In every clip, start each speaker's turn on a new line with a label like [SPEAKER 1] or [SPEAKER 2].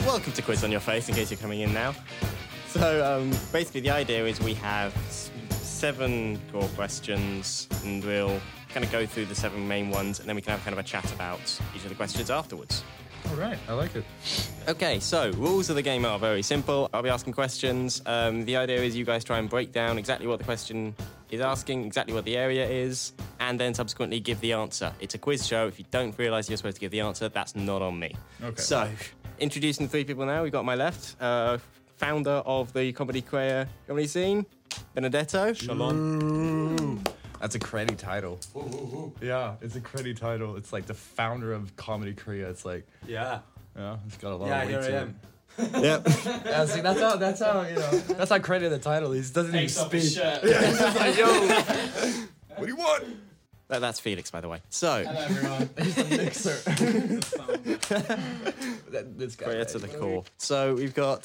[SPEAKER 1] Welcome to Quiz on Your Face, in case you're coming in now. So, um, basically, the idea is we have s- seven core questions, and we'll kind of go through the seven main ones, and then we can have kind of a chat about each of the questions afterwards.
[SPEAKER 2] All right, I like it.
[SPEAKER 1] Okay, so rules of the game are very simple. I'll be asking questions. Um, the idea is you guys try and break down exactly what the question is asking, exactly what the area is, and then subsequently give the answer. It's a quiz show. If you don't realise you're supposed to give the answer, that's not on me.
[SPEAKER 2] Okay.
[SPEAKER 1] So, introducing the three people now. We've got on my left, uh, founder of the comedy queer comedy scene, Benedetto. Shalom.
[SPEAKER 3] That's a credit title. Yeah, it's a credit title. It's like the founder of Comedy Korea. It's like,
[SPEAKER 4] Yeah.
[SPEAKER 3] yeah, it's got a lot
[SPEAKER 4] Yeah,
[SPEAKER 3] of weight
[SPEAKER 4] here I
[SPEAKER 3] to
[SPEAKER 4] am.
[SPEAKER 1] Yep.
[SPEAKER 3] it. Yeah, see, that's how, that's how, you know, that's how credit the title is. Doesn't even speak. What do you want?
[SPEAKER 1] Uh, That's Felix, by the way. So,
[SPEAKER 4] everyone.
[SPEAKER 3] That, this guy.
[SPEAKER 1] Creator the core. So we've got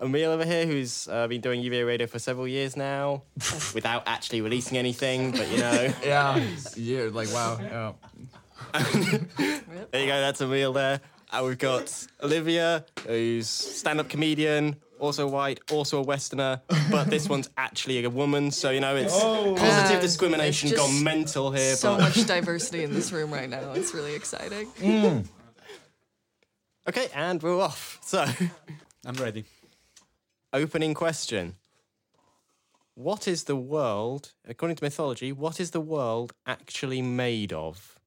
[SPEAKER 1] Emil over here, who's uh, been doing UVA radio for several years now, without actually releasing anything. But you know,
[SPEAKER 3] Yeah. Yeah, like, wow. Yeah.
[SPEAKER 1] there you go. That's Emil there. And we've got Olivia, who's stand-up comedian, also white, also a Westerner, but this one's actually a woman. So you know, it's positive
[SPEAKER 5] Yeah,
[SPEAKER 1] discrimination
[SPEAKER 5] Oh, it's just
[SPEAKER 1] gone mental here.
[SPEAKER 5] so
[SPEAKER 1] but
[SPEAKER 5] much diversity in this room right now. It's really exciting.
[SPEAKER 1] okay, and we're off. So,
[SPEAKER 4] I'm ready.
[SPEAKER 1] opening question. What is the world, according to mythology, what is the world actually made of?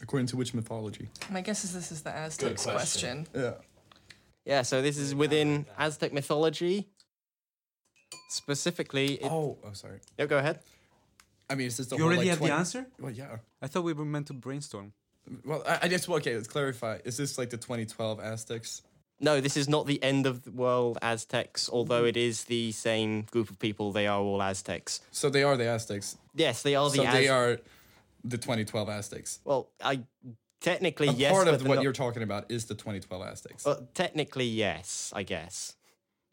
[SPEAKER 2] According to which mythology?
[SPEAKER 5] My guess is this is the Aztecs
[SPEAKER 4] question.
[SPEAKER 5] question.
[SPEAKER 2] Yeah.
[SPEAKER 1] Yeah, so this is within Aztec mythology. Specifically, it...
[SPEAKER 2] Oh, oh, sorry.
[SPEAKER 1] no, go ahead.
[SPEAKER 2] I mean, it's just the
[SPEAKER 4] You
[SPEAKER 2] whole,
[SPEAKER 4] already
[SPEAKER 2] like,
[SPEAKER 4] have
[SPEAKER 2] 20
[SPEAKER 4] the answer?
[SPEAKER 2] Well, yeah.
[SPEAKER 4] I thought we were meant to brainstorm.
[SPEAKER 2] Well, I, I just well, okay. Let's clarify. Is this like the 2012 Aztecs?
[SPEAKER 1] No, this is not the end of the world Aztecs, although it is the same group of people. They are all Aztecs.
[SPEAKER 2] So they are the Aztecs.
[SPEAKER 1] Yes, they are the
[SPEAKER 2] so they
[SPEAKER 1] Az-
[SPEAKER 2] are the 2012 Aztecs.
[SPEAKER 1] Well, I technically
[SPEAKER 2] A
[SPEAKER 1] yes,
[SPEAKER 2] part
[SPEAKER 1] but
[SPEAKER 2] of
[SPEAKER 1] they're
[SPEAKER 2] what
[SPEAKER 1] not-
[SPEAKER 2] you're talking about is the 2012 Aztecs.
[SPEAKER 1] Well, technically yes, I guess,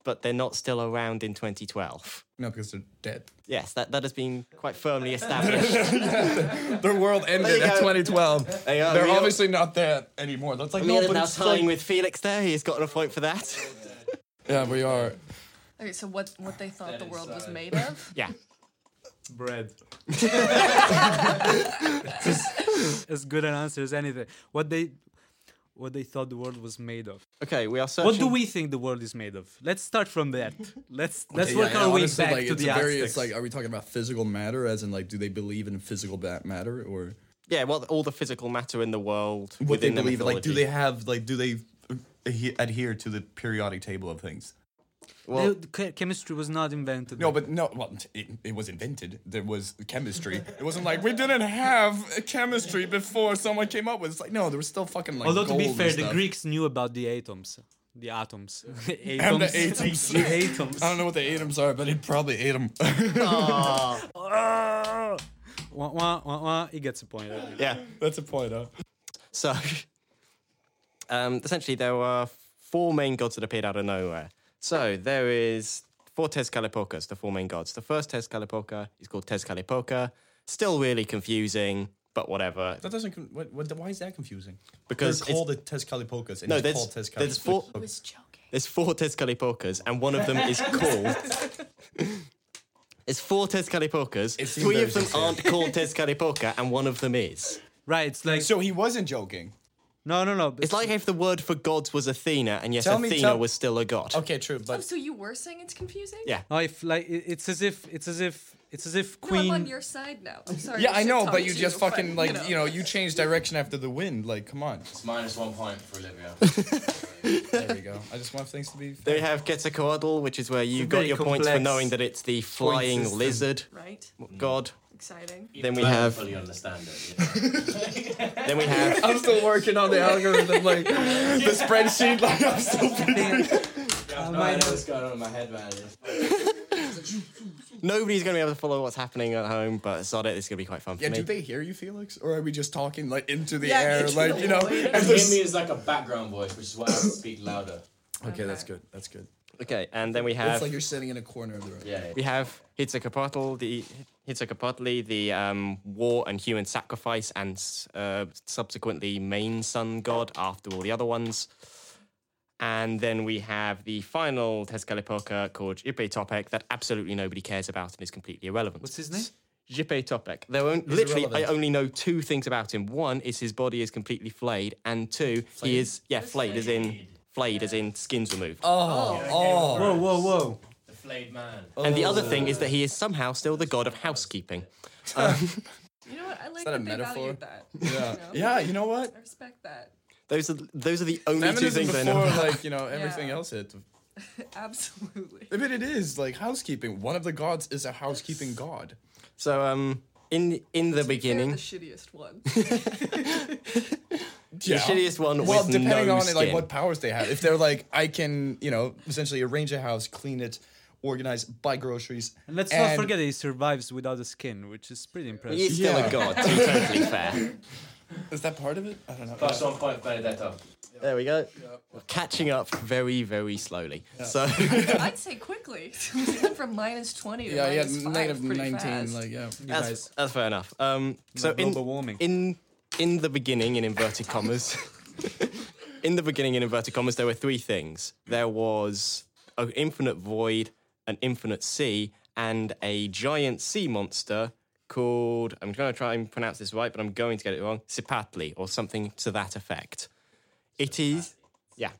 [SPEAKER 1] but they're not still around in 2012.
[SPEAKER 2] no, because they're dead.
[SPEAKER 1] Yes, that, that has been quite firmly established.
[SPEAKER 2] Their world ended
[SPEAKER 1] you
[SPEAKER 2] at
[SPEAKER 1] go.
[SPEAKER 2] 2012.
[SPEAKER 1] They are
[SPEAKER 2] They're
[SPEAKER 1] real-
[SPEAKER 2] obviously not there anymore. That's like
[SPEAKER 1] Neil
[SPEAKER 2] no,
[SPEAKER 1] is
[SPEAKER 2] but
[SPEAKER 1] now
[SPEAKER 2] it's like-
[SPEAKER 1] tying with Felix there. He's got a point for that.
[SPEAKER 2] Yeah, we are.
[SPEAKER 5] Okay, so what what they thought the world was made of?
[SPEAKER 1] yeah.
[SPEAKER 4] Bread. as good an answer as anything. What they what they thought the world was made of.
[SPEAKER 1] Okay, we are searching.
[SPEAKER 4] What do we think the world is made of? Let's start from that. Let's let's
[SPEAKER 2] Yeah,
[SPEAKER 4] work
[SPEAKER 2] yeah,
[SPEAKER 4] our way
[SPEAKER 2] honestly,
[SPEAKER 4] back
[SPEAKER 2] like,
[SPEAKER 4] to
[SPEAKER 2] it's
[SPEAKER 4] the
[SPEAKER 2] a very,
[SPEAKER 4] Aztecs.
[SPEAKER 2] It's like, are we talking about physical matter? As in, like, do they believe in physical ba- matter, or
[SPEAKER 1] Yeah, well, all the physical matter in the world
[SPEAKER 3] What they
[SPEAKER 1] within
[SPEAKER 3] believe,
[SPEAKER 1] the
[SPEAKER 3] like, do they
[SPEAKER 1] mythology.
[SPEAKER 3] have, like, do they uh, adhe- adhere to the periodic table of things?
[SPEAKER 1] Well,
[SPEAKER 4] The- the che- chemistry was not invented.
[SPEAKER 2] No, but no. Well, it, it was invented. There was chemistry. It wasn't like we didn't have chemistry before someone came up with. it. It's like no, there was still fucking like.
[SPEAKER 4] Although to be
[SPEAKER 2] gold and
[SPEAKER 4] fair, the
[SPEAKER 2] stuff.
[SPEAKER 4] Greeks knew about the atoms. The atoms. atoms.
[SPEAKER 2] and the atoms.
[SPEAKER 4] the atoms.
[SPEAKER 2] I don't know what the atoms are, but he probably ate them.
[SPEAKER 4] Ah! Wah, wah, wah, wah. He gets a point. I think.
[SPEAKER 1] yeah.
[SPEAKER 2] That's a point, huh?
[SPEAKER 1] So, um, essentially, there were four main gods that appeared out of nowhere. So there is four Tezcatlipoca, the four main gods. The first Tezcatlipoca is called Tezcatlipoca. Still really confusing, but whatever.
[SPEAKER 3] That doesn't, con- what, what, why is that confusing?
[SPEAKER 1] Because it's-
[SPEAKER 3] They're called the Tezcatlipoca, and
[SPEAKER 1] No,
[SPEAKER 3] it's
[SPEAKER 1] there's,
[SPEAKER 3] called Tezcatlipoca.
[SPEAKER 1] there's four.
[SPEAKER 5] I was joking.
[SPEAKER 1] There's four Tezcatlipoca, and one of them is called. It's four Tezcatlipoca.
[SPEAKER 2] seemed
[SPEAKER 1] Three
[SPEAKER 2] very
[SPEAKER 1] of them
[SPEAKER 2] sincere.
[SPEAKER 1] aren't called Tezcatlipoca, and one of them is.
[SPEAKER 4] Right. It's like
[SPEAKER 2] So he wasn't joking.
[SPEAKER 4] no, no, no. but
[SPEAKER 1] It's like if the word for gods was Athena, and yet
[SPEAKER 2] Tell me-
[SPEAKER 1] Athena
[SPEAKER 2] tell-
[SPEAKER 1] was still a god.
[SPEAKER 2] Okay, true,
[SPEAKER 5] Oh,
[SPEAKER 2] but
[SPEAKER 5] so you were saying it's confusing?
[SPEAKER 1] Yeah.
[SPEAKER 4] no, Oh, if like it- it's as if it's as if it's as if
[SPEAKER 5] No, I'm
[SPEAKER 4] Queen.
[SPEAKER 5] on your side now. I'm sorry.
[SPEAKER 2] yeah, I
[SPEAKER 5] shit
[SPEAKER 2] know,
[SPEAKER 5] talked
[SPEAKER 2] but you
[SPEAKER 5] to
[SPEAKER 2] just fucking
[SPEAKER 5] but,
[SPEAKER 2] like you know you changed direction after the wind. Like, come on.
[SPEAKER 6] Minus one point for Olivia.
[SPEAKER 2] There we go. I just want things to be.
[SPEAKER 1] They have Quetzalcoatl, which is where you got
[SPEAKER 4] very
[SPEAKER 1] your points for
[SPEAKER 4] complex
[SPEAKER 1] knowing that it's the flying
[SPEAKER 4] system.
[SPEAKER 1] lizard
[SPEAKER 5] Right?
[SPEAKER 1] god.
[SPEAKER 5] Exciting.
[SPEAKER 1] Then we
[SPEAKER 6] I Mm. don't
[SPEAKER 1] have,
[SPEAKER 6] fully understand it. yeah.
[SPEAKER 1] then we have,
[SPEAKER 2] I'm still working on the algorithm, like the spreadsheet. Like I'm still.
[SPEAKER 4] I'm
[SPEAKER 6] Oh, I
[SPEAKER 4] might
[SPEAKER 6] know
[SPEAKER 4] have
[SPEAKER 6] what's going on in my head, man. It's-
[SPEAKER 1] Nobody's going to be able to follow what's happening at home, but sod it. It's going to be quite fun
[SPEAKER 2] Yeah,
[SPEAKER 1] for me.
[SPEAKER 2] do they hear you, Felix? Or are we just talking like into the
[SPEAKER 5] Yeah,
[SPEAKER 2] air?
[SPEAKER 5] into
[SPEAKER 2] Like,
[SPEAKER 5] the
[SPEAKER 2] you know.
[SPEAKER 5] void.
[SPEAKER 2] and
[SPEAKER 6] Hear
[SPEAKER 2] there's-
[SPEAKER 6] me is like a background voice, which is why I speak louder.
[SPEAKER 2] Okay, that's good. That's good.
[SPEAKER 1] okay, and then we
[SPEAKER 2] It's
[SPEAKER 1] have
[SPEAKER 2] like you're sitting in a corner of the room.
[SPEAKER 6] Yeah.
[SPEAKER 1] we have Hitsukopotal, the Hitsukopotley, the um, war and human sacrifice, and uh, subsequently main sun god after all the other ones. And then we have the final Tezcalipoca called Jipe Topek that absolutely nobody cares about and is completely irrelevant.
[SPEAKER 4] what's his name?
[SPEAKER 1] Jipe Topek. There were literally,
[SPEAKER 2] irrelevant.
[SPEAKER 1] I only know two things about him. One is his body is completely flayed, and two, he is yeah, flayed as in flayed as in skins removed.
[SPEAKER 4] Whoa, whoa, whoa!
[SPEAKER 6] The flayed man.
[SPEAKER 1] And the other thing is that he is somehow still the god of housekeeping.
[SPEAKER 5] You know what? I like
[SPEAKER 2] that a
[SPEAKER 5] that, they
[SPEAKER 2] metaphor?
[SPEAKER 5] valued that.
[SPEAKER 2] Yeah.
[SPEAKER 5] You know?
[SPEAKER 2] Yeah, you know what?
[SPEAKER 5] I respect that.
[SPEAKER 1] Those are those are the only two
[SPEAKER 2] Feminism
[SPEAKER 1] things I
[SPEAKER 2] before,
[SPEAKER 1] know. about.
[SPEAKER 2] like, you know, everything
[SPEAKER 5] Yeah.
[SPEAKER 2] else hit.
[SPEAKER 5] Absolutely.
[SPEAKER 2] I mean, it is like housekeeping. One of the gods is a housekeeping god.
[SPEAKER 1] So um, in in the beginning,
[SPEAKER 5] They're the
[SPEAKER 1] the,
[SPEAKER 5] shittiest one.
[SPEAKER 2] Yeah.
[SPEAKER 1] shittiest one
[SPEAKER 2] Well,
[SPEAKER 1] with
[SPEAKER 2] depending
[SPEAKER 1] no
[SPEAKER 2] on
[SPEAKER 1] skin.
[SPEAKER 2] like what powers they have. If they're like, I can, you know, essentially arrange a house, clean it, organize, buy groceries.
[SPEAKER 4] And let's
[SPEAKER 2] and-
[SPEAKER 4] not forget that he survives without a skin, which is pretty impressive.
[SPEAKER 1] He's still
[SPEAKER 2] Yeah.
[SPEAKER 1] a god. To be totally fair.
[SPEAKER 2] Is that part of it? I don't know.
[SPEAKER 6] Plus one point Benedetto.
[SPEAKER 1] There we go. We're catching up very very slowly. So
[SPEAKER 5] I'd say quickly. We went from minus 20 to
[SPEAKER 2] yeah, yeah,
[SPEAKER 5] minus five
[SPEAKER 2] negative
[SPEAKER 5] pretty
[SPEAKER 2] nineteen.
[SPEAKER 5] fast.
[SPEAKER 2] Like, yeah.
[SPEAKER 1] that's, that's fair enough. Um, so
[SPEAKER 4] Like
[SPEAKER 1] in
[SPEAKER 4] global warming.
[SPEAKER 1] in in the beginning, in inverted commas, in the beginning, in inverted commas, there were three things. There was an infinite void, an infinite sea, and a giant sea monster called. I'm going to try and pronounce this right, but I'm going to get it wrong. Sipatli, or something to that effect. It is. Yeah.
[SPEAKER 5] Why are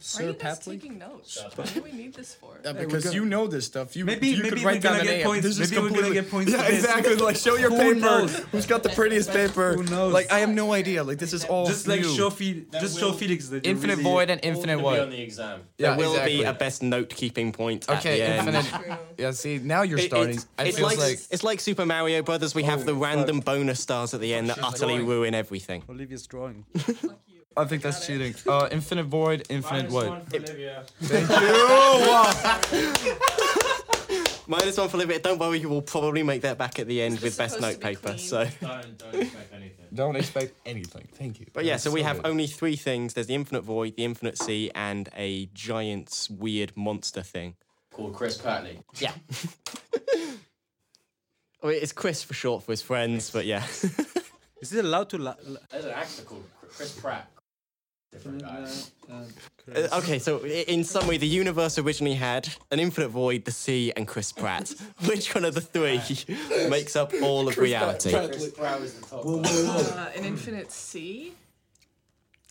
[SPEAKER 2] Sir
[SPEAKER 5] you guys
[SPEAKER 2] Papley?
[SPEAKER 5] taking notes? What do we need this for?
[SPEAKER 2] Yeah, because you know this stuff. You
[SPEAKER 4] Maybe-
[SPEAKER 2] you
[SPEAKER 4] maybe
[SPEAKER 2] could
[SPEAKER 4] we're
[SPEAKER 2] write down
[SPEAKER 4] gonna
[SPEAKER 2] an
[SPEAKER 4] get
[SPEAKER 2] AM.
[SPEAKER 4] points-
[SPEAKER 2] This is
[SPEAKER 4] maybe we're gonna
[SPEAKER 2] completely-
[SPEAKER 4] get points
[SPEAKER 2] Yeah,
[SPEAKER 4] for this.
[SPEAKER 2] exactly. Like show your
[SPEAKER 4] Who
[SPEAKER 2] paper.
[SPEAKER 4] knows?
[SPEAKER 2] Who's got the prettiest paper?
[SPEAKER 4] Who knows?
[SPEAKER 2] Like I have no idea. Like this is all
[SPEAKER 4] just like
[SPEAKER 2] new.
[SPEAKER 4] show Fe- just show
[SPEAKER 6] will-
[SPEAKER 4] Felix that you
[SPEAKER 7] Infinite
[SPEAKER 4] really-
[SPEAKER 7] void and infinite
[SPEAKER 6] Gonna be on
[SPEAKER 7] void.
[SPEAKER 6] the exam.
[SPEAKER 1] There
[SPEAKER 7] Yeah,
[SPEAKER 1] will
[SPEAKER 7] exactly.
[SPEAKER 1] be a best note keeping point. at the
[SPEAKER 7] Okay,
[SPEAKER 1] end.
[SPEAKER 7] infinite.
[SPEAKER 5] True.
[SPEAKER 7] Yeah, see, now you're
[SPEAKER 1] It-
[SPEAKER 7] starting.
[SPEAKER 1] it's,
[SPEAKER 7] I
[SPEAKER 1] it's
[SPEAKER 7] feels
[SPEAKER 1] like,
[SPEAKER 7] like,
[SPEAKER 1] it's like Super Mario Brothers. We
[SPEAKER 5] Oh,
[SPEAKER 1] have the random bonus stars at the end that utterly ruin everything.
[SPEAKER 4] Olivia's drawing.
[SPEAKER 7] I think that's cheating. Uh, infinite void, infinite
[SPEAKER 6] Minus
[SPEAKER 7] void.
[SPEAKER 6] one for Olivia.
[SPEAKER 1] Minus one for Libby. Don't worry, you will probably make that back at the end with best
[SPEAKER 5] supposed to
[SPEAKER 1] note
[SPEAKER 5] be
[SPEAKER 1] paper.
[SPEAKER 5] clean.
[SPEAKER 1] So,
[SPEAKER 6] Don't, don't expect anything.
[SPEAKER 7] Don't expect anything. Thank you.
[SPEAKER 1] but yeah, so we have
[SPEAKER 7] only.
[SPEAKER 1] only three things. There's the infinite void, the infinite sea, and a giant weird monster thing.
[SPEAKER 6] Called Chris Patley.
[SPEAKER 1] Yeah. Oh, it's Chris for short for his friends, but yeah.
[SPEAKER 4] Is it allowed to? La- la-
[SPEAKER 6] There's an actor called Chr- Chris Pratt. Different guy.
[SPEAKER 1] Uh, okay, so i- in summary, the universe originally had an infinite void, the sea, and Chris Pratt. Which one of the three makes up all of reality?
[SPEAKER 6] Chris Pratt was the top. one.
[SPEAKER 5] Uh, an infinite sea?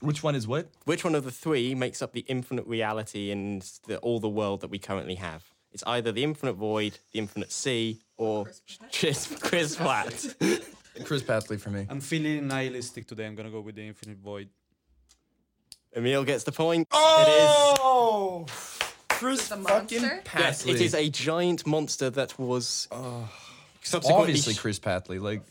[SPEAKER 7] Which one is what?
[SPEAKER 1] Which one of the three makes up the infinite reality and the, all the world that we currently have? It's either the infinite void, the infinite sea, or Chris, Chris Pratt.
[SPEAKER 7] Chris Patley for me.
[SPEAKER 4] I'm feeling nihilistic today. I'm gonna go with the infinite void.
[SPEAKER 1] Emil gets the point.
[SPEAKER 2] Oh,
[SPEAKER 5] Is the monster?
[SPEAKER 1] It is. Yes, it is a giant monster that was subsequently,
[SPEAKER 7] Obviously, Chris Patley. Like,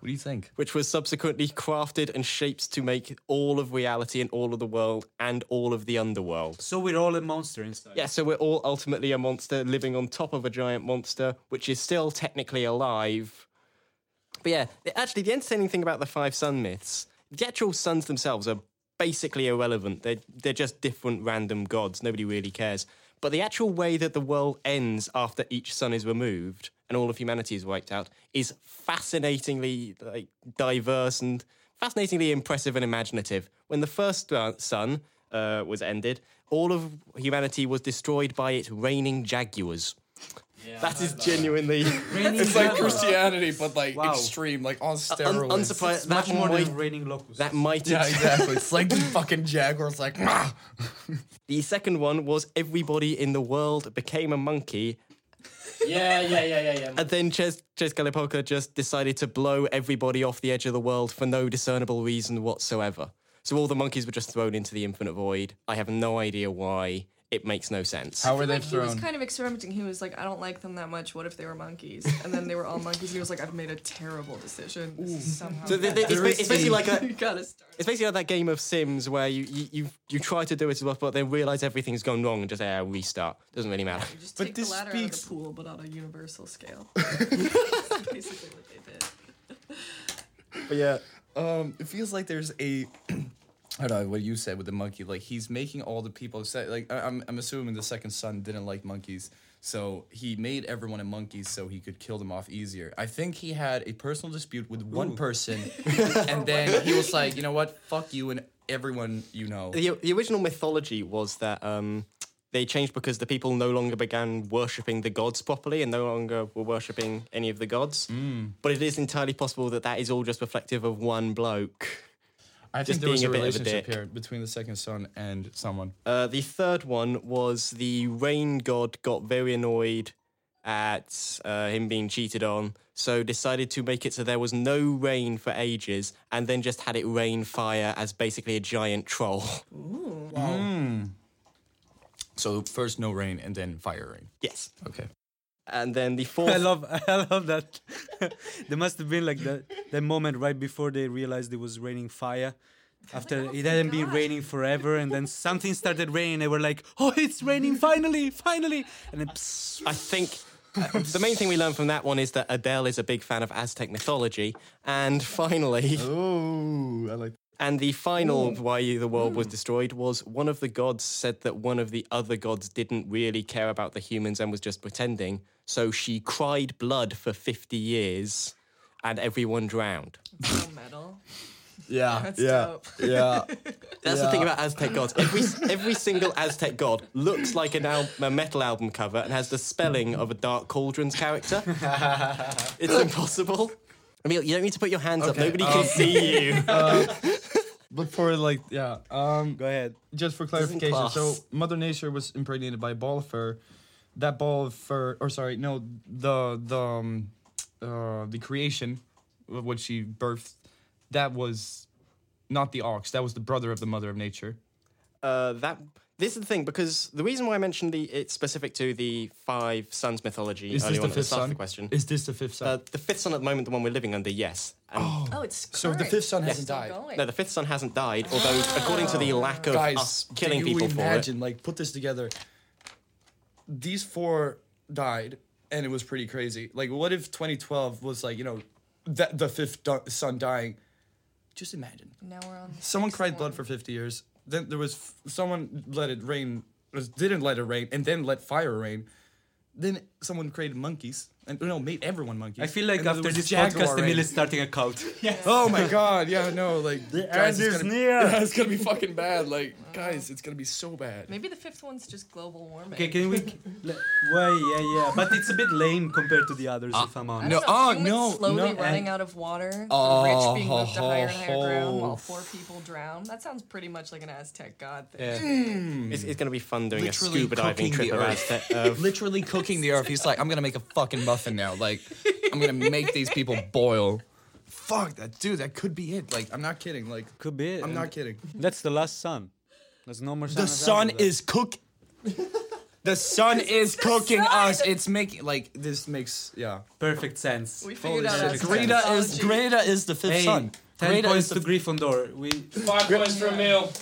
[SPEAKER 7] what do you think?
[SPEAKER 1] which was subsequently crafted and shaped to make all of reality and all of the world and all of the underworld.
[SPEAKER 4] So we're all a monster inside.
[SPEAKER 1] Yeah, so we're all ultimately a monster living on top of a giant monster, which is still technically alive. But yeah, th- actually, the entertaining thing about the five sun myths, the actual suns themselves are basically irrelevant. They're, they're just different random gods. Nobody really cares. But the actual way that the world ends after each sun is removed and all of humanity is wiped out is fascinatingly like diverse and fascinatingly impressive and imaginative. When the first uh, sun uh, was ended, all of humanity was destroyed by it raining jaguars. that is genuinely
[SPEAKER 2] it's like Christianity, but like
[SPEAKER 4] Wow.
[SPEAKER 2] extreme, like on steroids.
[SPEAKER 1] un- unsurprising. That,
[SPEAKER 4] Much more
[SPEAKER 1] might,
[SPEAKER 4] than raining locusts.
[SPEAKER 1] that might
[SPEAKER 2] yeah, exactly. It's like the fucking jaguars. Like, "Mwah."
[SPEAKER 1] The second one was everybody in the world became a monkey,
[SPEAKER 6] Yeah, yeah, yeah, yeah, yeah.
[SPEAKER 1] and then Ches Calipoca just decided to blow everybody off the edge of the world for no discernible reason whatsoever. So all the monkeys were just thrown into the infinite void. I have no idea why. it makes no sense.
[SPEAKER 7] How were they
[SPEAKER 5] like he was
[SPEAKER 7] thrown?
[SPEAKER 5] kind of experimenting. He was like, I don't like them that much. What if they were monkeys? And then they were all monkeys. He was like, I've made a terrible decision. This is somehow.
[SPEAKER 1] So th- th- it's, ba- it's basically like a,
[SPEAKER 5] you gotta start.
[SPEAKER 1] it's basically like that game of Sims where you you, you, you try to do it as well, but then realize everything's gone wrong and just eh, restart. Doesn't really matter.
[SPEAKER 5] Just
[SPEAKER 3] But
[SPEAKER 5] take the
[SPEAKER 3] this
[SPEAKER 5] ladder
[SPEAKER 3] speaks-
[SPEAKER 5] out of the pool, but on a universal scale. basically what they did.
[SPEAKER 3] Um, it feels like there's a. I don't know what you said with the monkey. Like he's making all the people upset. Like I- I'm, I'm assuming the second son didn't like monkeys, so he made everyone a monkey so he could kill them off easier. I think he had a personal dispute with one person, and then he was like, you know what, fuck you and everyone you know.
[SPEAKER 1] The, the original mythology was that um, they changed because the people no longer began worshipping the gods properly and no longer were worshipping any of the gods. But it is entirely possible that that is all just reflective of one bloke.
[SPEAKER 3] I
[SPEAKER 1] just
[SPEAKER 3] think there was
[SPEAKER 1] being a
[SPEAKER 3] a
[SPEAKER 1] bit of a
[SPEAKER 3] relationship
[SPEAKER 1] dick.
[SPEAKER 3] here between the second son and someone.
[SPEAKER 1] Uh, the third one was the rain god got very annoyed at uh, him being cheated on, so decided to make it so there was no rain for ages, and then just had it rain fire as basically a giant troll.
[SPEAKER 3] So first no rain and then fire rain.
[SPEAKER 1] yes,
[SPEAKER 3] Okay.
[SPEAKER 1] and then the
[SPEAKER 4] I
[SPEAKER 1] fourth.
[SPEAKER 4] love I love that. there must have been like that that moment right before they realized it was raining fire. After it hadn't been raining forever, and then something started raining, they were like, "Oh, it's raining finally, finally!" And then, psst,
[SPEAKER 1] I think uh, the main thing we learned from that one is that Adele is a big fan of Aztec mythology. And finally,
[SPEAKER 3] Oh, I like.
[SPEAKER 1] and the final why the world was destroyed was one of the gods said that one of the other gods didn't really care about the humans and was just pretending. So she cried blood for 50 years and everyone drowned.
[SPEAKER 5] Full metal.
[SPEAKER 3] Yeah.
[SPEAKER 5] That's dope.
[SPEAKER 3] Yeah.
[SPEAKER 1] That's the thing about Aztec gods. Every, every single Aztec god looks like an al- a metal album cover and has the spelling of a Dark Cauldrons character. it's impossible. Emil, you don't need to put your hands up. Nobody
[SPEAKER 3] Oh.
[SPEAKER 1] can see you.
[SPEAKER 7] But for like, yeah. Um,
[SPEAKER 4] go ahead.
[SPEAKER 7] just for clarification,
[SPEAKER 1] class.
[SPEAKER 7] so Mother Nature was impregnated by a ball of fur. That ball of fur, or sorry, no, the the um, uh, the creation of what she birthed, that was not the ox. That was the brother of the Mother of Nature.
[SPEAKER 1] uh, that this is the thing because the reason why I mentioned the it's specific to the five sons mythology
[SPEAKER 7] Is this
[SPEAKER 1] earlier on
[SPEAKER 7] the
[SPEAKER 1] at the
[SPEAKER 7] fifth
[SPEAKER 1] start of
[SPEAKER 7] son?
[SPEAKER 1] the question.
[SPEAKER 7] Is this the fifth son?
[SPEAKER 1] uh, the fifth son at the moment, the one we're living under, yes. And
[SPEAKER 5] Oh, it's
[SPEAKER 7] so
[SPEAKER 5] current.
[SPEAKER 7] the fifth son
[SPEAKER 5] It's
[SPEAKER 7] hasn't
[SPEAKER 5] still
[SPEAKER 7] died.
[SPEAKER 5] going.
[SPEAKER 1] No, the fifth son hasn't died, although according to the lack of us
[SPEAKER 3] guys
[SPEAKER 1] killing
[SPEAKER 3] do you
[SPEAKER 1] people
[SPEAKER 3] imagine like put this together these four died and it was pretty crazy like what if 2012 was like you know that the fifth du- son dying just imagine
[SPEAKER 5] now we're on. the
[SPEAKER 3] someone
[SPEAKER 5] sixth
[SPEAKER 3] cried blood
[SPEAKER 5] one.
[SPEAKER 3] for 50 years then there was f- someone let it rain was- didn't let it rain and then let fire rain then someone created monkeys and no made everyone monkeys
[SPEAKER 4] I feel like
[SPEAKER 3] And then there
[SPEAKER 4] after
[SPEAKER 3] was
[SPEAKER 4] this
[SPEAKER 3] jaguar
[SPEAKER 4] podcast, Emil
[SPEAKER 3] rain.
[SPEAKER 4] is starting a cult.
[SPEAKER 3] Oh my god, yeah, no, like the
[SPEAKER 4] end is
[SPEAKER 3] gonna, be-
[SPEAKER 4] near.
[SPEAKER 3] Yeah, it's gonna be fucking bad. Like, guys, it's gonna be so bad.
[SPEAKER 5] Maybe the fifth one's just global warming.
[SPEAKER 4] Okay, can we? le- Why? Yeah, yeah. But it's a bit lame compared to the
[SPEAKER 3] Ah.
[SPEAKER 4] others, if I'm
[SPEAKER 5] I
[SPEAKER 4] honest.
[SPEAKER 5] don't
[SPEAKER 3] No,
[SPEAKER 5] know,
[SPEAKER 3] oh,
[SPEAKER 5] humans
[SPEAKER 3] no,
[SPEAKER 5] Slowly
[SPEAKER 3] no,
[SPEAKER 5] running
[SPEAKER 3] and-
[SPEAKER 5] out of water.
[SPEAKER 3] Oh,
[SPEAKER 5] the rich being moved to higher and
[SPEAKER 3] ho,
[SPEAKER 5] higher ground
[SPEAKER 3] ho.
[SPEAKER 5] while poor people drown. That sounds pretty much like an Aztec god thing.
[SPEAKER 1] for it. It's, it's going to be fun doing
[SPEAKER 3] Literally
[SPEAKER 1] a scuba diving
[SPEAKER 3] cooking
[SPEAKER 1] trip
[SPEAKER 3] the
[SPEAKER 1] of
[SPEAKER 3] earth.
[SPEAKER 1] Aztec. uh, Of,
[SPEAKER 3] Literally cooking the earth. He's like, I'm gonna make a fucking muffin now. Like, I'm gonna make these people boil. Fuck that, dude. That could be it. Like, I'm not kidding. Like,
[SPEAKER 4] Could be. it,
[SPEAKER 3] I'm
[SPEAKER 4] and
[SPEAKER 3] not kidding.
[SPEAKER 4] That's the last sun. There's no more sun.
[SPEAKER 7] the
[SPEAKER 4] after
[SPEAKER 7] sun
[SPEAKER 4] that.
[SPEAKER 7] is cook.
[SPEAKER 3] The sun is cooking
[SPEAKER 5] sun!
[SPEAKER 3] us. It's making like this makes yeah.
[SPEAKER 4] perfect sense.
[SPEAKER 5] We figured out
[SPEAKER 4] shit.
[SPEAKER 5] Aztec
[SPEAKER 7] Greta is
[SPEAKER 5] mythology.
[SPEAKER 7] Greta is the fifth
[SPEAKER 4] Hey,
[SPEAKER 7] son.
[SPEAKER 4] ten
[SPEAKER 7] Greta
[SPEAKER 4] points
[SPEAKER 7] is
[SPEAKER 4] to
[SPEAKER 7] the
[SPEAKER 4] Gryffindor. We
[SPEAKER 6] Five points for a meal.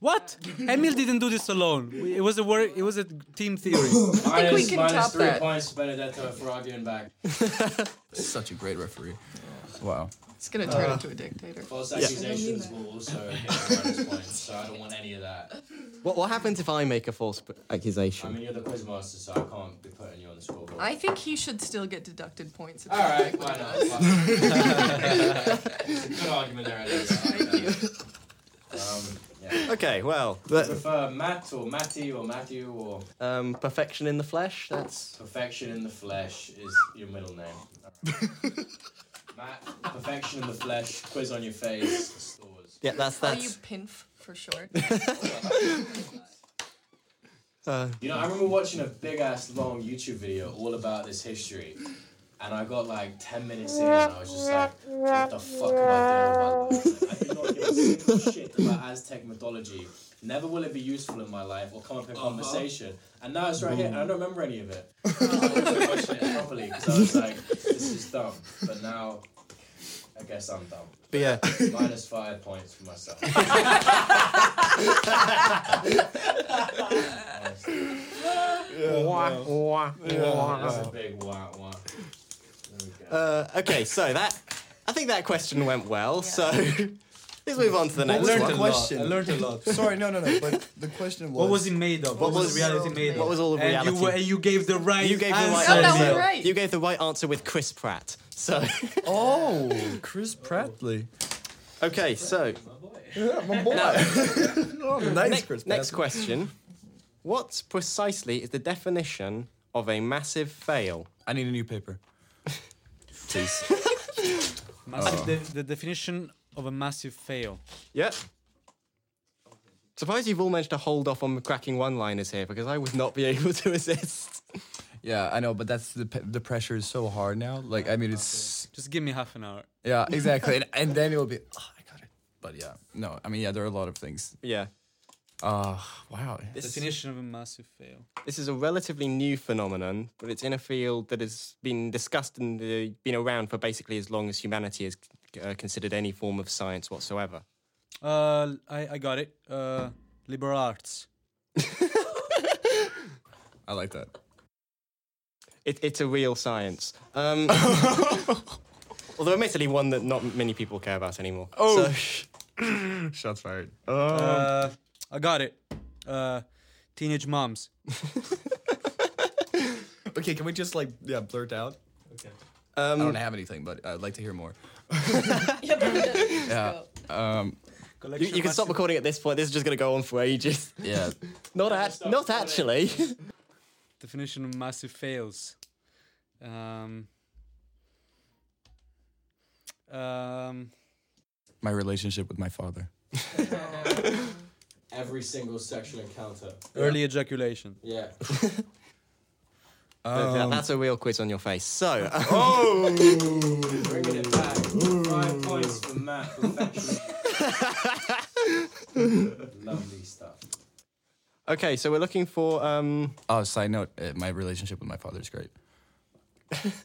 [SPEAKER 4] What? Emil didn't do this alone. We- It was a work. It was a team theory.
[SPEAKER 5] I think we can top
[SPEAKER 6] three
[SPEAKER 5] that.
[SPEAKER 6] points to Benedetto for arguing back.
[SPEAKER 3] Such a great referee. Wow.
[SPEAKER 5] It's gonna turn
[SPEAKER 3] Uh.
[SPEAKER 5] into a dictator.
[SPEAKER 6] False accusations will also hit bonus points, so I don't want any of that.
[SPEAKER 1] what, what happens if I make a false p- accusation?
[SPEAKER 6] I mean, you're the quiz master, so I can't be putting you on the scoreboard.
[SPEAKER 5] I think he should still get deducted points. if
[SPEAKER 6] All
[SPEAKER 5] he
[SPEAKER 6] right,
[SPEAKER 5] correctly
[SPEAKER 6] why
[SPEAKER 5] does.
[SPEAKER 6] not? Why not? Good argument there. Anyway. Thank you. Um, yeah.
[SPEAKER 1] okay, well, the-
[SPEAKER 6] Prefer Matt or Matty or Matthew or
[SPEAKER 1] um, perfection in the flesh. That's
[SPEAKER 6] perfection in the flesh is your middle name. Matt, perfection in the flesh, quiz on your face, stores.
[SPEAKER 1] yeah, that's
[SPEAKER 5] Are you
[SPEAKER 1] that's.
[SPEAKER 5] pinf for short?
[SPEAKER 1] uh,
[SPEAKER 6] You know, I remember watching a big ass long YouTube video all about this history, and I got like 10 minutes in, and I was just like, what the fuck am I doing with my life? I did not give a so shit about Aztec mythology. Never will it be useful in my life or come up in conversation. And now it's right here, and I don't remember any of it. I wasn't watching it properly because I was like, this is dumb. But now, I guess I'm dumb.
[SPEAKER 1] But yeah,
[SPEAKER 6] Minus five points for myself. Honestly,
[SPEAKER 1] Wah, wah, wah.
[SPEAKER 6] That's a big wah wah. There we go.
[SPEAKER 1] Uh, okay, so that I think that question went well. So let's move on to the next
[SPEAKER 3] was
[SPEAKER 1] one.
[SPEAKER 3] the question?
[SPEAKER 4] I learned a lot.
[SPEAKER 3] Sorry, no, no, no. But the question was.
[SPEAKER 4] What was it made of? What, was, reality made of?
[SPEAKER 1] What was all the
[SPEAKER 4] and
[SPEAKER 1] reality?
[SPEAKER 4] you, were, and you gave the right
[SPEAKER 1] You gave the
[SPEAKER 4] answer.
[SPEAKER 1] right
[SPEAKER 5] Oh, that
[SPEAKER 1] answer.
[SPEAKER 5] was right.
[SPEAKER 1] You gave the right answer with Chris Pratt. So
[SPEAKER 3] Oh, Chris Prattley.
[SPEAKER 1] okay, so
[SPEAKER 6] My boy.
[SPEAKER 3] Oh, nice,
[SPEAKER 1] next,
[SPEAKER 3] Chris.
[SPEAKER 1] next question: What precisely is the definition of a massive fail?
[SPEAKER 3] I need a new paper.
[SPEAKER 4] Massive, the, the definition of a massive fail.
[SPEAKER 1] Yep. Surprised you've all managed to hold off on cracking one-liners here because I would not be able to resist.
[SPEAKER 3] Yeah, I know, but that's the pe- the pressure is so hard now. Like, I mean, it's
[SPEAKER 4] Just give me half an hour.
[SPEAKER 3] yeah, exactly, and, and then it will be. Oh, I got it. But yeah, no, I mean, yeah, there are a lot of things.
[SPEAKER 1] Yeah.
[SPEAKER 3] Uh wow.
[SPEAKER 4] Definition of a massive fail.
[SPEAKER 1] This is a relatively new phenomenon, but it's in a field that has been discussed and uh, been around for basically as long as humanity has uh, considered any form of science whatsoever.
[SPEAKER 4] Uh, I, I got it. Uh, liberal arts.
[SPEAKER 3] I like that.
[SPEAKER 1] It, it's a real science. Um, although, admittedly, one that not many people care about anymore. Oh,
[SPEAKER 3] Shots fired.
[SPEAKER 4] Uh, I got it. Uh, teenage moms.
[SPEAKER 3] Okay, can we just like yeah blurt out? I
[SPEAKER 1] um,
[SPEAKER 3] don't have anything, but I'd like to hear more.
[SPEAKER 5] Yeah, but let's
[SPEAKER 3] Yeah.
[SPEAKER 5] go.
[SPEAKER 3] Um.
[SPEAKER 1] you, you can stop recording at this point. This is just going to go on for ages.
[SPEAKER 3] Yeah.
[SPEAKER 1] Not at,
[SPEAKER 6] stop
[SPEAKER 1] not
[SPEAKER 6] recording.
[SPEAKER 1] actually.
[SPEAKER 4] Definition of massive fails. Um. Um.
[SPEAKER 3] My relationship with my father.
[SPEAKER 6] Every single sexual encounter.
[SPEAKER 4] Early ejaculation.
[SPEAKER 6] Yeah.
[SPEAKER 1] That- That's a real quiz on your face. So, um,
[SPEAKER 6] Bringing it back. Five points for Matt. Perfection. Lovely stuff.
[SPEAKER 1] okay, so we're looking for. Um,
[SPEAKER 3] Oh, side note, uh, my relationship with my father is great.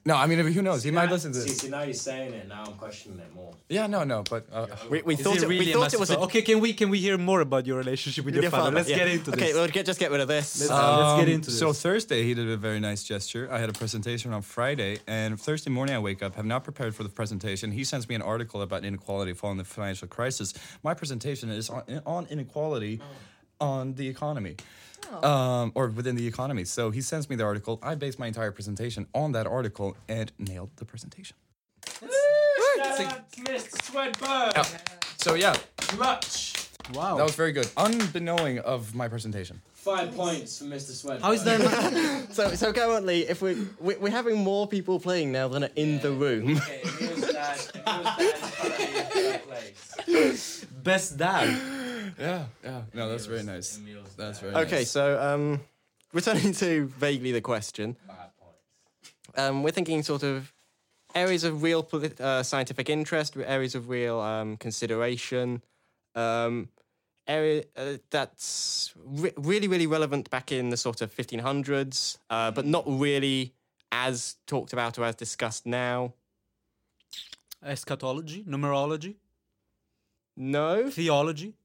[SPEAKER 3] no, I mean, who knows? He might listen to
[SPEAKER 6] See,
[SPEAKER 3] this.
[SPEAKER 6] see, now you're saying it. Now I'm questioning it more.
[SPEAKER 3] Yeah, no, no, but uh,
[SPEAKER 1] we, we thought
[SPEAKER 4] Is
[SPEAKER 1] it,
[SPEAKER 4] it really
[SPEAKER 1] we
[SPEAKER 4] a
[SPEAKER 1] thought
[SPEAKER 4] massive
[SPEAKER 1] it was a
[SPEAKER 4] fail? okay, can we can we hear more about your relationship with your,
[SPEAKER 1] Your
[SPEAKER 4] father?
[SPEAKER 1] father,
[SPEAKER 4] Let's
[SPEAKER 1] yeah.
[SPEAKER 4] get into
[SPEAKER 1] okay,
[SPEAKER 4] this.
[SPEAKER 1] we'll get, just get rid of this.
[SPEAKER 4] Let's- let's get
[SPEAKER 3] Um,
[SPEAKER 4] into this.
[SPEAKER 3] So Thursday, he did a very nice gesture. I had a presentation on Friday, and Thursday morning I wake up, have not prepared for the presentation. He sends me an article about inequality following the financial crisis. My presentation is on, on inequality on the economy. Um, or within the economy. So he sends me the article. I based my entire presentation on that article and nailed the presentation.
[SPEAKER 6] Shout out to Mr. Swedberg.
[SPEAKER 3] So yeah,
[SPEAKER 6] Much.
[SPEAKER 4] wow.
[SPEAKER 3] that was very good. Unbeknowing of my presentation.
[SPEAKER 6] Five points for Mr. Swedberg.
[SPEAKER 4] How is that?
[SPEAKER 1] So, so currently, if we, we we're having more people playing now than are in the room.
[SPEAKER 6] Okay, if he was dad, if he was dad, he'd be in that place.
[SPEAKER 4] Best dad.
[SPEAKER 3] Yeah, yeah. No, that's very nice.
[SPEAKER 6] Emil's
[SPEAKER 3] That's
[SPEAKER 6] dad.
[SPEAKER 3] very
[SPEAKER 1] Okay, so um, returning to vaguely the question,
[SPEAKER 6] Five points.
[SPEAKER 1] um, we're thinking sort of areas of real polit- uh, scientific interest, areas of real um, consideration, um, area uh, that's re- really really relevant back in the sort of 1500s, uh, but not really as talked about or as discussed now.
[SPEAKER 4] Eschatology, numerology,
[SPEAKER 1] No,
[SPEAKER 4] theology,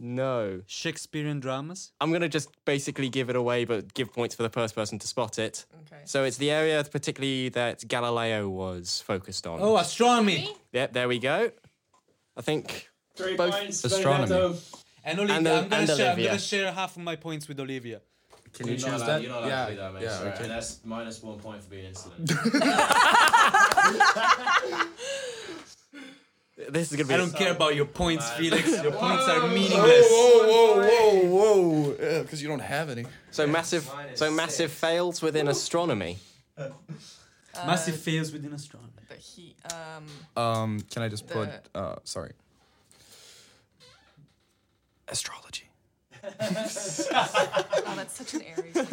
[SPEAKER 1] no.
[SPEAKER 4] Shakespearean dramas.
[SPEAKER 1] I'm gonna just basically give it away, but give points for the first person to spot it.
[SPEAKER 5] Okay.
[SPEAKER 1] So it's the area particularly that Galileo was focused on.
[SPEAKER 4] Oh, astronomy.
[SPEAKER 1] Yep, there we go. I think
[SPEAKER 6] Three
[SPEAKER 1] Both
[SPEAKER 6] points.
[SPEAKER 3] astronomy.
[SPEAKER 6] Benedetto.
[SPEAKER 4] And Olivia,
[SPEAKER 1] And, uh,
[SPEAKER 4] I'm, gonna
[SPEAKER 1] and
[SPEAKER 4] share, I'm
[SPEAKER 1] Olivia.
[SPEAKER 4] gonna share half of my points with Olivia.
[SPEAKER 3] Can
[SPEAKER 6] You're not allowed, you're not allowed
[SPEAKER 3] yeah,
[SPEAKER 6] to do that, mate.
[SPEAKER 3] yeah.
[SPEAKER 6] Sorry.
[SPEAKER 3] okay.
[SPEAKER 6] And that's minus one point for being insolent.
[SPEAKER 1] this is gonna be.
[SPEAKER 4] I don't care about your points,
[SPEAKER 6] man.
[SPEAKER 4] Felix. Your points are meaningless.
[SPEAKER 3] whoa, whoa, whoa! Because you don't have any.
[SPEAKER 1] so massive.
[SPEAKER 6] Mine is
[SPEAKER 1] So massive
[SPEAKER 6] six.
[SPEAKER 1] fails within astronomy.
[SPEAKER 4] Massive fails within astronomy.
[SPEAKER 5] The heat. Um,
[SPEAKER 3] Um, can I just
[SPEAKER 5] The-
[SPEAKER 3] put? Uh, sorry. Astrology.
[SPEAKER 5] oh, that's such an Aries thing to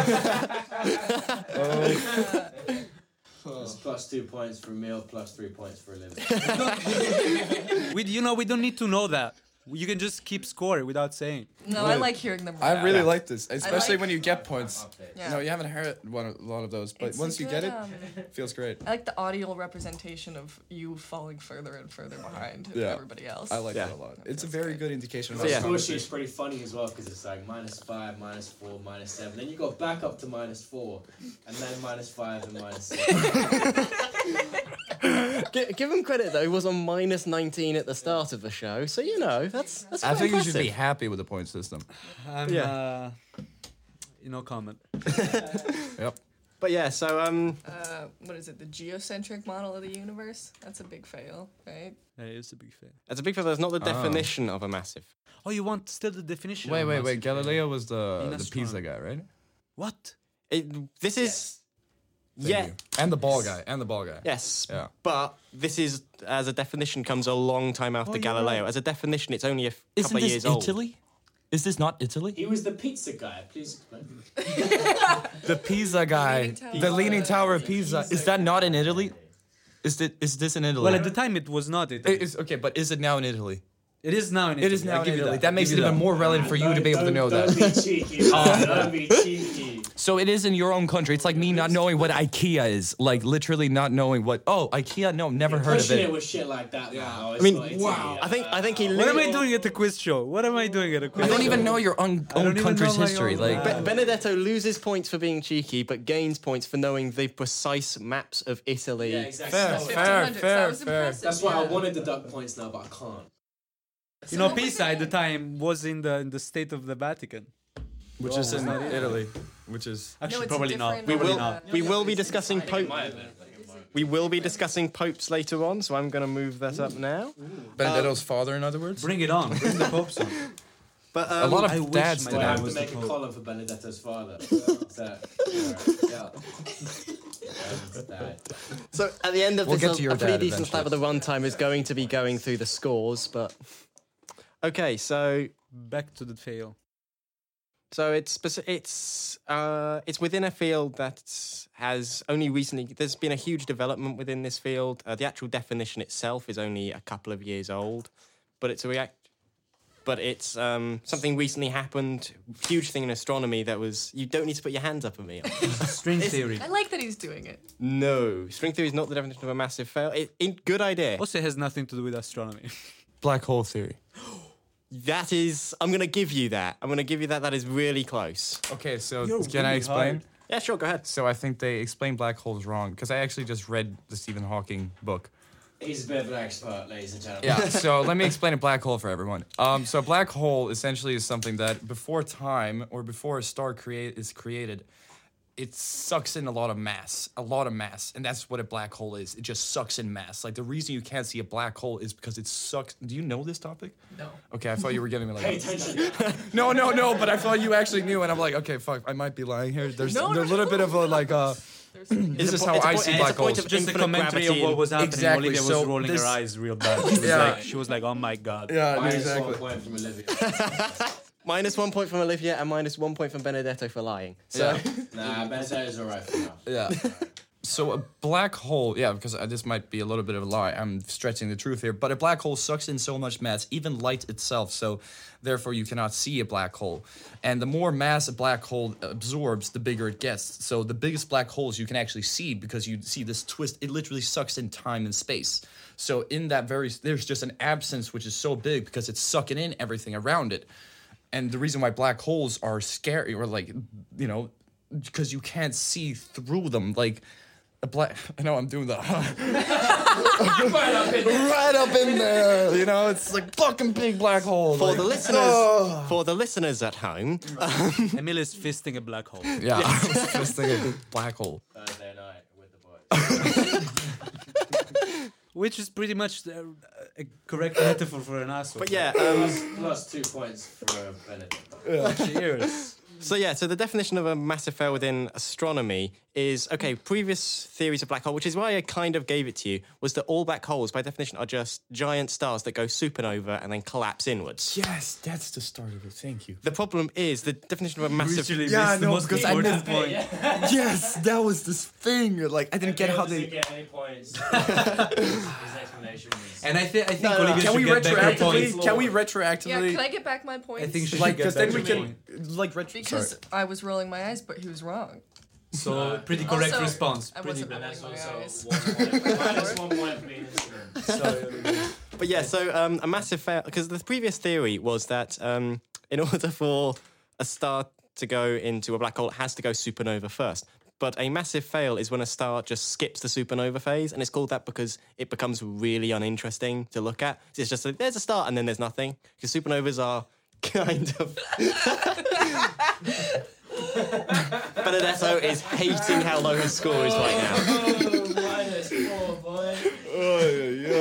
[SPEAKER 5] say.
[SPEAKER 6] It's plus plus two points for a meal, plus three points for a living.
[SPEAKER 4] We, you know, we don't need to know that. You can just keep score without saying.
[SPEAKER 5] No, I like hearing them.
[SPEAKER 3] I
[SPEAKER 5] rap.
[SPEAKER 3] really like this, especially
[SPEAKER 5] like-
[SPEAKER 3] when you get points.
[SPEAKER 5] Yeah.
[SPEAKER 3] No, you haven't heard one, a lot of those, but
[SPEAKER 5] It's a
[SPEAKER 3] once you
[SPEAKER 5] good,
[SPEAKER 3] get it,
[SPEAKER 5] um,
[SPEAKER 3] it feels great.
[SPEAKER 5] I like the audio representation of you falling further and further behind
[SPEAKER 3] Yeah.
[SPEAKER 5] everybody else.
[SPEAKER 3] I like
[SPEAKER 1] Yeah.
[SPEAKER 3] that a lot. It's a
[SPEAKER 5] That's
[SPEAKER 3] very
[SPEAKER 5] good.
[SPEAKER 3] good indication. of
[SPEAKER 1] So
[SPEAKER 3] how
[SPEAKER 1] yeah.
[SPEAKER 6] Score
[SPEAKER 3] conversation-
[SPEAKER 6] sheet's pretty funny as well because it's like minus five, minus four, minus seven. Then you go back up to minus four, and then minus five and minus six.
[SPEAKER 1] Gi- give him credit though, he was on minus 19 at the start of the show, so you know that's that's
[SPEAKER 3] I
[SPEAKER 1] quite
[SPEAKER 3] think you should
[SPEAKER 1] impressive.
[SPEAKER 3] be happy with the point system.
[SPEAKER 4] I'm,
[SPEAKER 1] Yeah.
[SPEAKER 4] uh, no comment.
[SPEAKER 1] But yeah, so um,
[SPEAKER 5] Uh, what is it? The geocentric model of the universe? That's a big fail, right?
[SPEAKER 4] Yeah, it's a big fan.
[SPEAKER 1] that's a big fail. That's not the definition of a massive.
[SPEAKER 4] Oh, you want still the definition?
[SPEAKER 3] Wait,
[SPEAKER 4] of
[SPEAKER 3] wait, wait.
[SPEAKER 4] massive failure?
[SPEAKER 3] Galileo was
[SPEAKER 4] In
[SPEAKER 3] the the
[SPEAKER 4] astronomy.
[SPEAKER 3] pizza guy, right?
[SPEAKER 4] What?
[SPEAKER 1] It, this is
[SPEAKER 3] Thank
[SPEAKER 1] yeah,
[SPEAKER 3] you. And the ball guy. And the ball guy.
[SPEAKER 1] yes,
[SPEAKER 3] Yeah.
[SPEAKER 1] but this is as a definition comes a long time after
[SPEAKER 4] you're
[SPEAKER 1] Galileo.
[SPEAKER 4] right.
[SPEAKER 1] As a definition, it's only a f-
[SPEAKER 8] Isn't
[SPEAKER 1] couple of
[SPEAKER 8] this
[SPEAKER 1] years old.
[SPEAKER 8] Italy? Is this not Italy?
[SPEAKER 6] He was the pizza guy. Please explain.
[SPEAKER 8] The Pisa guy.
[SPEAKER 5] Leaning Tower.
[SPEAKER 8] The Leaning Tower of Pisa. Is that not in Italy? Is it? Is this in Italy?
[SPEAKER 4] Well, at the time it was not Italy.
[SPEAKER 8] It is- okay, but is it now in Italy?
[SPEAKER 4] it is now in Italy.
[SPEAKER 8] It is now
[SPEAKER 4] I'll
[SPEAKER 8] in
[SPEAKER 4] give you
[SPEAKER 8] Italy. That,
[SPEAKER 4] That.
[SPEAKER 8] makes it
[SPEAKER 4] Give you
[SPEAKER 8] even more relevant for you to be able to know
[SPEAKER 6] don't
[SPEAKER 8] that.
[SPEAKER 6] Don't be cheeky. man. don't be cheeky.
[SPEAKER 8] So it is in your own country. It's like me not knowing what IKEA is. Like literally not knowing what. Oh, IKEA. No, never heard of
[SPEAKER 6] Pushing it
[SPEAKER 8] it.
[SPEAKER 6] with shit like that. Yeah.
[SPEAKER 1] I mean, wow. I think I think he.
[SPEAKER 4] What am
[SPEAKER 1] literally-
[SPEAKER 4] I doing at the quiz show? What am I doing at a quiz
[SPEAKER 8] You don't
[SPEAKER 4] show?
[SPEAKER 8] even know your own,
[SPEAKER 4] don't
[SPEAKER 8] own
[SPEAKER 4] even
[SPEAKER 8] country's
[SPEAKER 4] know my
[SPEAKER 8] history.
[SPEAKER 4] own-
[SPEAKER 8] like
[SPEAKER 4] Wow.
[SPEAKER 1] Be- Benedetto loses points for being cheeky, but gains points for knowing the precise maps of Italy.
[SPEAKER 6] Yeah, exactly. That's,
[SPEAKER 5] Fair, that was impressive.
[SPEAKER 6] that's why I
[SPEAKER 5] yeah.
[SPEAKER 6] want to deduct points now, but I can't.
[SPEAKER 4] You know, Pisa at the time was in the in the state of the Vatican.
[SPEAKER 3] Which is in Italy. Which is
[SPEAKER 5] No,
[SPEAKER 4] Actually,
[SPEAKER 5] it's
[SPEAKER 4] probably not.
[SPEAKER 5] different,
[SPEAKER 4] Probably
[SPEAKER 5] uh,
[SPEAKER 4] not.
[SPEAKER 1] We will be discussing Pope.
[SPEAKER 6] Might have been.
[SPEAKER 1] We will be discussing popes later on, so I'm going to move that up now.
[SPEAKER 8] Uh,
[SPEAKER 3] Benedetto's father, in other words.
[SPEAKER 4] Bring it on. Bring the popes on.
[SPEAKER 1] But
[SPEAKER 3] a
[SPEAKER 1] um,
[SPEAKER 3] lot
[SPEAKER 4] I
[SPEAKER 3] of
[SPEAKER 4] wish
[SPEAKER 3] dads
[SPEAKER 4] my
[SPEAKER 6] Well,
[SPEAKER 3] did
[SPEAKER 6] I
[SPEAKER 4] dad
[SPEAKER 3] that.
[SPEAKER 6] have to
[SPEAKER 4] was the
[SPEAKER 6] make a
[SPEAKER 4] Pope.
[SPEAKER 6] column for Benedetto's father. so, yeah. Um, that.
[SPEAKER 1] so at the end of
[SPEAKER 3] We'll
[SPEAKER 1] this,
[SPEAKER 3] get
[SPEAKER 1] a-
[SPEAKER 3] to your
[SPEAKER 1] a pretty
[SPEAKER 3] dad
[SPEAKER 1] decent slab of
[SPEAKER 3] eventually.
[SPEAKER 1] the runtime is going to be going through the scores. But okay, so
[SPEAKER 4] Back to the fail.
[SPEAKER 1] so it's speci- it's uh, it's within a field that has only recently. There's been a huge development within this field. Uh, the actual definition itself is only a couple of years old, but it's a react. But it's um, something recently happened, huge thing in astronomy that was you don't need to put your hands up at me.
[SPEAKER 4] String theory.
[SPEAKER 5] I like that he's doing it.
[SPEAKER 1] No, string theory is not the definition of a massive fail. It, it- good idea.
[SPEAKER 4] Also, it has nothing to do with astronomy.
[SPEAKER 8] black hole theory.
[SPEAKER 1] That is, I'm gonna give you that. I'm gonna give you that. That is really close.
[SPEAKER 3] Okay, so
[SPEAKER 4] You're
[SPEAKER 3] can I
[SPEAKER 4] really
[SPEAKER 3] explain?
[SPEAKER 4] hard.
[SPEAKER 1] Yeah, sure. Go ahead.
[SPEAKER 3] So I think they explain black holes wrong because I actually just read the Stephen Hawking book.
[SPEAKER 6] He's a bit of an expert, ladies and gentlemen.
[SPEAKER 3] Yeah. so let me explain a black hole for everyone. Um, so a black hole essentially is something that before time or before a star create is created, it sucks in a lot of mass, a lot of mass, and that's what a black hole is. It just sucks in mass. Like the reason you can't see a black hole is because it sucks. Do you know this topic? No. Okay, I thought you were giving me like.
[SPEAKER 6] Pay attention.
[SPEAKER 3] No, no, no. But I thought you actually knew, and I'm like, okay, fuck, I might be lying here. There's
[SPEAKER 5] No,
[SPEAKER 3] there's a
[SPEAKER 5] no,
[SPEAKER 3] little bit of a like a.
[SPEAKER 5] There's something-
[SPEAKER 1] It's
[SPEAKER 3] This
[SPEAKER 1] a
[SPEAKER 3] is
[SPEAKER 1] po-
[SPEAKER 3] how
[SPEAKER 1] it's a
[SPEAKER 3] I
[SPEAKER 1] point-
[SPEAKER 3] see
[SPEAKER 1] it's a
[SPEAKER 3] black
[SPEAKER 1] point
[SPEAKER 3] holes.
[SPEAKER 1] of
[SPEAKER 4] Just a
[SPEAKER 1] infinite
[SPEAKER 4] commentary of
[SPEAKER 1] gravity
[SPEAKER 4] what
[SPEAKER 1] and-
[SPEAKER 4] was happening.
[SPEAKER 3] Exactly,
[SPEAKER 4] Olivia was
[SPEAKER 3] so
[SPEAKER 4] rolling
[SPEAKER 3] this-
[SPEAKER 4] her eyes real bad. She was,
[SPEAKER 3] Yeah.
[SPEAKER 4] like, she was like, oh my god.
[SPEAKER 3] Yeah,
[SPEAKER 6] Minus
[SPEAKER 3] exactly.
[SPEAKER 6] one point from Olivia.
[SPEAKER 1] Minus one point from Olivia and minus one point from Benedetto for lying. So
[SPEAKER 3] Yeah.
[SPEAKER 6] nah, Benedetto's alright for now.
[SPEAKER 3] Yeah. So a black hole, yeah, because uh, this might be a little bit of a lie. I'm stretching the truth here, but a black hole sucks in so much mass, even light itself. So, therefore, you cannot see a black hole. And the more mass a black hole absorbs, the bigger it gets. So the biggest black holes you can actually see because you see this twist. It literally sucks in time and space. So in that very, there's just an absence which is so big because it's sucking in everything around it. And the reason why black holes are scary, or like, you know, because you can't see through them. Like a black. I know I'm doing that right up in there. You know, it's like fucking big black hole.
[SPEAKER 1] for
[SPEAKER 3] like-
[SPEAKER 1] the listeners,
[SPEAKER 2] Oh.
[SPEAKER 1] for the listeners at home,
[SPEAKER 4] Emil is fisting a black hole.
[SPEAKER 3] yeah, I was just thinking big black hole.
[SPEAKER 6] Thursday night with the boys.
[SPEAKER 4] Which is pretty much the, a correct Oh, metaphor for an asshole.
[SPEAKER 1] but yeah, um,
[SPEAKER 6] uh, Plus two points for Benedetto.
[SPEAKER 4] Cheers.
[SPEAKER 1] So yeah, so the definition of a massive fail within astronomy is okay. Previous theories of black hole, which is why I kind of gave it to you, was that all black holes, by definition, are just giant stars that go supernova and then collapse inwards.
[SPEAKER 2] Yes, that's the start of it. Thank you.
[SPEAKER 1] The problem is the definition of a massive.
[SPEAKER 4] Usually
[SPEAKER 2] Yeah,
[SPEAKER 4] miss the
[SPEAKER 2] no,
[SPEAKER 4] most
[SPEAKER 2] because I
[SPEAKER 4] important
[SPEAKER 2] missed it,
[SPEAKER 4] point.
[SPEAKER 2] yes, that was this thing. Like I didn't get how they.
[SPEAKER 6] get any points. His explanation was.
[SPEAKER 4] And I, thi- I think
[SPEAKER 2] No, no, no.
[SPEAKER 4] Olivia
[SPEAKER 2] Can
[SPEAKER 4] should
[SPEAKER 2] we
[SPEAKER 4] get better points.
[SPEAKER 2] retroactively? Can we
[SPEAKER 5] Yeah,
[SPEAKER 2] retroactively?
[SPEAKER 5] can I get back my points?
[SPEAKER 4] I think she should get
[SPEAKER 2] like, because then
[SPEAKER 4] better
[SPEAKER 2] we
[SPEAKER 4] points.
[SPEAKER 2] can like retro.
[SPEAKER 5] because
[SPEAKER 2] sorry.
[SPEAKER 5] I was rolling my eyes, but he was wrong.
[SPEAKER 6] Uh,
[SPEAKER 4] So pretty correct
[SPEAKER 5] Also,
[SPEAKER 4] response.
[SPEAKER 5] I
[SPEAKER 4] Pretty
[SPEAKER 5] wasn't
[SPEAKER 4] good.
[SPEAKER 5] really-
[SPEAKER 6] That's
[SPEAKER 5] my
[SPEAKER 6] also
[SPEAKER 5] eyes.
[SPEAKER 6] one point. Minus one point for being incident.
[SPEAKER 1] But yeah, so um, a massive fail because the previous theory was that um, in order for a star to go into a black hole, it has to go supernova first. But a massive fail is when a star just skips the supernova phase, and it's called that because it becomes really uninteresting to look at. It's just like there's a star and then there's nothing because supernovas are kind of. Benedetto is hating how low his score is right now.
[SPEAKER 6] Oh, minus four, boy.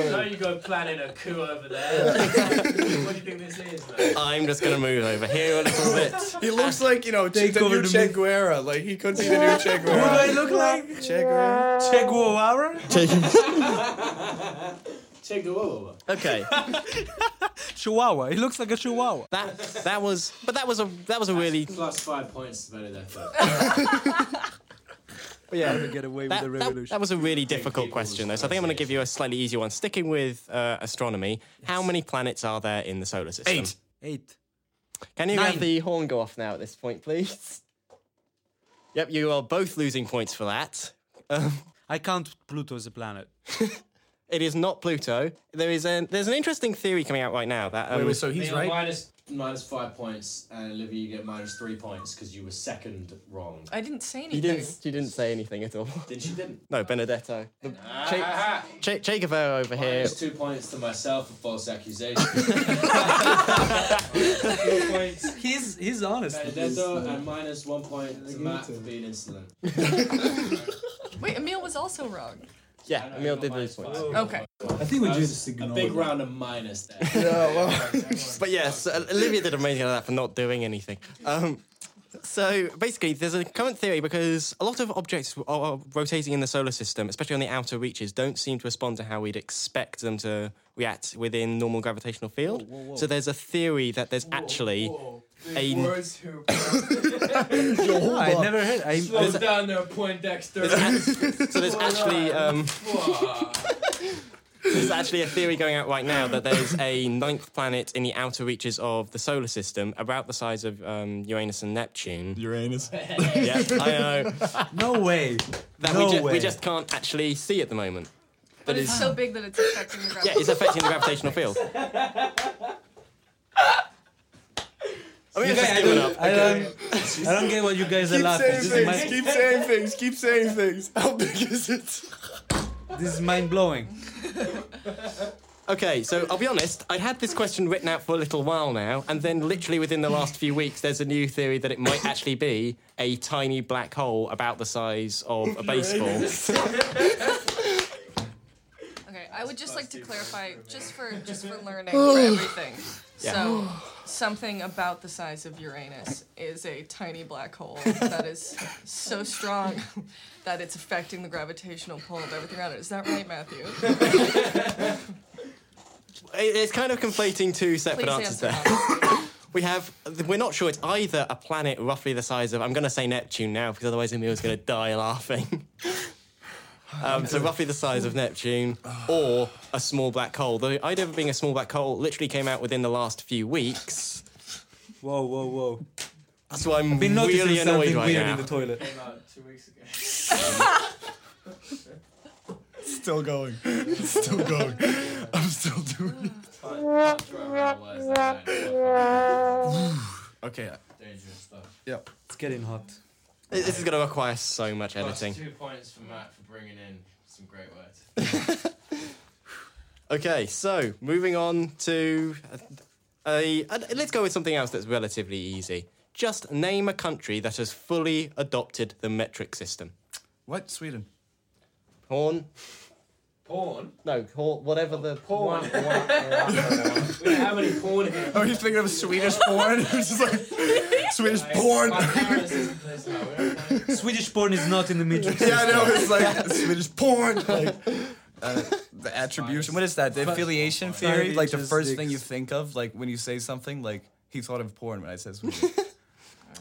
[SPEAKER 6] Now you go planning a coup over there. what do you think this is, though?
[SPEAKER 1] I'm just gonna move over here a little bit.
[SPEAKER 2] He looks like you know Che- the
[SPEAKER 4] over
[SPEAKER 2] new
[SPEAKER 4] the
[SPEAKER 2] Che
[SPEAKER 4] myth.
[SPEAKER 2] Guevara. Like he could be the new Che
[SPEAKER 4] Who do I
[SPEAKER 2] Guevara.
[SPEAKER 4] look like?
[SPEAKER 2] Che Guevara.
[SPEAKER 4] Che Guevara?
[SPEAKER 6] Check the wall.
[SPEAKER 1] Okay.
[SPEAKER 4] Chihuahua. He looks like a Chihuahua.
[SPEAKER 1] That that was, but that was a that was a really
[SPEAKER 6] Plus five points to Benedetto.
[SPEAKER 1] yeah.
[SPEAKER 4] Get away with
[SPEAKER 1] That,
[SPEAKER 4] the
[SPEAKER 1] that-
[SPEAKER 4] revolution.
[SPEAKER 1] that was a really difficult question though, so I think I'm going to give you a slightly easier one. Sticking with uh, astronomy, how many planets are there in the solar system?
[SPEAKER 2] Eight.
[SPEAKER 4] Eight.
[SPEAKER 1] Can you
[SPEAKER 4] Nine.
[SPEAKER 1] have the horn go off now at this point, please? Yep, you are both losing points for that.
[SPEAKER 4] I count Pluto as a planet.
[SPEAKER 1] It is not Pluto. There is an there's an interesting theory coming out right now that um,
[SPEAKER 2] So he's
[SPEAKER 6] You're
[SPEAKER 2] right.
[SPEAKER 6] minus- minus five points, and Olivia, you get minus three points because you were second wrong.
[SPEAKER 5] I didn't say
[SPEAKER 1] you
[SPEAKER 5] anything.
[SPEAKER 1] didn't you didn't say anything at all.
[SPEAKER 6] Then she didn't.
[SPEAKER 1] No, Benedetto. The, che,
[SPEAKER 6] Ah,
[SPEAKER 1] che, che Guevara over here.
[SPEAKER 6] Minus two points to myself for false accusation. two points.
[SPEAKER 4] He's he's honest.
[SPEAKER 6] Benedetto and minus one point to Matt for being insolent.
[SPEAKER 5] Wait, Emil was also wrong.
[SPEAKER 1] Yeah, Emil did lose points.
[SPEAKER 5] Okay.
[SPEAKER 4] I think we
[SPEAKER 6] That was
[SPEAKER 4] just
[SPEAKER 6] a
[SPEAKER 4] ignore.
[SPEAKER 6] big
[SPEAKER 4] that.
[SPEAKER 6] round of minus there.
[SPEAKER 1] But yes, uh, Olivia did amazing at that for not doing anything. Um, so basically, there's a current theory because a lot of objects are- are rotating in the solar system, especially on the outer reaches, don't seem to respond to how we'd expect them to react within normal gravitational field. So there's a theory that there's actually a
[SPEAKER 4] Oh, I never heard. I,
[SPEAKER 6] Slow down there, Point Dexter.
[SPEAKER 1] so there's actually um, there's actually a theory going out right now that there's a ninth planet in the outer reaches of the solar system, about the size of um, Uranus and Neptune.
[SPEAKER 2] Uranus.
[SPEAKER 1] yeah, I know.
[SPEAKER 4] no way.
[SPEAKER 1] that
[SPEAKER 4] No
[SPEAKER 1] we, ju-
[SPEAKER 4] way.
[SPEAKER 1] we just can't actually see at the moment.
[SPEAKER 5] But it's so big that it's affecting the
[SPEAKER 1] Yeah,
[SPEAKER 5] gravity.
[SPEAKER 1] it's affecting the gravitational field. I mean, it's just given up.
[SPEAKER 4] I don't. I don't get what you guys are
[SPEAKER 2] Keep
[SPEAKER 4] laughing.
[SPEAKER 2] saying
[SPEAKER 4] This is,
[SPEAKER 2] things.
[SPEAKER 4] mind,
[SPEAKER 2] Keep saying things. Keep saying things. How big is it?
[SPEAKER 4] this is mind blowing.
[SPEAKER 1] Okay, so I'll be honest. I had this question written out for a little while now, and then literally within the last few weeks, there's a new theory that it might actually be a tiny black hole about the size of a baseball.
[SPEAKER 5] Okay, I would just like to clarify, just for just for learning for everything. So, something about the size of Uranus is a tiny black hole that is so strong that it's affecting the gravitational pull of everything around it. Is that right, Matthew?
[SPEAKER 1] It- It's kind of conflating two separate
[SPEAKER 5] Please
[SPEAKER 1] answers
[SPEAKER 5] answer
[SPEAKER 1] there.
[SPEAKER 5] that.
[SPEAKER 1] We have, we're not sure. It's either a planet roughly the size of, I'm going to say Neptune now because otherwise Emil's going to die laughing. Um, so roughly the size of Neptune or a small black hole. The idea of being a small black hole literally came out within the last few weeks.
[SPEAKER 4] Whoa, whoa, whoa.
[SPEAKER 1] That's why I'm
[SPEAKER 4] Been noticing
[SPEAKER 1] really annoyed
[SPEAKER 4] something
[SPEAKER 1] right
[SPEAKER 4] weird
[SPEAKER 1] now.
[SPEAKER 4] in the toilet.
[SPEAKER 6] About two weeks ago.
[SPEAKER 2] Still going. Still going. I'm still doing
[SPEAKER 6] Can't- can't throw around words like that.
[SPEAKER 2] it. Okay.
[SPEAKER 6] Dangerous stuff.
[SPEAKER 2] Yep.
[SPEAKER 4] It's getting hot.
[SPEAKER 1] This this is going to require so much
[SPEAKER 6] Plus
[SPEAKER 1] editing.
[SPEAKER 6] two points for Matt for bringing in some great words.
[SPEAKER 1] Okay, so moving on to a, a- let's go with something else that's relatively easy. Just name a country that has fully adopted the metric system.
[SPEAKER 2] What? Sweden.
[SPEAKER 1] Horn.
[SPEAKER 6] Porn.
[SPEAKER 1] No, cor- whatever the
[SPEAKER 6] Porn. we don't have any porn here.
[SPEAKER 2] Oh, he's thinking of Swedish porn. It's just like Swedish porn.
[SPEAKER 6] My parents listen to this now. We don't have any-
[SPEAKER 4] Swedish porn is not in the matrix.
[SPEAKER 2] Yeah, I know. It's like Swedish porn. Like uh, the attribution.
[SPEAKER 3] What is that? The affiliation theory?
[SPEAKER 4] Sorry,
[SPEAKER 3] Like the
[SPEAKER 4] just
[SPEAKER 3] first thing you
[SPEAKER 4] dicks.
[SPEAKER 3] think of, like when you say something, like he thought of porn when I said something.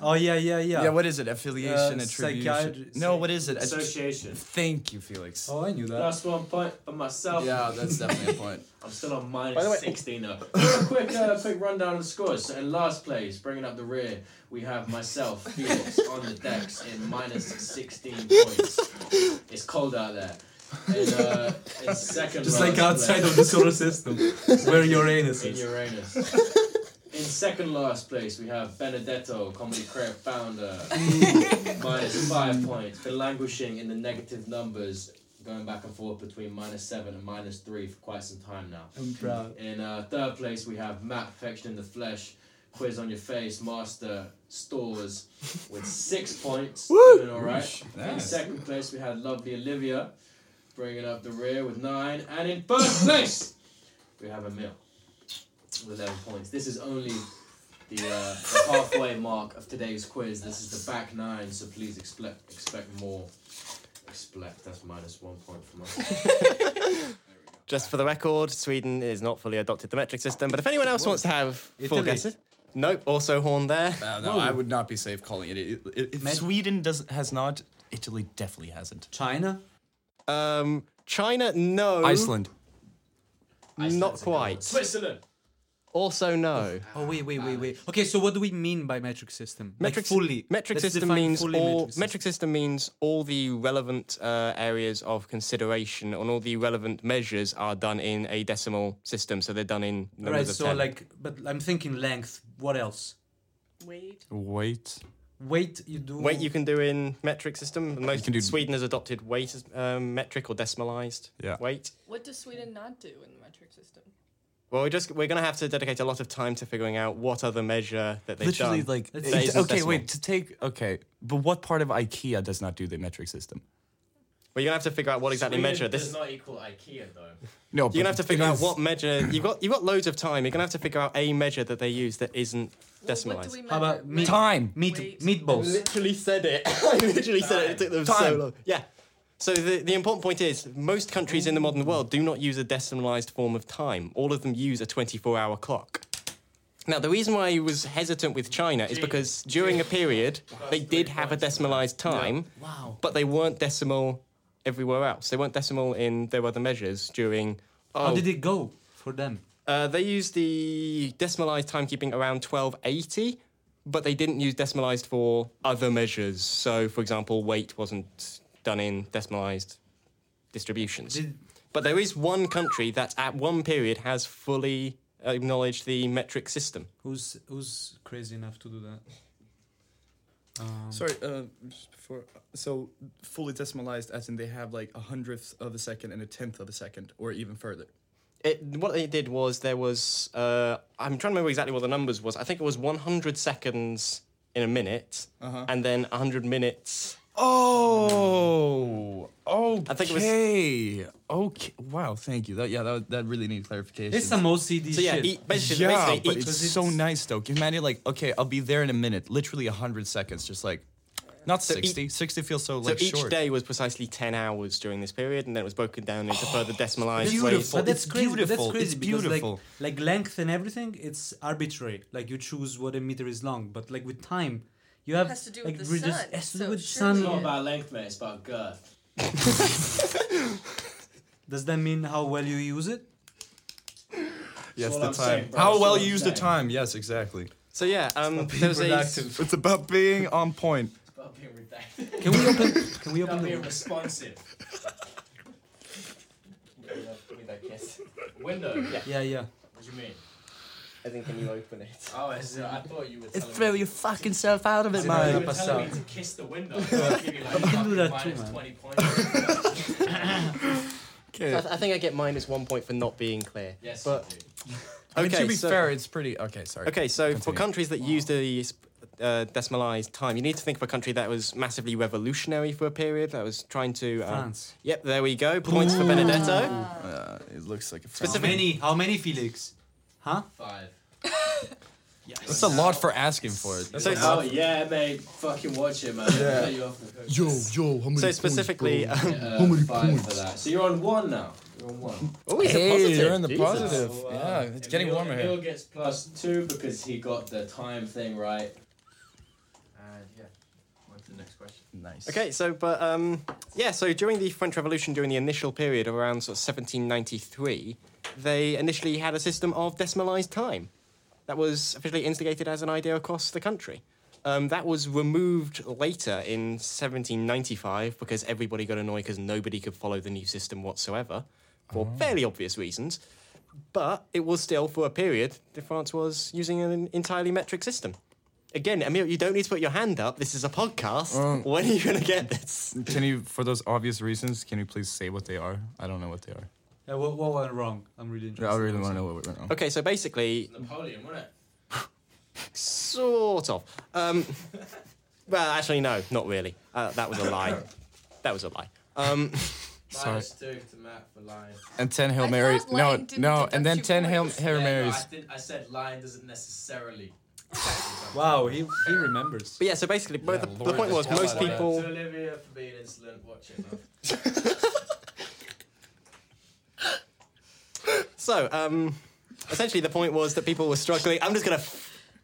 [SPEAKER 4] Oh yeah, yeah, yeah.
[SPEAKER 3] yeah, what is it? Affiliation,
[SPEAKER 4] Uh,
[SPEAKER 3] attribution.
[SPEAKER 4] psychiatri-
[SPEAKER 3] No, what is it? Att-
[SPEAKER 6] Association.
[SPEAKER 3] Thank you, Felix.
[SPEAKER 4] oh, I knew that.
[SPEAKER 6] Last one point for myself.
[SPEAKER 3] Yeah, that's definitely a point.
[SPEAKER 6] I'm still on
[SPEAKER 1] By the way- oh.
[SPEAKER 6] minus 16 now. a quick, uh, quick rundown of the scores. So in last place, bringing up the rear, we have myself, Felix, on the decks in minus 16 points. It's cold out there. In, uh, in second
[SPEAKER 4] Just
[SPEAKER 6] last
[SPEAKER 4] like outside
[SPEAKER 6] place,
[SPEAKER 4] of the solar system, where Uranus
[SPEAKER 6] in
[SPEAKER 4] is.
[SPEAKER 6] Uranus. In second last place, we have Benedetto, Comedy Crab founder, minus five points, been languishing in the negative numbers, going back and forth between minus seven and minus three for quite some time now.
[SPEAKER 4] I'm proud.
[SPEAKER 6] In uh, third place, we have Matt Perfection in the Flesh, Quiz on Your Face, Master Stores with six points. Doing all right. In second place, we had Lovely Olivia bringing up the rear with nine. And in first place, we have Emil with 11 points. This is only the, uh, the halfway mark of today's quiz. This is the back nine, so please expect, expect more. Expect, that's minus one point from us.
[SPEAKER 1] Just for the record, Sweden is not fully adopted the metric system. But if anyone else wants to have full
[SPEAKER 4] Italy.
[SPEAKER 1] guesses, nope. Also horn there.
[SPEAKER 3] Uh, no, I would not be safe calling it. it, it, it
[SPEAKER 4] Med-
[SPEAKER 3] Sweden does has not. Italy definitely hasn't.
[SPEAKER 4] China.
[SPEAKER 1] Um, China, no.
[SPEAKER 8] Iceland.
[SPEAKER 1] not quite.
[SPEAKER 6] Switzerland!
[SPEAKER 1] Also, no.
[SPEAKER 4] Oh wait, wait, wait, wait. Okay, so what do we mean by metric system?
[SPEAKER 1] Metric,
[SPEAKER 4] like fully.
[SPEAKER 1] metric
[SPEAKER 4] Let's
[SPEAKER 1] system
[SPEAKER 4] define
[SPEAKER 1] means all.
[SPEAKER 4] fully
[SPEAKER 1] Metric
[SPEAKER 4] metric
[SPEAKER 1] system. means all the relevant uh, areas of consideration and all the relevant measures are done in a decimal system. So they're done in numbers
[SPEAKER 4] Right.
[SPEAKER 1] of
[SPEAKER 4] So
[SPEAKER 1] 10.
[SPEAKER 4] like, but I'm thinking length. What else?
[SPEAKER 5] Wait.
[SPEAKER 8] Wait.
[SPEAKER 4] Weight you do.
[SPEAKER 1] weight you can do in metric system. Most
[SPEAKER 8] can do-
[SPEAKER 1] Sweden has adopted weight as um, metric or decimalized
[SPEAKER 8] Yeah.
[SPEAKER 1] weight.
[SPEAKER 5] What does Sweden not do in the metric system?
[SPEAKER 1] Well, we're just we're gonna have to dedicate a lot of time to figuring out what other measure that they've
[SPEAKER 8] Literally,
[SPEAKER 1] done.
[SPEAKER 8] like. it-
[SPEAKER 1] that isn't
[SPEAKER 8] okay,
[SPEAKER 1] um, decimal.
[SPEAKER 8] wait. To take. Okay, but what part of IKEA does not do the metric system?
[SPEAKER 1] We're gonna have to figure out what exactly
[SPEAKER 6] Sweden
[SPEAKER 1] measure this.
[SPEAKER 6] does not equal IKEA though.
[SPEAKER 8] No,
[SPEAKER 1] You're gonna have to figure out what measure you've got. You've got loads of time. You're gonna have to figure out a measure that they use that isn't
[SPEAKER 5] Well, what do
[SPEAKER 1] decimalized.
[SPEAKER 5] we measure?
[SPEAKER 4] How about meat?
[SPEAKER 8] Time.
[SPEAKER 4] Meat.
[SPEAKER 5] Weight.
[SPEAKER 4] Meatballs.
[SPEAKER 1] literally said it. I literally said it. It took them so long. Yeah. So the, the important point is most countries in the modern world do not use a decimalized form of time. All of them use a 24-hour clock. Now the reason why I was hesitant with China is because during a period they did have a decimalized time, wow. but they weren't decimal everywhere else. They weren't decimal in their other measures during oh,
[SPEAKER 4] How did it go for them?
[SPEAKER 1] uh, they used the decimalized timekeeping around 1280, but they didn't use decimalized for other measures. So, for example, weight wasn't done in decimalized distributions.
[SPEAKER 4] Did-
[SPEAKER 1] But there is one country that at one period has fully acknowledged the metric system.
[SPEAKER 4] Who's who's crazy enough to do that?
[SPEAKER 3] Sorry, uh, just before. So fully decimalized, as in they have like a hundredth of a second and a tenth of a second, or even further.
[SPEAKER 1] It, what they did was there was, uh, I'm trying to remember exactly what the numbers was. I think it was 100 seconds in a minute
[SPEAKER 3] Uh-huh.
[SPEAKER 1] and then 100 minutes.
[SPEAKER 3] Oh, okay.
[SPEAKER 1] think it was-
[SPEAKER 3] Okay. Wow. Thank you. That yeah. That, that really needed clarification.
[SPEAKER 4] It's some OCD
[SPEAKER 1] So, yeah,
[SPEAKER 4] shit.
[SPEAKER 1] e- basically,
[SPEAKER 3] yeah,
[SPEAKER 1] basically
[SPEAKER 3] but
[SPEAKER 1] each
[SPEAKER 3] it's so nice though. Can you imagine like okay, I'll be there in a minute. Literally hundred seconds. Just like, not
[SPEAKER 1] So each-
[SPEAKER 3] sixty. sixty feels so
[SPEAKER 1] So
[SPEAKER 3] like
[SPEAKER 1] each
[SPEAKER 3] short.
[SPEAKER 1] day was precisely 10 hours during this period, and then it was broken down into further decimalized
[SPEAKER 3] beautiful.
[SPEAKER 1] ways.
[SPEAKER 4] But that's
[SPEAKER 3] It's
[SPEAKER 4] crazy.
[SPEAKER 3] beautiful.
[SPEAKER 4] That's crazy
[SPEAKER 3] It's
[SPEAKER 4] because,
[SPEAKER 3] beautiful.
[SPEAKER 4] Like, like length and everything, it's arbitrary. Like you choose what a meter is long, but like with time, you have
[SPEAKER 5] has to do
[SPEAKER 4] like
[SPEAKER 5] with the
[SPEAKER 4] reduce-
[SPEAKER 5] sun,
[SPEAKER 4] has to do
[SPEAKER 5] so
[SPEAKER 4] with
[SPEAKER 5] surely-
[SPEAKER 6] It's not
[SPEAKER 4] sun.
[SPEAKER 6] about length, mate. It's about girth.
[SPEAKER 4] Does that mean how well you use it?
[SPEAKER 3] Yes,
[SPEAKER 6] all
[SPEAKER 3] the
[SPEAKER 6] I'm
[SPEAKER 3] time.
[SPEAKER 6] saying, bro.
[SPEAKER 3] How
[SPEAKER 6] That's
[SPEAKER 3] well
[SPEAKER 6] all
[SPEAKER 3] you
[SPEAKER 6] I'm
[SPEAKER 3] use the time.
[SPEAKER 6] saying.
[SPEAKER 3] Yes, exactly.
[SPEAKER 1] So yeah, um, there was a,
[SPEAKER 3] It's about being on point.
[SPEAKER 6] It's about being redacted.
[SPEAKER 4] Can we open? Can we open?
[SPEAKER 6] about being
[SPEAKER 4] The,
[SPEAKER 6] responsive. With that kiss. Window. What
[SPEAKER 4] yeah, yeah.
[SPEAKER 6] do you mean?
[SPEAKER 1] I think can you open it?
[SPEAKER 6] Oh, it's, uh, I thought you were.
[SPEAKER 8] It's
[SPEAKER 6] telling
[SPEAKER 8] throw
[SPEAKER 6] me.
[SPEAKER 8] your fucking self out of it,
[SPEAKER 6] I thought
[SPEAKER 8] man.
[SPEAKER 6] you were telling me to kiss the window. I thought I'd give you like
[SPEAKER 4] can do
[SPEAKER 6] fucking
[SPEAKER 4] that
[SPEAKER 6] minus
[SPEAKER 4] too, man.
[SPEAKER 6] 20 points.
[SPEAKER 1] I, I think I get minus one point for not being clear.
[SPEAKER 6] yes,
[SPEAKER 1] but
[SPEAKER 6] you do.
[SPEAKER 1] okay,
[SPEAKER 3] to be
[SPEAKER 1] so,
[SPEAKER 3] fair, it's pretty. Okay, sorry.
[SPEAKER 1] okay, so for
[SPEAKER 3] Continue.
[SPEAKER 1] countries that use the s- uh, decimalize time, you need to think of a country that was massively revolutionary for a period, that was trying to. Uh,
[SPEAKER 4] France.
[SPEAKER 1] Yep, there we go. Points for Benedetto.
[SPEAKER 3] Uh, it looks like a
[SPEAKER 4] How
[SPEAKER 1] Specific-
[SPEAKER 4] many? How many, Felix? Huh?
[SPEAKER 6] Five.
[SPEAKER 8] That's a lot for asking for it.
[SPEAKER 1] So,
[SPEAKER 6] Oh yeah, mate. Fucking watch it, man. Yeah. you off the hook.
[SPEAKER 9] Yo, yo, how many
[SPEAKER 1] so
[SPEAKER 9] points,
[SPEAKER 1] specifically,
[SPEAKER 9] bro?
[SPEAKER 1] um,
[SPEAKER 6] Uh,
[SPEAKER 9] How many
[SPEAKER 6] five for
[SPEAKER 9] points?
[SPEAKER 6] that. So you're on one now. You're on one.
[SPEAKER 1] oh, he's a
[SPEAKER 8] Hey,
[SPEAKER 1] positive.
[SPEAKER 8] you're in the
[SPEAKER 1] Jesus.
[SPEAKER 8] positive. Yeah, it's getting
[SPEAKER 6] Emil-
[SPEAKER 8] warmer here.
[SPEAKER 6] Emil gets plus two because he got the time thing right. And yeah, on to the next question.
[SPEAKER 3] nice.
[SPEAKER 1] Okay, so but um, yeah, so during the French Revolution, during the initial period of around sort of 1793, they initially had a system of decimalized time that was officially instigated as an idea across the country. Um, that was removed later in 1795 because everybody got annoyed because nobody could follow the new system whatsoever for fairly obvious reasons. But it was still for a period that France was using an entirely metric system. Again, Emil, you don't need to put your hand up. This is a podcast. when are you going to get this?
[SPEAKER 3] Can you, for those obvious reasons, can you please say what they are? I don't know what they are.
[SPEAKER 4] Yeah, Uh, what, what went wrong? I'm really interested.
[SPEAKER 3] I really want to know what we're
[SPEAKER 1] Okay, so basically,
[SPEAKER 6] Napoleon, wasn't it?
[SPEAKER 1] sort of. Um, well, actually, no, not really. Uh, that was a lie. That was a lie. Um,
[SPEAKER 6] Minus two to Matt for lying.
[SPEAKER 3] And 10 Hail
[SPEAKER 5] I
[SPEAKER 3] Mary.
[SPEAKER 5] thought
[SPEAKER 3] No,
[SPEAKER 5] Lion didn't
[SPEAKER 3] no,
[SPEAKER 5] deduct
[SPEAKER 3] and then
[SPEAKER 5] your
[SPEAKER 3] 10 Hail,
[SPEAKER 5] points.
[SPEAKER 3] Hail
[SPEAKER 6] Yeah, no,
[SPEAKER 3] Marys.
[SPEAKER 6] I, did, I said lying doesn't necessarily.
[SPEAKER 4] Wow, he, he remembers.
[SPEAKER 1] but yeah, so basically, but the, the point was most
[SPEAKER 6] Shout out
[SPEAKER 1] people.
[SPEAKER 6] To Olivia for being insolent. Watch it. Man.
[SPEAKER 1] So, um, essentially, the point was that people were struggling. I'm just going to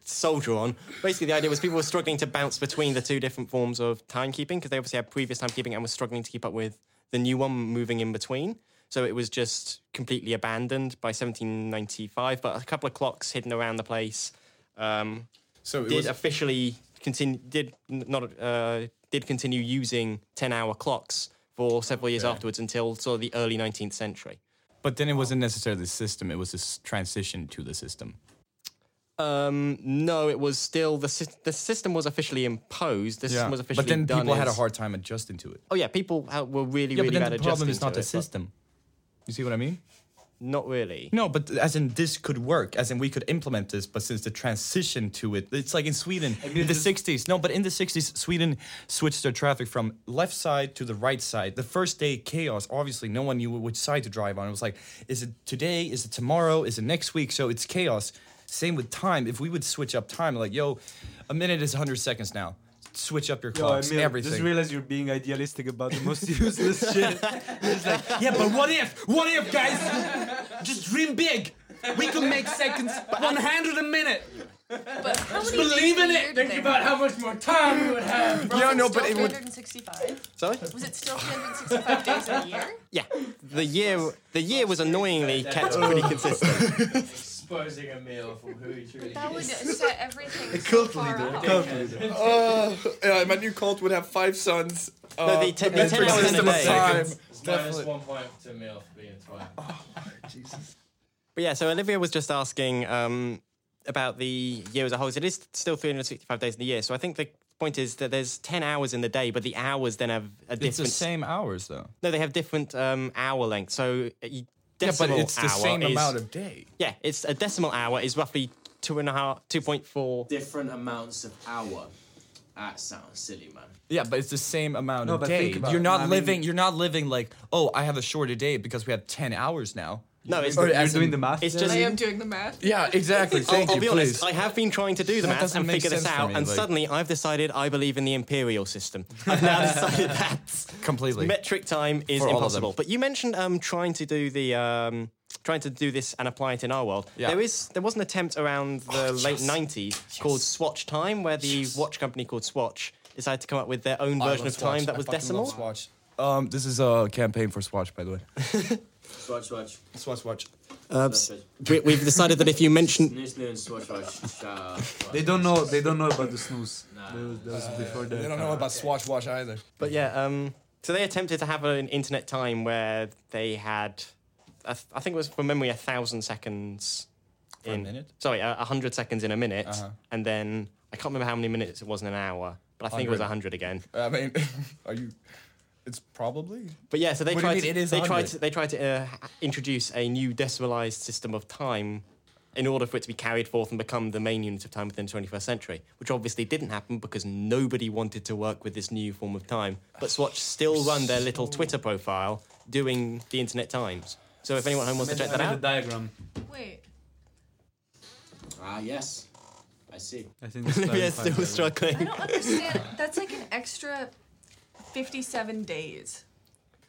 [SPEAKER 1] soldier on. Basically, the idea was people were struggling to bounce between the two different forms of timekeeping because they obviously had previous timekeeping and were struggling to keep up with the new one moving in between. So it was just completely abandoned by 1795. But a couple of clocks hidden around the place um,
[SPEAKER 3] So it
[SPEAKER 1] did
[SPEAKER 3] was,
[SPEAKER 1] officially continue did n- not uh, did continue using 10 hour clocks for several years afterwards until sort of the early 19th century
[SPEAKER 3] but then it wasn't necessarily the system. It was this transition to the system.
[SPEAKER 1] um no it was still the sys- the system was officially imposed the system was officially
[SPEAKER 3] but then
[SPEAKER 1] done
[SPEAKER 3] people had a
[SPEAKER 1] as-
[SPEAKER 3] hard time adjusting to it.
[SPEAKER 1] oh yeah people ha- were really
[SPEAKER 3] Yeah,
[SPEAKER 1] really
[SPEAKER 3] but
[SPEAKER 1] bad
[SPEAKER 3] then the
[SPEAKER 1] adjusting
[SPEAKER 3] problem is
[SPEAKER 1] to
[SPEAKER 3] not the
[SPEAKER 1] it, but
[SPEAKER 3] system. You see what I mean?
[SPEAKER 1] not really
[SPEAKER 3] No, but as in this could work, as in we could implement this, but since the transition to it, it's like in Sweden in the 60s. No, but in the 60s, Sweden switched their traffic from left side to the right side. The first day, chaos. Obviously, no one knew which side to drive on. It was like, is it today? Is it tomorrow? Is it next week? So it's chaos. Same with time. If we would switch up time, like, yo, a minute is 100 seconds now. Switch up your
[SPEAKER 4] Yo,
[SPEAKER 3] clocks,
[SPEAKER 4] Emil, Just
[SPEAKER 3] everything.
[SPEAKER 4] realize you're being idealistic about the most useless shit.
[SPEAKER 8] Yeah, but what if? What if, guys? Just dream big. We can make seconds 100 a minute.
[SPEAKER 5] But how many believe
[SPEAKER 8] in it.
[SPEAKER 5] Think about
[SPEAKER 6] How much more time we would have?
[SPEAKER 5] yeah, no, but it would. 365.
[SPEAKER 1] sorry
[SPEAKER 5] Was it still 365 days in a year?
[SPEAKER 1] yeah the year the year was annoyingly kept pretty consistent
[SPEAKER 6] Exposing a meal from who he truly
[SPEAKER 5] That would
[SPEAKER 6] is.
[SPEAKER 5] set everything so far out.
[SPEAKER 2] Yeah, my new cult would have five sons.
[SPEAKER 1] no, the, te- the 10
[SPEAKER 2] metric
[SPEAKER 1] hours in a
[SPEAKER 2] system of
[SPEAKER 1] day
[SPEAKER 2] time.
[SPEAKER 6] It's minus one point to a meal for being a twat.
[SPEAKER 1] But yeah, so Olivia was just asking um, about the year as a whole. So It is still 365 days in the year. So I think the point is that there's 10 hours in the day, but the hours then have a different.
[SPEAKER 3] It's the same hours, though.
[SPEAKER 1] No, they have different um, hour length. So uh, you,
[SPEAKER 3] Yeah, but
[SPEAKER 1] decimal
[SPEAKER 3] it's the
[SPEAKER 1] hour
[SPEAKER 3] same
[SPEAKER 1] is,
[SPEAKER 3] amount of day.
[SPEAKER 1] Yeah, it's a decimal hour is roughly two and a half, two point four.
[SPEAKER 6] Different amounts of hour. That sounds silly, man.
[SPEAKER 3] Yeah, but it's the same amount
[SPEAKER 4] No,
[SPEAKER 3] of
[SPEAKER 4] but
[SPEAKER 3] day.
[SPEAKER 4] think about
[SPEAKER 3] you're
[SPEAKER 4] it.
[SPEAKER 3] not
[SPEAKER 4] I mean-
[SPEAKER 3] living. you're not living like, oh, I have a shorter day because we have ten hours now.
[SPEAKER 1] No, it's,
[SPEAKER 3] Or
[SPEAKER 4] You're
[SPEAKER 3] as
[SPEAKER 4] doing
[SPEAKER 3] in-
[SPEAKER 4] the math.
[SPEAKER 1] it's
[SPEAKER 4] there?
[SPEAKER 1] just.
[SPEAKER 5] I am doing the math.
[SPEAKER 3] Yeah, exactly.
[SPEAKER 1] I'll,
[SPEAKER 3] Thank
[SPEAKER 1] I'll
[SPEAKER 3] you.
[SPEAKER 1] be
[SPEAKER 3] please.
[SPEAKER 1] honest. I have been trying to do the
[SPEAKER 3] That
[SPEAKER 1] maths
[SPEAKER 3] doesn't
[SPEAKER 1] and
[SPEAKER 3] make
[SPEAKER 1] figure this
[SPEAKER 3] sense for
[SPEAKER 1] out,
[SPEAKER 3] me,
[SPEAKER 1] and
[SPEAKER 3] like-
[SPEAKER 1] suddenly I've decided I believe in the imperial system. I've now decided that's
[SPEAKER 3] Completely.
[SPEAKER 1] metric time is
[SPEAKER 3] For all of
[SPEAKER 1] impossible.
[SPEAKER 3] them.
[SPEAKER 1] But you mentioned um, trying to do the um, trying to do this and apply it in our world.
[SPEAKER 3] Yeah. Oh,
[SPEAKER 1] There is there was an attempt around the late nineties called Swatch Time, where the watch company called Swatch decided to come up with their own version of time that was decimal.
[SPEAKER 3] Um, this is a campaign for Swatch, by the way.
[SPEAKER 6] Swatch, watch.
[SPEAKER 3] Swatch, watch.
[SPEAKER 1] we, we've decided that if you mention
[SPEAKER 6] News, news, swatch, watch. uh,
[SPEAKER 4] They don't know. They don't know about the snooze. That was, that was before that.
[SPEAKER 3] They don't know about Swatch Watch either.
[SPEAKER 1] But yeah, um, so they attempted to have an internet time where they had, a th- I think it was from memory, a thousand seconds in
[SPEAKER 3] minute?
[SPEAKER 1] Sorry, a Uh-huh. a hundred seconds in a minute, and then I can't remember how many minutes it was in an hour, but I think it was a hundred again.
[SPEAKER 3] I mean, are you? It's probably.
[SPEAKER 1] But yeah, so they
[SPEAKER 3] What do
[SPEAKER 1] tried.
[SPEAKER 3] you mean
[SPEAKER 1] to,
[SPEAKER 3] it is
[SPEAKER 1] they tried
[SPEAKER 3] 100?
[SPEAKER 1] to they tried to uh, introduce a new decimalized system of time. in order for it to be carried forth and become the main unit of time within the 21st century, which obviously didn't happen because nobody wanted to work with this new form of time. But Swatch still run their little Twitter profile doing the internet times. So if anyone at home wants to check that
[SPEAKER 4] I made a
[SPEAKER 1] out,
[SPEAKER 4] diagram.
[SPEAKER 5] Wait.
[SPEAKER 6] Ah, yes. I see.
[SPEAKER 4] I think this
[SPEAKER 1] Olivia's
[SPEAKER 4] clarifies
[SPEAKER 1] still struggling.
[SPEAKER 4] everything.
[SPEAKER 5] I don't understand. That's like an extra 57 days.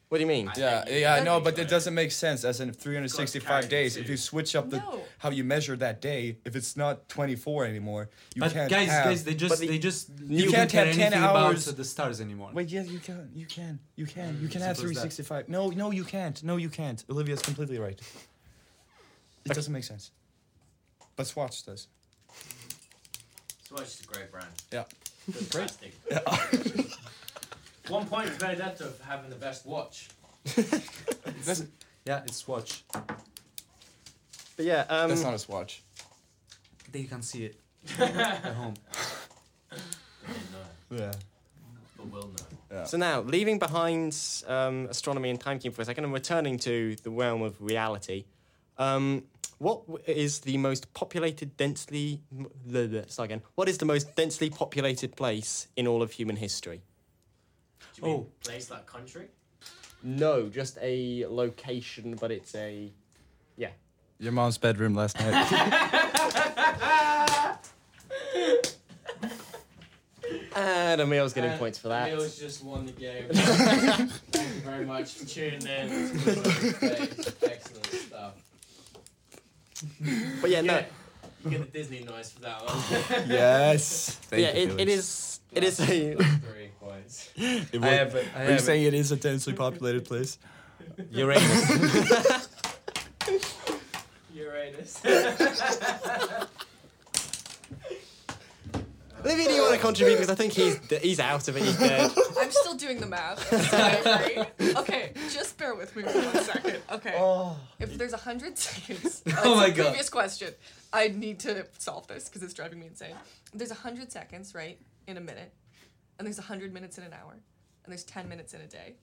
[SPEAKER 1] What do you mean?
[SPEAKER 3] Yeah, yeah, I know, but it doesn't make sense. As in 365 days, if you switch up the
[SPEAKER 5] No.
[SPEAKER 3] how you measure that day, if it's not 24 anymore, you
[SPEAKER 4] But
[SPEAKER 3] can't
[SPEAKER 4] guys,
[SPEAKER 3] have.
[SPEAKER 4] guys, they just
[SPEAKER 1] the-
[SPEAKER 4] they just
[SPEAKER 3] You
[SPEAKER 4] don't
[SPEAKER 3] can't
[SPEAKER 4] care
[SPEAKER 3] have 10
[SPEAKER 4] anything
[SPEAKER 3] hours-
[SPEAKER 4] about the stars anymore.
[SPEAKER 3] Wait, yeah, you can, you can, you can, you can have
[SPEAKER 4] simple as that.
[SPEAKER 3] 365. No, no, you can't. No, you can't. Olivia's completely right. It doesn't make sense. But Swatch does.
[SPEAKER 9] Swatch is a great brand.
[SPEAKER 3] Yeah.
[SPEAKER 9] Fantastic.
[SPEAKER 6] One point is very left of having the best watch.
[SPEAKER 4] Yeah, it's watch.
[SPEAKER 1] But yeah, um,
[SPEAKER 3] That's not a Swatch.
[SPEAKER 4] They can see it at home.
[SPEAKER 9] I didn't know,
[SPEAKER 3] Yeah.
[SPEAKER 6] uh,
[SPEAKER 9] but will know.
[SPEAKER 1] So now, leaving behind um, astronomy and timekeeping for a second and returning to the realm of reality, um, what w- is the most populated, densely. m- blah, blah, Start again. What is the most densely populated place in all of human history?
[SPEAKER 9] Do you mean
[SPEAKER 4] Oh.
[SPEAKER 9] place like country?
[SPEAKER 1] No, just a location, but it's a.
[SPEAKER 3] Your mom's bedroom last night.
[SPEAKER 1] And Uh, Emil's getting
[SPEAKER 6] And
[SPEAKER 1] points for that.
[SPEAKER 6] Neil's just won the game. Thank you very much for tuning in. to Wednesday. Excellent stuff.
[SPEAKER 1] But yeah, no.
[SPEAKER 6] Yeah. You get the Disney noise for that one.
[SPEAKER 3] yes. Thank
[SPEAKER 1] Yeah, it, it is. It is a.
[SPEAKER 6] Three points.
[SPEAKER 3] It
[SPEAKER 4] I have it. I have it.
[SPEAKER 3] it is a densely populated place?
[SPEAKER 4] Uranus.
[SPEAKER 6] Uranus.
[SPEAKER 1] Olivia, do you want to contribute? Because I think he's, he's out of it, he's dead.
[SPEAKER 5] I'm still doing the math. so I agree. Okay, just bear with me for one second. Okay. If there's a hundred seconds, oh
[SPEAKER 4] Oh. my
[SPEAKER 5] my
[SPEAKER 4] God.
[SPEAKER 5] Previous question. I need to solve this because it's driving me insane. There's a hundred seconds, right, in a minute, and there's a hundred minutes in an hour, and there's ten minutes in a day.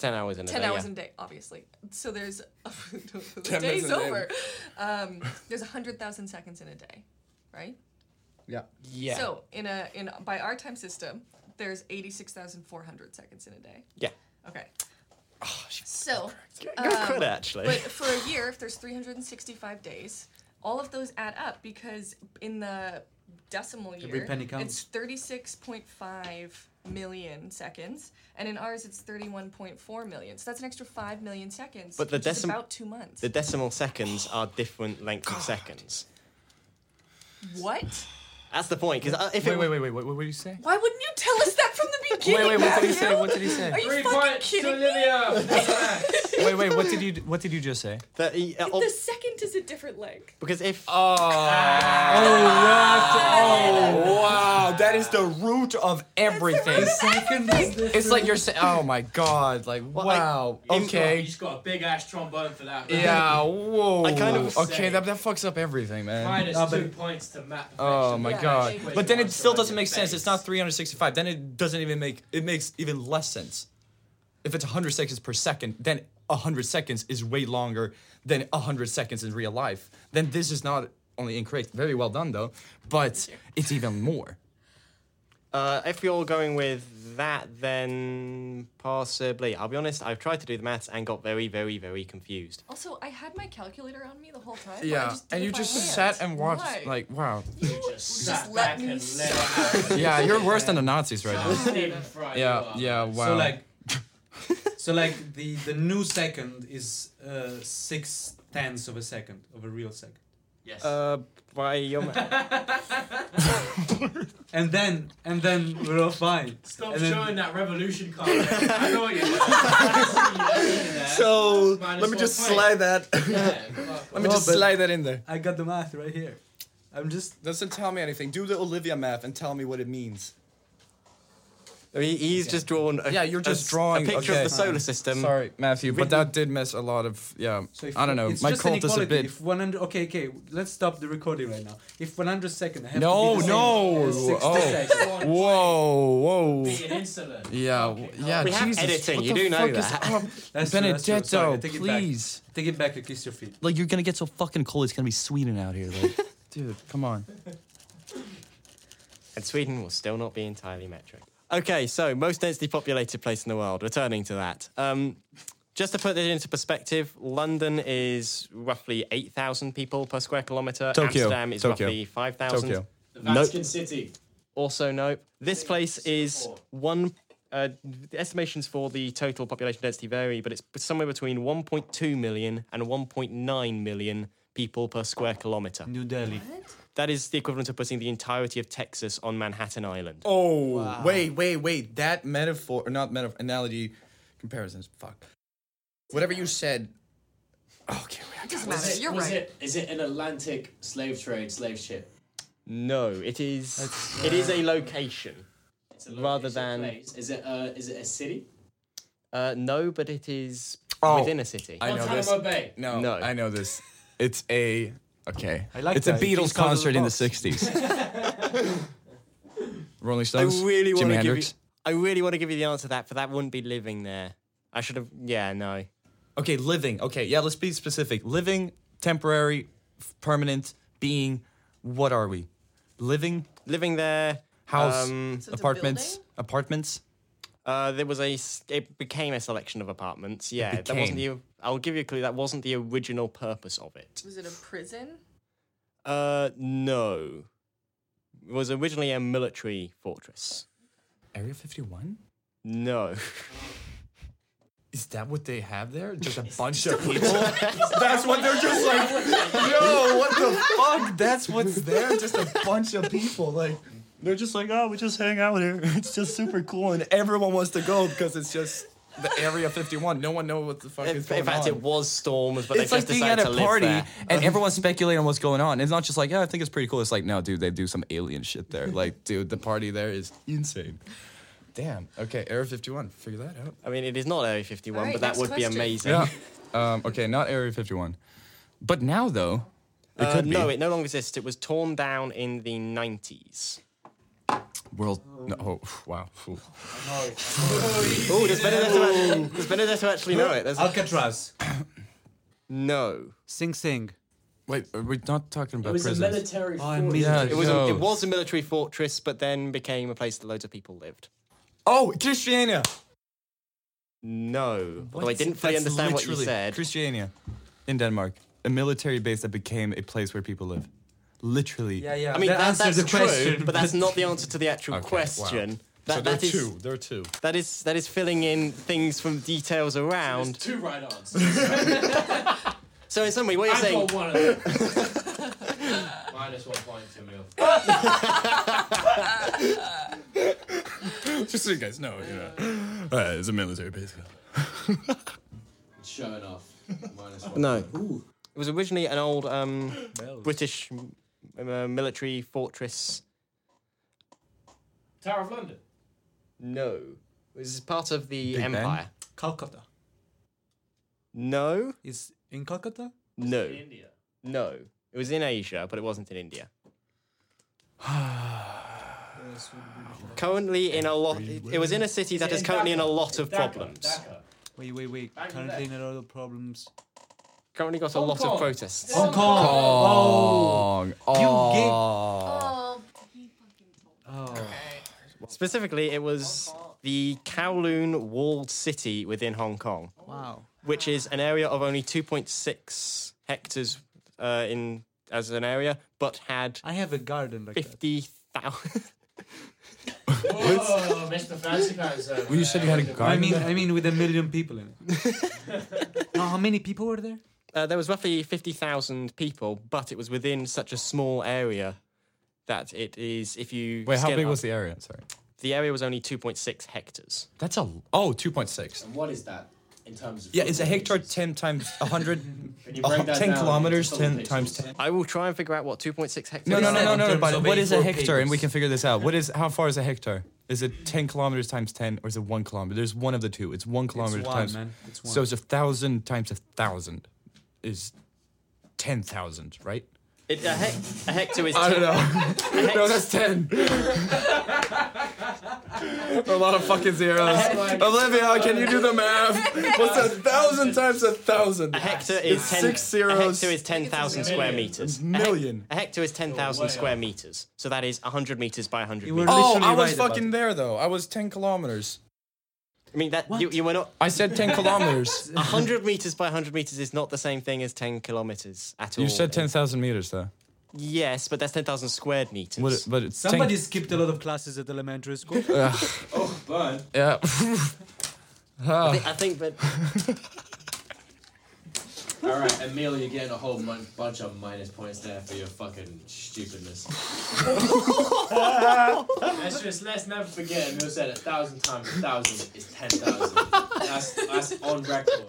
[SPEAKER 1] 10 hours in a
[SPEAKER 5] Ten
[SPEAKER 3] uh,
[SPEAKER 1] day.
[SPEAKER 5] hours
[SPEAKER 1] yeah.
[SPEAKER 5] in a day, obviously. So there's the
[SPEAKER 3] minutes
[SPEAKER 5] day's
[SPEAKER 3] in a day.
[SPEAKER 5] over. Um, there's a hundred thousand seconds in a day, right?
[SPEAKER 1] yeah.
[SPEAKER 5] So in a in by our time system, there's eighty six thousand four hundred seconds in a day.
[SPEAKER 1] Yeah.
[SPEAKER 5] Okay. so,
[SPEAKER 1] Good
[SPEAKER 5] um,
[SPEAKER 1] credit, actually.
[SPEAKER 5] but for a year, if there's 365 days, all of those add up because in the decimal year,
[SPEAKER 4] Every penny counts.
[SPEAKER 5] it's 36.5 million seconds, and in ours, it's 31.4 million. So that's an extra 5 million seconds.
[SPEAKER 1] But the
[SPEAKER 5] which is
[SPEAKER 1] decim-
[SPEAKER 5] about two months.
[SPEAKER 1] The decimal seconds are different lengths of seconds.
[SPEAKER 5] what?
[SPEAKER 1] That's the point. Because if it
[SPEAKER 3] Wait, wait, wait, wait, wait, what did you say?
[SPEAKER 5] Why wouldn't you tell us that from the beginning?
[SPEAKER 3] wait, what did he
[SPEAKER 5] Matthew?
[SPEAKER 3] say? What did he say?
[SPEAKER 5] Are you
[SPEAKER 6] Three
[SPEAKER 5] fucking
[SPEAKER 6] points to
[SPEAKER 5] kidding me?
[SPEAKER 6] Olivia.
[SPEAKER 3] Wait, wait, what did you what did you just say?
[SPEAKER 1] that he- uh,
[SPEAKER 3] Oh.
[SPEAKER 5] The second is a different length.
[SPEAKER 1] because if
[SPEAKER 3] Uh,
[SPEAKER 5] Ah.
[SPEAKER 3] Oh, Wow, that is the root of everything. It's like you're saying, oh my god, like
[SPEAKER 1] I-
[SPEAKER 3] wow.
[SPEAKER 6] You just got- You
[SPEAKER 3] okay.
[SPEAKER 6] just got a big ass trombone for that. man.
[SPEAKER 3] Yeah, whoa.
[SPEAKER 1] I kind of-
[SPEAKER 3] okay, that, that fucks up everything, man.
[SPEAKER 6] Minus two points to Matt.
[SPEAKER 3] Oh my
[SPEAKER 5] Yeah,
[SPEAKER 3] god.
[SPEAKER 5] like-
[SPEAKER 3] But then
[SPEAKER 6] Question
[SPEAKER 3] it still
[SPEAKER 6] marks are
[SPEAKER 3] doesn't
[SPEAKER 6] in
[SPEAKER 3] make
[SPEAKER 6] your
[SPEAKER 3] sense. It's not
[SPEAKER 6] face.
[SPEAKER 3] 365. Then it doesn't even make it makes even less sense. If it's 100 seconds per second, then 100 seconds is way longer than 100 seconds in real life. Then this is not only incorrect. Very well done though, but it's even more.
[SPEAKER 1] uh, if you're going with that, then possibly. I'll be honest. I've tried to do the maths and got very, very, very confused.
[SPEAKER 5] Also, I had my calculator on me the whole time. but I
[SPEAKER 3] Yeah,
[SPEAKER 5] just did
[SPEAKER 3] and
[SPEAKER 5] it
[SPEAKER 3] you
[SPEAKER 5] by
[SPEAKER 3] just
[SPEAKER 5] hand.
[SPEAKER 3] sat and watched,
[SPEAKER 5] Why?
[SPEAKER 3] like, wow.
[SPEAKER 6] Just,
[SPEAKER 5] Just
[SPEAKER 6] sat
[SPEAKER 5] let
[SPEAKER 6] back
[SPEAKER 5] me
[SPEAKER 6] and
[SPEAKER 5] sit.
[SPEAKER 6] let
[SPEAKER 3] Yeah, you're worse than the Nazis right now.
[SPEAKER 6] Stephen Fry. you
[SPEAKER 3] Yeah,
[SPEAKER 6] are.
[SPEAKER 3] yeah, wow.
[SPEAKER 4] So like, so like the the new second is uh, six tenths of a second of a real second,
[SPEAKER 9] Yes.
[SPEAKER 1] Uh, by your ma-
[SPEAKER 4] and then and then we're all fine.
[SPEAKER 6] Stop
[SPEAKER 4] And then-
[SPEAKER 6] showing that revolution card. man. I know what you're doing. I see you doing there.
[SPEAKER 3] so
[SPEAKER 6] Minus let me one just point. slide
[SPEAKER 3] that.
[SPEAKER 6] Yeah, fuck.
[SPEAKER 3] Let me just slide that in there.
[SPEAKER 4] I got the math right here. I'm just
[SPEAKER 3] Doesn't tell me anything. Do the Olivia math and tell me what it means.
[SPEAKER 1] He, he's just drawn. A,
[SPEAKER 3] Yeah, you're just
[SPEAKER 1] a s-
[SPEAKER 3] drawing-
[SPEAKER 1] a picture
[SPEAKER 3] okay.
[SPEAKER 1] of the solar system.
[SPEAKER 3] Sorry, Matthew, but
[SPEAKER 4] Written-
[SPEAKER 3] that did miss a lot of yeah.
[SPEAKER 4] So if-
[SPEAKER 3] I don't know.
[SPEAKER 4] It's
[SPEAKER 3] My
[SPEAKER 4] just
[SPEAKER 3] cult is a
[SPEAKER 4] inequality.
[SPEAKER 3] bit.
[SPEAKER 4] If 100, okay, okay, let's stop the recording right now. If 100 seconds, I have
[SPEAKER 3] No,
[SPEAKER 4] to be the
[SPEAKER 3] no,
[SPEAKER 4] Same, Uh, as
[SPEAKER 3] oh.
[SPEAKER 4] 60 seconds.
[SPEAKER 3] Whoa, whoa.
[SPEAKER 9] Be an incident.
[SPEAKER 3] Yeah, w- yeah.
[SPEAKER 1] We have
[SPEAKER 3] Jesus,
[SPEAKER 1] editing,
[SPEAKER 3] what
[SPEAKER 1] you
[SPEAKER 3] the
[SPEAKER 1] do know
[SPEAKER 3] fuck is
[SPEAKER 1] that.
[SPEAKER 3] up?
[SPEAKER 4] That's true, that's true.
[SPEAKER 3] Benedetto,
[SPEAKER 4] Sorry, I take it back.
[SPEAKER 3] please.
[SPEAKER 4] Take it back and kiss your feet.
[SPEAKER 10] Like you're gonna get so fucking cold. It's gonna be Sweden out here. Like
[SPEAKER 3] Dude, come on.
[SPEAKER 1] And Sweden will still not be entirely metric. Okay, so most densely populated place in the world. Returning to that. Um, just to put this into perspective, London is roughly 8,000 people per square kilometre.
[SPEAKER 3] Tokyo.
[SPEAKER 1] Amsterdam is
[SPEAKER 3] Tokyo.
[SPEAKER 1] roughly 5,000.
[SPEAKER 3] Tokyo.
[SPEAKER 6] The Vatican City.
[SPEAKER 1] Also, nope. This place is one. Uh, the estimations for the total population density vary, but it's somewhere between 1.2 million and 1.9 million people per square kilometer.
[SPEAKER 4] New Delhi.
[SPEAKER 1] That is the equivalent of putting the entirety of Texas on Manhattan Island.
[SPEAKER 3] Oh, wait, wait, wait. That metaphor, or not metaphor, analogy, comparisons. Fuck. Whatever you said. Oh, Okay, wait, I got
[SPEAKER 5] Matter.
[SPEAKER 6] Is it-
[SPEAKER 5] You're
[SPEAKER 6] was
[SPEAKER 5] right.
[SPEAKER 6] it- is it an Atlantic slave trade slave ship?
[SPEAKER 1] No, it is. It is a location.
[SPEAKER 6] It's a
[SPEAKER 1] Rather
[SPEAKER 6] location
[SPEAKER 1] than-
[SPEAKER 6] place. is it a, is it a city?
[SPEAKER 1] Uh, no, but it is
[SPEAKER 3] Oh.
[SPEAKER 1] within a city.
[SPEAKER 3] I know this.
[SPEAKER 6] Guantanamo Bay.
[SPEAKER 3] No,
[SPEAKER 1] No.
[SPEAKER 3] I know this. It's a. Okay. I
[SPEAKER 4] like
[SPEAKER 3] it's
[SPEAKER 4] that.
[SPEAKER 3] a Beatles
[SPEAKER 4] Just out of the
[SPEAKER 3] concert in the
[SPEAKER 4] box.
[SPEAKER 3] 60s. Rolling
[SPEAKER 1] I
[SPEAKER 3] Stones?
[SPEAKER 1] really want
[SPEAKER 3] Jimi
[SPEAKER 1] to give you.
[SPEAKER 3] Hendrix?
[SPEAKER 1] I really want to give you the answer to that, but that wouldn't be living there. I should have. Yeah, no.
[SPEAKER 3] Okay, living. Okay, yeah, let's be specific. Living, temporary, f- permanent, being. What are we? Living,
[SPEAKER 1] Living there.
[SPEAKER 3] house,
[SPEAKER 1] Um,
[SPEAKER 5] So it's a
[SPEAKER 3] apartments,
[SPEAKER 5] building?
[SPEAKER 3] apartments.
[SPEAKER 1] Uh, there was a. s- It became a selection of apartments. Yeah, that wasn't the. I'll give you a clue. That wasn't the original purpose of it.
[SPEAKER 5] Was it a prison?
[SPEAKER 1] Uh, no. It was originally a military fortress.
[SPEAKER 3] Area 51?
[SPEAKER 1] No.
[SPEAKER 3] Is that what they have there? Just a bunch of people?
[SPEAKER 2] That's what they're just like.
[SPEAKER 3] Yo, what the fuck? That's what's there? Just a bunch of people. Like, they're just like, oh, we just hang out here. It's just super cool. And everyone wants to go because it's just the Area 51. No one knows what the fuck is
[SPEAKER 1] in
[SPEAKER 3] going
[SPEAKER 1] fact,
[SPEAKER 3] on.
[SPEAKER 1] it was storms, but
[SPEAKER 3] it's
[SPEAKER 1] they
[SPEAKER 3] like
[SPEAKER 1] just
[SPEAKER 3] being
[SPEAKER 1] decided
[SPEAKER 3] at a
[SPEAKER 1] to live
[SPEAKER 3] party
[SPEAKER 1] there.
[SPEAKER 3] and everyone's speculating on what's going on. It's not just like, yeah, I think it's pretty cool. It's like, no, dude, they do some alien shit there. Like, dude, the party there is insane. Damn. Okay, Area 51. Figure that out.
[SPEAKER 1] I mean, it is not Area 51,
[SPEAKER 5] Alright,
[SPEAKER 1] but that
[SPEAKER 5] next
[SPEAKER 1] would
[SPEAKER 5] question.
[SPEAKER 1] be amazing.
[SPEAKER 3] Yeah. um, okay, not Area 51. But now, though, it
[SPEAKER 1] Uh,
[SPEAKER 3] could be.
[SPEAKER 1] no, it no longer exists. It was torn down in the 90s.
[SPEAKER 3] World. No, oh, wow. Ooh.
[SPEAKER 1] Oh, does Benedetto, actually, does Benedetto actually know it? There's a-
[SPEAKER 4] Alcatraz.
[SPEAKER 1] no.
[SPEAKER 4] Sing Sing.
[SPEAKER 3] Wait, are we not talking
[SPEAKER 6] It
[SPEAKER 3] about
[SPEAKER 6] was a
[SPEAKER 3] prisons?
[SPEAKER 6] military
[SPEAKER 4] Oh, I
[SPEAKER 6] fortress.
[SPEAKER 4] missed
[SPEAKER 3] Yeah,
[SPEAKER 1] It was, a,
[SPEAKER 3] no.
[SPEAKER 1] it was a military fortress, but then became a place that loads of people lived.
[SPEAKER 3] Oh, Christiania.
[SPEAKER 1] No. Although Oh, I didn't fully
[SPEAKER 3] That's
[SPEAKER 1] understand what you
[SPEAKER 3] literally
[SPEAKER 1] said.
[SPEAKER 3] Christiania, in Denmark, a military base that became a place where people live. Literally.
[SPEAKER 4] Yeah, yeah.
[SPEAKER 1] I mean, that,
[SPEAKER 4] answers
[SPEAKER 1] that's
[SPEAKER 4] the
[SPEAKER 1] true,
[SPEAKER 4] question.
[SPEAKER 1] but that's not the answer to the actual
[SPEAKER 3] Okay, wow.
[SPEAKER 1] question. That,
[SPEAKER 3] So there are
[SPEAKER 1] that is-
[SPEAKER 3] two. There are two.
[SPEAKER 1] That is that is filling in things from details around.
[SPEAKER 6] Two right answers.
[SPEAKER 1] So in some way, what you're
[SPEAKER 6] I
[SPEAKER 1] saying,
[SPEAKER 6] got one of them. Minus one point to me.
[SPEAKER 2] Just so you guys know, you know. Uh, it's a military base.
[SPEAKER 6] Showing off. Minus one.
[SPEAKER 1] No. It was originally an old um, British m- uh, military fortress.
[SPEAKER 6] Tower of London.
[SPEAKER 1] No. It was part of the
[SPEAKER 3] Big Ben?
[SPEAKER 1] empire.
[SPEAKER 4] Calcutta.
[SPEAKER 1] No.
[SPEAKER 4] Is in Calcutta?
[SPEAKER 1] No.
[SPEAKER 6] In India.
[SPEAKER 1] No. It was in Asia, but it wasn't in India. currently in a lot. It, it was in a city that is
[SPEAKER 6] In
[SPEAKER 1] currently in a
[SPEAKER 6] Dhaka.
[SPEAKER 1] lot of
[SPEAKER 6] Dhaka,
[SPEAKER 1] problems.
[SPEAKER 6] Dhaka.
[SPEAKER 4] Wait, wait, wait.
[SPEAKER 6] Bangladesh.
[SPEAKER 4] Currently in a lot of problems.
[SPEAKER 1] Currently got a
[SPEAKER 6] Hong
[SPEAKER 1] lot
[SPEAKER 6] Kong.
[SPEAKER 1] of protests.
[SPEAKER 4] Hong Kong.
[SPEAKER 3] Kong. Oh.
[SPEAKER 5] Oh,
[SPEAKER 1] Specifically, it was the Kowloon walled city within Hong Kong.
[SPEAKER 4] Wow.
[SPEAKER 1] which is an area of only 2.6 hectares uh, in as an area, but had
[SPEAKER 4] I have a garden like that.
[SPEAKER 1] 50,000.
[SPEAKER 6] Oh, Mr. uh, Fancy Pants. Well,
[SPEAKER 3] You said you had a garden.
[SPEAKER 4] I mean, I mean, with a million people in it. no, how many people were there?
[SPEAKER 1] uh, there was roughly 50,000 people, but it was within such a small area that it is, if you.
[SPEAKER 3] Wait, how
[SPEAKER 1] scale
[SPEAKER 3] big
[SPEAKER 1] it
[SPEAKER 3] was
[SPEAKER 1] up-
[SPEAKER 3] the area? Sorry.
[SPEAKER 1] The area was only 2.6 hectares.
[SPEAKER 3] That's a. Oh, 2.6.
[SPEAKER 6] And what is that in terms of?
[SPEAKER 3] Yeah, is a
[SPEAKER 6] football
[SPEAKER 3] hectare
[SPEAKER 6] pitches?
[SPEAKER 3] 10 times 100?
[SPEAKER 6] Can you break that
[SPEAKER 3] 10
[SPEAKER 6] down
[SPEAKER 3] kilometers,
[SPEAKER 6] into football
[SPEAKER 3] 10 times
[SPEAKER 6] pitches?
[SPEAKER 1] I will try and figure out what 2.6 hectares
[SPEAKER 3] No, no,
[SPEAKER 1] is.
[SPEAKER 3] no, no,
[SPEAKER 4] in
[SPEAKER 3] no, no.
[SPEAKER 4] terms
[SPEAKER 3] But
[SPEAKER 4] of
[SPEAKER 3] what is a
[SPEAKER 4] A4
[SPEAKER 3] hectare? And we
[SPEAKER 4] papers?
[SPEAKER 3] can figure this out. What is how far is a hectare?
[SPEAKER 2] Is it 10 kilometers times 10 or is it one kilometer? There's one of the two. It's one kilometer
[SPEAKER 4] one,
[SPEAKER 2] times.
[SPEAKER 4] man. It's
[SPEAKER 2] So
[SPEAKER 4] one.
[SPEAKER 2] it's a thousand times a thousand is 10,000, right?
[SPEAKER 1] It, a, hec- a hectare is.
[SPEAKER 2] I
[SPEAKER 1] ten-
[SPEAKER 2] don't know. no, that's 10. a lot of fucking zeros. Olivia, can you do the math? What's a thousand times a thousand?
[SPEAKER 1] A hectare is
[SPEAKER 2] It's
[SPEAKER 1] ten.
[SPEAKER 2] six
[SPEAKER 1] A
[SPEAKER 2] zeros.
[SPEAKER 1] hectare is ten thousand square
[SPEAKER 6] million.
[SPEAKER 1] meters. A hec-
[SPEAKER 2] Million.
[SPEAKER 1] A hectare is ten thousand square meters. So that is hundred meters by hundred
[SPEAKER 4] You were
[SPEAKER 1] meters.
[SPEAKER 2] Oh,
[SPEAKER 4] literally
[SPEAKER 2] I was
[SPEAKER 4] right about
[SPEAKER 2] fucking
[SPEAKER 4] it.
[SPEAKER 2] there though. I was 10 kilometers.
[SPEAKER 1] I mean that you, you were not.
[SPEAKER 2] I said 10 kilometers.
[SPEAKER 1] hundred meters by hundred meters is not the same thing as ten kilometers at all.
[SPEAKER 2] You said 10,000 meters though.
[SPEAKER 1] Yes, but that's ten thousand squared meters.
[SPEAKER 2] What, but it's 10
[SPEAKER 4] Somebody skipped a lot of classes at elementary school.
[SPEAKER 6] But
[SPEAKER 2] Yeah.
[SPEAKER 1] I, think, I think that
[SPEAKER 6] all right, Emil, you're getting a whole mon- bunch of minus points there for your fucking stupidness. let's just let's never forget. Emil said a thousand times a thousand is ten thousand. That's that's on record.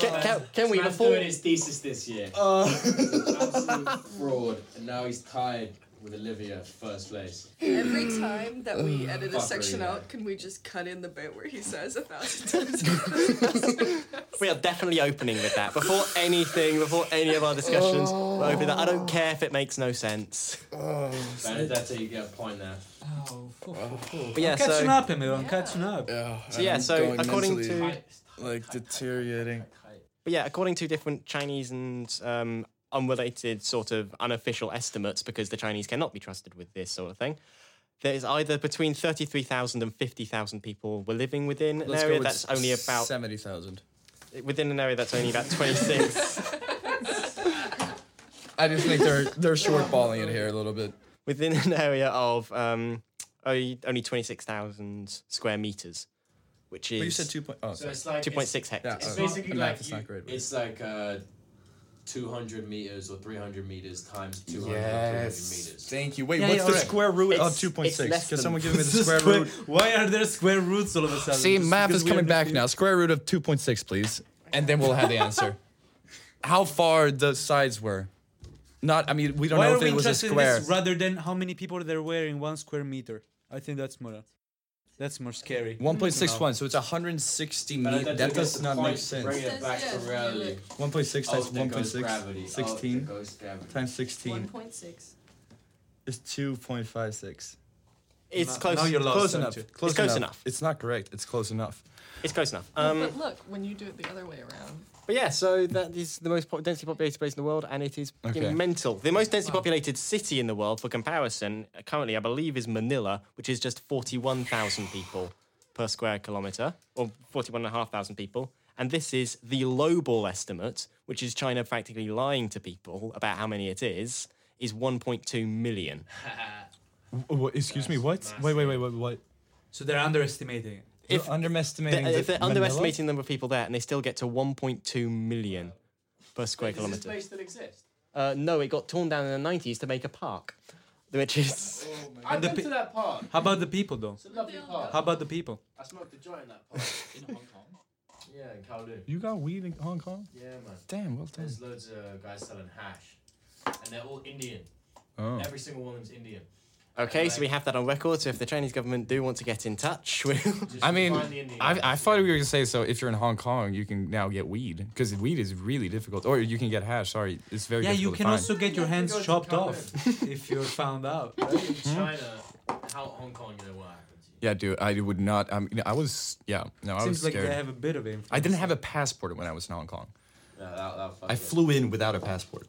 [SPEAKER 1] can, can, can we
[SPEAKER 6] Man's
[SPEAKER 1] before Uh,
[SPEAKER 6] doing his thesis this year. Absolute fraud, and now he's tied with Olivia for first place.
[SPEAKER 5] Every time that
[SPEAKER 4] Mm.
[SPEAKER 5] we edit a
[SPEAKER 6] Fuck,
[SPEAKER 5] section
[SPEAKER 6] really,
[SPEAKER 5] out, can we just cut in the bit where he says a thousand times?
[SPEAKER 1] we are definitely opening with that before anything, before any of our discussions.
[SPEAKER 4] Oh.
[SPEAKER 1] We're opening that. I don't care if it makes no sense.
[SPEAKER 6] Benedetta, you get a point there.
[SPEAKER 1] But yeah,
[SPEAKER 4] I'm catching
[SPEAKER 1] so,
[SPEAKER 4] up, Emil. I'm catching up.
[SPEAKER 1] so yeah, so according to
[SPEAKER 3] like deteriorating.
[SPEAKER 1] But yeah, according to different Chinese and um, unrelated sort of unofficial estimates, because the Chinese cannot be trusted with this sort of thing, there is either between 33,000 and 50,000 people were living within an area that's only about
[SPEAKER 3] seventy thousand.
[SPEAKER 1] within an area that's only about 26
[SPEAKER 3] I just think they're they're shortballing it here a little bit.
[SPEAKER 1] within an area of um, only only 26,000 square meters, which is
[SPEAKER 3] But you said two point. Oh, sorry.
[SPEAKER 6] So it's like it's-
[SPEAKER 1] 2.6 hectares.
[SPEAKER 3] Yeah,
[SPEAKER 6] It's
[SPEAKER 3] uh,
[SPEAKER 6] basically
[SPEAKER 3] the
[SPEAKER 6] like
[SPEAKER 3] math is
[SPEAKER 6] you-
[SPEAKER 3] not great, but-
[SPEAKER 6] it's like uh, 200 meters or 300 meters times 200 300 meters.
[SPEAKER 3] Thank you. Wait,
[SPEAKER 4] Yeah,
[SPEAKER 3] what's
[SPEAKER 4] yeah,
[SPEAKER 3] the
[SPEAKER 4] alright.
[SPEAKER 3] square root
[SPEAKER 1] It's-
[SPEAKER 3] of two point
[SPEAKER 1] it's less
[SPEAKER 3] six? Can
[SPEAKER 1] than-
[SPEAKER 3] someone give me the
[SPEAKER 4] This is
[SPEAKER 3] square
[SPEAKER 4] square-
[SPEAKER 3] root?
[SPEAKER 4] Why are there square roots all of a sudden?
[SPEAKER 3] See,
[SPEAKER 4] Just
[SPEAKER 3] math
[SPEAKER 4] because
[SPEAKER 3] is
[SPEAKER 4] we
[SPEAKER 3] coming back
[SPEAKER 4] understand-
[SPEAKER 3] now. Square root of two point six, please, and then we'll have the answer. How far the sides were? Not. I mean, we don't
[SPEAKER 4] Why
[SPEAKER 3] know
[SPEAKER 4] are
[SPEAKER 3] if
[SPEAKER 4] we
[SPEAKER 3] it was a
[SPEAKER 4] interested in
[SPEAKER 3] square.
[SPEAKER 4] this rather than how many people there were in one square meter? I think that's more. That's more scary.
[SPEAKER 3] One point six one, so it's hundred and sixty meters.
[SPEAKER 6] Benedetta
[SPEAKER 3] That
[SPEAKER 6] gets
[SPEAKER 3] does
[SPEAKER 6] the
[SPEAKER 3] not make
[SPEAKER 6] point for Bringing
[SPEAKER 3] sense.
[SPEAKER 6] it back to
[SPEAKER 5] Yes,
[SPEAKER 6] reality.
[SPEAKER 5] really.
[SPEAKER 3] One point six
[SPEAKER 6] Oh,
[SPEAKER 3] times
[SPEAKER 6] there
[SPEAKER 3] one point
[SPEAKER 6] goes
[SPEAKER 3] six.
[SPEAKER 6] gravity. Oh,
[SPEAKER 3] Sixteen
[SPEAKER 6] there goes gravity.
[SPEAKER 3] times sixteen
[SPEAKER 5] 1.6.
[SPEAKER 3] is two point five six.
[SPEAKER 1] It's close,
[SPEAKER 4] now you're lost,
[SPEAKER 1] close
[SPEAKER 4] aren't
[SPEAKER 1] enough.
[SPEAKER 4] you?
[SPEAKER 3] Close,
[SPEAKER 1] it's close enough.
[SPEAKER 3] It's not correct. It's close enough.
[SPEAKER 1] It's close enough. Um,
[SPEAKER 5] but look, when you do it the other way around,
[SPEAKER 1] But yeah, so that is the most po- densely populated place in the world, and it is fucking
[SPEAKER 3] Okay.
[SPEAKER 1] mental. The most densely populated city in the world, for comparison, uh, currently I believe is Manila, which is just forty-one thousand people per square kilometer, or forty-one and a half thousand people. And this is the global estimate, which is China practically lying to people about how many it is, is one point two million.
[SPEAKER 2] excuse me, what? Wait, wait, wait, wait, what?
[SPEAKER 4] So they're underestimating. it.
[SPEAKER 1] If-
[SPEAKER 3] If underestimating,
[SPEAKER 1] They- if
[SPEAKER 3] the
[SPEAKER 1] they're
[SPEAKER 3] Manila?
[SPEAKER 1] underestimating the number of people there, and they still get to one point two million per square
[SPEAKER 6] Does this
[SPEAKER 1] kilometer.
[SPEAKER 6] place still exist?
[SPEAKER 1] Uh, no, it got torn down in the 90s to make a park, which is.
[SPEAKER 6] I've
[SPEAKER 4] the
[SPEAKER 6] been
[SPEAKER 4] pi-
[SPEAKER 6] to that park.
[SPEAKER 4] How about the people though?
[SPEAKER 6] It's a lovely park.
[SPEAKER 4] How about the people?
[SPEAKER 6] I smoked a joint in that park. in Hong Kong? Yeah, in Kowloon.
[SPEAKER 2] You got weed in Hong Kong?
[SPEAKER 6] Yeah, man.
[SPEAKER 2] Damn, well done.
[SPEAKER 6] There's loads of guys selling hash. And they're all Indian.
[SPEAKER 2] Oh.
[SPEAKER 6] Every single one of them's Indian.
[SPEAKER 1] Okay, so we have that on record. So if the Chinese government do want to get in touch, we'll.
[SPEAKER 6] Just
[SPEAKER 2] I mean,
[SPEAKER 6] find the Indian
[SPEAKER 2] I,
[SPEAKER 6] guys.
[SPEAKER 2] I thought we were going to say so if you're in Hong Kong, you can now get weed because weed is really difficult. Or you can get hash, sorry. It's very
[SPEAKER 4] Yeah, you
[SPEAKER 2] difficult.
[SPEAKER 4] can
[SPEAKER 2] to
[SPEAKER 4] also
[SPEAKER 2] find.
[SPEAKER 4] get your hands
[SPEAKER 6] Go to
[SPEAKER 4] chopped
[SPEAKER 6] Kowloon.
[SPEAKER 4] off if you're found out.
[SPEAKER 6] in
[SPEAKER 2] Hmm?
[SPEAKER 6] China, how Hong Kong, you know what happened to you.
[SPEAKER 2] Yeah, dude, I would not. I mean, I was. Yeah, no, I was
[SPEAKER 4] Seems like
[SPEAKER 2] scared.
[SPEAKER 4] they have a bit of influence.
[SPEAKER 2] I didn't have a passport when I was in Hong Kong.
[SPEAKER 6] Yeah, that, that fucking-
[SPEAKER 2] I flew in without a passport.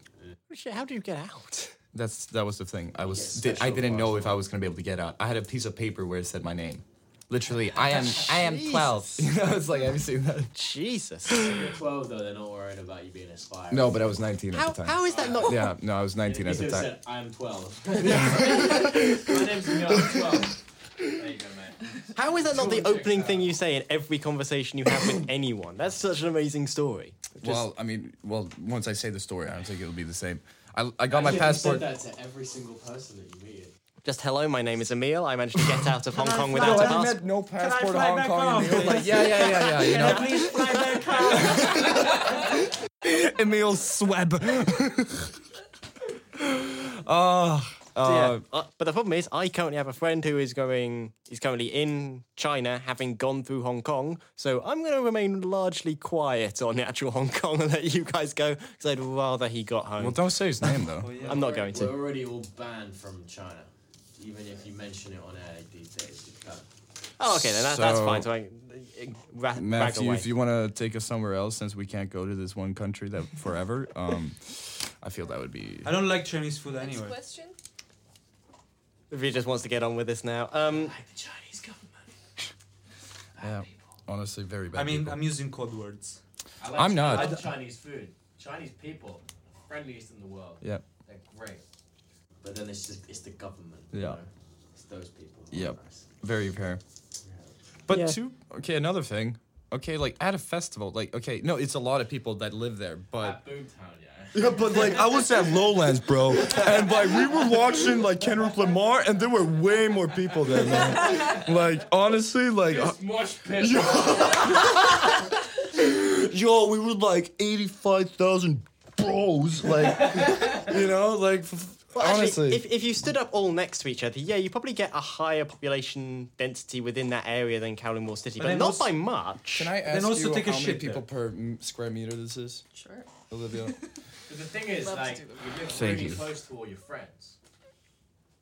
[SPEAKER 1] Shit, how do you get out?
[SPEAKER 2] That's that was the thing. I was
[SPEAKER 6] Yeah,
[SPEAKER 2] did, I
[SPEAKER 6] special
[SPEAKER 2] didn't know if I was gonna be able to get out. I had a piece of paper where it said my name. Literally, I am I am twelve. You know, it's like have you seen that?
[SPEAKER 1] Jesus.
[SPEAKER 6] You're 12 though, they're not worried about you being a spy.
[SPEAKER 2] No, but I was nineteen
[SPEAKER 1] How,
[SPEAKER 2] at the time.
[SPEAKER 1] how is that not.
[SPEAKER 2] yeah, no, I was nineteen
[SPEAKER 6] You
[SPEAKER 2] at the
[SPEAKER 6] could have
[SPEAKER 2] time.
[SPEAKER 6] said, I'm 12. My name's Neil, I'm 12. There you go, mate.
[SPEAKER 1] How is that not the
[SPEAKER 6] Totally check
[SPEAKER 1] opening
[SPEAKER 6] that
[SPEAKER 1] thing you say in every conversation you have with anyone? That's such an amazing story.
[SPEAKER 3] well, I mean, well, once I say the story, I don't think it'll be the same. I, I got my
[SPEAKER 6] Imagine if
[SPEAKER 3] passport.
[SPEAKER 6] You said that to every single person that you meet.
[SPEAKER 1] Just hello, my name is Emil. I managed to get out of Hong Kong without a
[SPEAKER 3] I
[SPEAKER 1] passport.
[SPEAKER 3] meant no passport
[SPEAKER 4] fly
[SPEAKER 3] Hong
[SPEAKER 4] back
[SPEAKER 3] Kong. And
[SPEAKER 4] home,
[SPEAKER 3] they were like, yeah, yeah, yeah, yeah. You know,
[SPEAKER 4] Please fly back home.
[SPEAKER 2] Ah,
[SPEAKER 3] Emil Sweb. Oh,
[SPEAKER 1] yeah.
[SPEAKER 11] Uh,
[SPEAKER 1] uh, but the problem is, I currently have a friend who is going, is currently in China, having gone through Hong Kong. So I'm going to remain largely quiet on actual Hong Kong and let you guys go because I'd rather he got home.
[SPEAKER 3] Well, don't say his name though.
[SPEAKER 1] I'm not going
[SPEAKER 6] We're
[SPEAKER 1] to.
[SPEAKER 6] already all banned from China. Even if you mention it on air these days, you can't.
[SPEAKER 1] Oh, okay, then that, that's
[SPEAKER 3] So-
[SPEAKER 1] fine. So I uh, ra- rag
[SPEAKER 3] Matthew,
[SPEAKER 1] away.
[SPEAKER 3] if you want to take us somewhere else, since we can't go to this one country that forever, um, I feel that would be.
[SPEAKER 4] I don't like Chinese food
[SPEAKER 5] Next
[SPEAKER 4] anyway.
[SPEAKER 5] question.
[SPEAKER 1] if he just wants to get on with this now. Um,
[SPEAKER 6] Like the Chinese government.
[SPEAKER 3] Yeah, honestly, very bad.
[SPEAKER 4] I mean,
[SPEAKER 3] people.
[SPEAKER 4] I'm using code words.
[SPEAKER 6] I like
[SPEAKER 3] I'm not.
[SPEAKER 6] I love Chinese food. Chinese people, are friendliest in the world.
[SPEAKER 3] yeah,
[SPEAKER 6] They're great. But then it's just it's the government. You
[SPEAKER 3] Yeah.
[SPEAKER 6] know? It's those people.
[SPEAKER 3] Yep.
[SPEAKER 6] Nice.
[SPEAKER 3] very fair. But
[SPEAKER 1] Yeah.
[SPEAKER 3] two, okay, another thing. Okay, like at a festival, like okay, no, it's a lot of people that live there, but
[SPEAKER 6] At Boomtown, yeah.
[SPEAKER 3] Yeah, but like I was at Lowlands, bro, and like we were watching like Kendrick Lamar, and there were way more people there, man. Like honestly, like uh,
[SPEAKER 6] It's mosh pit.
[SPEAKER 3] yo, we were like eighty-five thousand bros, like you know, like f-
[SPEAKER 1] Well, actually,
[SPEAKER 3] honestly,
[SPEAKER 1] if, if you stood up all next to each other, yeah, you probably get a higher population density within that area than Kowloon Wall City, but,
[SPEAKER 4] then
[SPEAKER 1] not
[SPEAKER 4] also-
[SPEAKER 1] by much.
[SPEAKER 3] Can I ask
[SPEAKER 4] also
[SPEAKER 3] you
[SPEAKER 4] take a
[SPEAKER 3] how many
[SPEAKER 4] shit
[SPEAKER 3] people per m- square meter this is,
[SPEAKER 5] Sure.
[SPEAKER 3] Olivia?
[SPEAKER 6] But the thing is,
[SPEAKER 5] Love to
[SPEAKER 6] like,
[SPEAKER 5] do
[SPEAKER 6] you
[SPEAKER 5] the
[SPEAKER 6] live
[SPEAKER 3] Thank
[SPEAKER 6] really
[SPEAKER 3] you.
[SPEAKER 6] close to all your friends,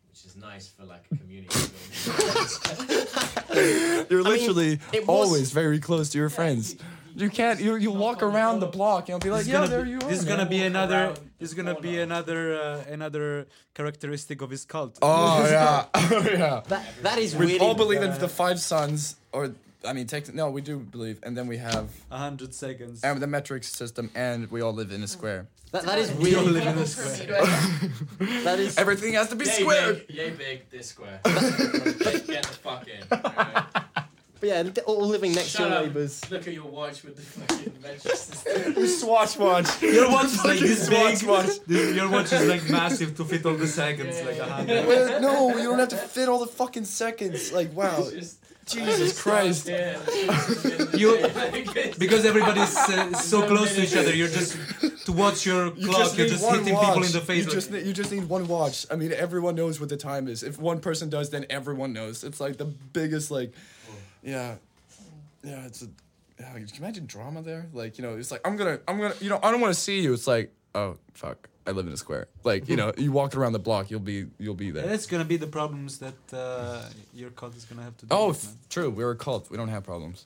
[SPEAKER 6] which is nice for like a community. building.
[SPEAKER 3] You're
[SPEAKER 1] mean,
[SPEAKER 3] literally
[SPEAKER 1] it was-
[SPEAKER 3] always very close to your friends. You can't. You you walk around the block and be like,
[SPEAKER 4] It's
[SPEAKER 3] yeah,
[SPEAKER 4] gonna
[SPEAKER 3] there
[SPEAKER 4] be-
[SPEAKER 3] you are.
[SPEAKER 4] This is
[SPEAKER 3] man."
[SPEAKER 4] gonna be another.
[SPEAKER 6] around
[SPEAKER 4] This is
[SPEAKER 6] the
[SPEAKER 4] gonna be
[SPEAKER 6] corner.
[SPEAKER 4] another uh, another characteristic of his cult.
[SPEAKER 3] Oh yeah, oh yeah.
[SPEAKER 1] That, that is
[SPEAKER 3] We
[SPEAKER 1] really.
[SPEAKER 3] all believe in the five sons, or I mean, technically, no, we do believe, and then we have
[SPEAKER 4] A hundred seconds.
[SPEAKER 3] and the metric system, and we all live in a square.
[SPEAKER 1] that, that is
[SPEAKER 4] We all
[SPEAKER 1] really.
[SPEAKER 4] live in a square.
[SPEAKER 1] That is.
[SPEAKER 3] Everything has to be
[SPEAKER 6] yay
[SPEAKER 3] squared.
[SPEAKER 6] big, yay big, this square. Just Get the fuck in. alright?
[SPEAKER 1] But yeah, li- all living next to
[SPEAKER 6] Shut
[SPEAKER 1] your
[SPEAKER 6] up.
[SPEAKER 1] neighbours.
[SPEAKER 6] Look at your watch with the fucking metric system.
[SPEAKER 3] Swatch watch.
[SPEAKER 4] Your watch is like this
[SPEAKER 3] Swatch
[SPEAKER 4] big.
[SPEAKER 3] watch.
[SPEAKER 4] This- Your watch is like massive to fit all the seconds, like a hundred.
[SPEAKER 3] Wait, no, you don't have to fit all the fucking seconds. Like wow,
[SPEAKER 6] Just-
[SPEAKER 3] Jesus Christ.
[SPEAKER 6] Yeah.
[SPEAKER 4] You-
[SPEAKER 6] Like,
[SPEAKER 4] Because everybody's uh, so close to each other, you're just to watch your
[SPEAKER 3] You
[SPEAKER 4] clock.
[SPEAKER 3] just
[SPEAKER 4] you're
[SPEAKER 3] need
[SPEAKER 4] just
[SPEAKER 3] one
[SPEAKER 4] hitting
[SPEAKER 3] watch.
[SPEAKER 4] people in the face.
[SPEAKER 3] You
[SPEAKER 4] like-
[SPEAKER 3] just, ne- you just need one watch. I mean, everyone knows what the time is. If one person does, then everyone knows. It's like the biggest, like, yeah, yeah. It's a. yeah, Can you imagine drama there? Like, you know, it's like I'm gonna, I'm gonna, you know, I don't want to see you. It's like, oh fuck, I live in a square. Like, you know, you walked around the block, you'll be, you'll be
[SPEAKER 4] And
[SPEAKER 3] there.
[SPEAKER 4] that's gonna be the problems that uh, your cult is gonna have to. Deal
[SPEAKER 3] Oh, f-
[SPEAKER 4] with, man.
[SPEAKER 3] true. We're a cult. We don't have problems.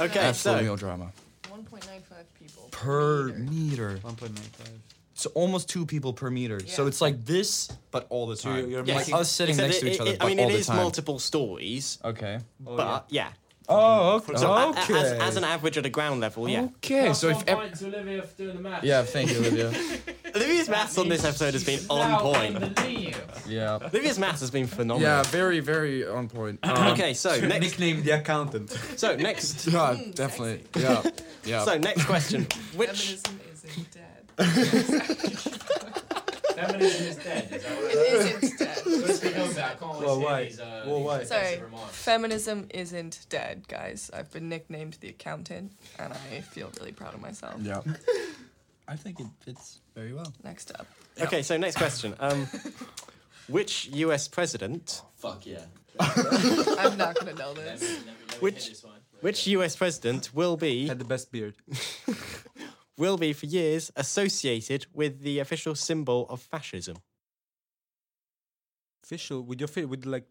[SPEAKER 1] Okay,
[SPEAKER 3] Absolutely
[SPEAKER 1] so
[SPEAKER 3] no drama.
[SPEAKER 5] 1.95 people
[SPEAKER 2] per
[SPEAKER 5] meter.
[SPEAKER 2] meter.
[SPEAKER 4] 1.95.
[SPEAKER 2] So almost two people per meter. So
[SPEAKER 5] Yeah.
[SPEAKER 2] it's like this, but all the time.
[SPEAKER 4] you're- you're
[SPEAKER 2] like
[SPEAKER 1] making-
[SPEAKER 2] us sitting
[SPEAKER 1] except
[SPEAKER 2] next
[SPEAKER 1] it-
[SPEAKER 2] to each
[SPEAKER 1] it-
[SPEAKER 2] other,
[SPEAKER 1] it-
[SPEAKER 2] but
[SPEAKER 1] I mean,
[SPEAKER 2] all
[SPEAKER 1] it
[SPEAKER 2] the
[SPEAKER 1] is
[SPEAKER 2] time.
[SPEAKER 1] multiple stories,
[SPEAKER 2] okay.
[SPEAKER 6] Oh,
[SPEAKER 1] but yeah.
[SPEAKER 2] Oh, okay.
[SPEAKER 1] So a- a-
[SPEAKER 2] okay.
[SPEAKER 1] as, as an average at a ground level, yeah.
[SPEAKER 3] Okay, so if.
[SPEAKER 6] one
[SPEAKER 3] ev-
[SPEAKER 6] point to Olivia for doing the math.
[SPEAKER 3] yeah, thank you, Olivia.
[SPEAKER 1] Olivia's maths on this episode has been on point.
[SPEAKER 3] Yeah.
[SPEAKER 1] Olivia's maths has been
[SPEAKER 2] Oh
[SPEAKER 1] phenomenal.
[SPEAKER 3] Yeah, very, very on point.
[SPEAKER 2] um,
[SPEAKER 1] Okay, so next,
[SPEAKER 4] Nickname the accountant.
[SPEAKER 1] so next,
[SPEAKER 3] Yeah, definitely. Yeah, yeah.
[SPEAKER 1] so next question. Which
[SPEAKER 5] Feminism isn't dead.
[SPEAKER 6] Feminism is dead. Is that what it is?
[SPEAKER 5] It isn't dead.
[SPEAKER 6] Let's be over that. I can't always
[SPEAKER 4] Well,
[SPEAKER 6] hear
[SPEAKER 4] why?
[SPEAKER 6] these, uh,
[SPEAKER 3] Oh,
[SPEAKER 4] Well,
[SPEAKER 6] these
[SPEAKER 4] why?
[SPEAKER 6] offensive
[SPEAKER 5] Sorry.
[SPEAKER 6] remarks.
[SPEAKER 5] Feminism isn't dead, guys. I've been nicknamed the accountant, and I feel really proud of myself.
[SPEAKER 3] Yeah.
[SPEAKER 2] I think it fits very well.
[SPEAKER 5] Next up.
[SPEAKER 1] okay, so next question. Um, which U.S. president?
[SPEAKER 6] Fuck yeah.
[SPEAKER 5] I'm not gonna know
[SPEAKER 6] Let me,
[SPEAKER 5] this.
[SPEAKER 6] let me, let me
[SPEAKER 1] Which-
[SPEAKER 6] hit this one.
[SPEAKER 1] Which U.S. president will be
[SPEAKER 4] Had the best beard.
[SPEAKER 1] will be for years associated with the official symbol of fascism?
[SPEAKER 4] Official with your fit with like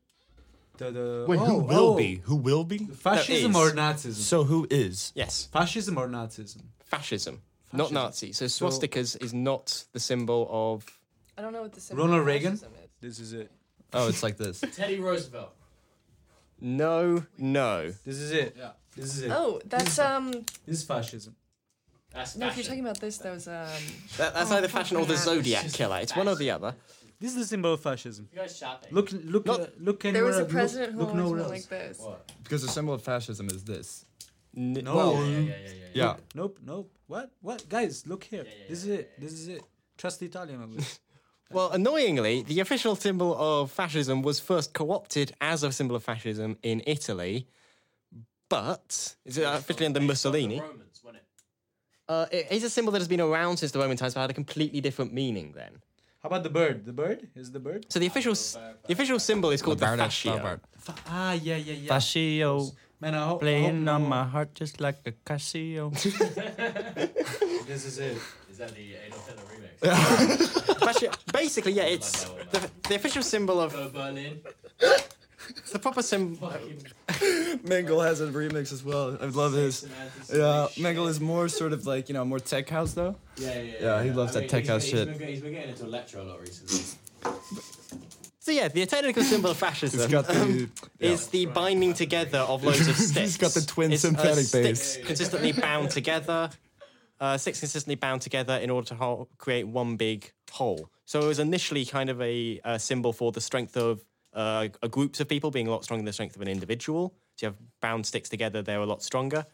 [SPEAKER 4] the the.
[SPEAKER 2] Wait, who
[SPEAKER 4] Oh,
[SPEAKER 2] will
[SPEAKER 4] oh.
[SPEAKER 2] be? Who will be?
[SPEAKER 4] Fascism
[SPEAKER 1] is.
[SPEAKER 4] or Nazism?
[SPEAKER 2] So who is?
[SPEAKER 1] Yes,
[SPEAKER 4] Fascism or Nazism?
[SPEAKER 1] fascism, not Nazi. So swastikas is not the symbol of.
[SPEAKER 5] I don't know what the symbol
[SPEAKER 4] Ronald
[SPEAKER 5] of
[SPEAKER 4] Reagan?
[SPEAKER 5] fascism is.
[SPEAKER 4] This is it.
[SPEAKER 2] Oh, it's like this.
[SPEAKER 6] Teddy Roosevelt.
[SPEAKER 1] No, no.
[SPEAKER 4] This is it. Yeah. This is it.
[SPEAKER 5] Oh, that's um.
[SPEAKER 4] This is fascism.
[SPEAKER 6] That's
[SPEAKER 5] No, if you're
[SPEAKER 6] fashion.
[SPEAKER 5] talking about this, that was um.
[SPEAKER 1] That, that's either fashion or the Zodiac killer. It's one or the other.
[SPEAKER 4] This is the symbol of fascism.
[SPEAKER 6] You guys shopping.
[SPEAKER 4] Look, look,
[SPEAKER 1] Not-
[SPEAKER 4] uh, look anywhere.
[SPEAKER 5] There was a
[SPEAKER 4] look-
[SPEAKER 5] president who
[SPEAKER 4] look,
[SPEAKER 5] always
[SPEAKER 4] nowhere
[SPEAKER 5] went
[SPEAKER 4] else.
[SPEAKER 5] like this.
[SPEAKER 6] What?
[SPEAKER 3] Because the symbol of fascism is this.
[SPEAKER 1] N-
[SPEAKER 4] No.
[SPEAKER 6] Yeah, yeah, yeah, yeah, yeah. yeah.
[SPEAKER 3] Yeah.
[SPEAKER 4] Nope. Nope. What? What? Guys, look here.
[SPEAKER 6] yeah,
[SPEAKER 4] this is
[SPEAKER 6] yeah,
[SPEAKER 4] it. This is it. Trust the Italian on this.
[SPEAKER 1] Well, annoyingly, the official symbol of fascism was first co-opted as a symbol of fascism in Italy, but is it officially under Mussolini?
[SPEAKER 6] The Romans, wasn't it?
[SPEAKER 1] Uh, it is a symbol that has been around since the Roman times, but had a completely different meaning then.
[SPEAKER 4] How about the bird? The bird is the bird.
[SPEAKER 1] So the official s- the official symbol is called the fascia.
[SPEAKER 4] Ah, yeah, yeah, yeah.
[SPEAKER 10] Fascio
[SPEAKER 4] Man, I hope, I hope
[SPEAKER 10] playing on
[SPEAKER 4] no-
[SPEAKER 10] my heart just like a Casio.
[SPEAKER 4] This is it.
[SPEAKER 9] Is that the Adolf Hitler remix?
[SPEAKER 1] Fascia- Basically, yeah, it's the, the official symbol of
[SPEAKER 9] Go Berlin.
[SPEAKER 1] it's the proper symbol.
[SPEAKER 2] Mangle has a remix as well. I love his. Yeah, Mangle is more sort of like you know more tech house though.
[SPEAKER 9] Yeah, yeah, yeah.
[SPEAKER 2] he loves that tech
[SPEAKER 9] he's
[SPEAKER 2] house
[SPEAKER 9] been-
[SPEAKER 2] shit.
[SPEAKER 9] He's been, he's been getting into electro a lot recently.
[SPEAKER 1] So yeah, the technical symbol of fascism. um,
[SPEAKER 2] He's got the
[SPEAKER 1] is the binding together of loads of sticks.
[SPEAKER 2] He's got the twin
[SPEAKER 1] It's, uh,
[SPEAKER 2] synthetic
[SPEAKER 1] sticks
[SPEAKER 2] bass.
[SPEAKER 1] consistently bound together. Uh, sticks consistently bound together in order to ho- create one big whole. So it was initially kind of a, uh symbol for the strength of uh, a groups of people being a lot stronger than the strength of an individual. So you have bound sticks together; they're a lot stronger.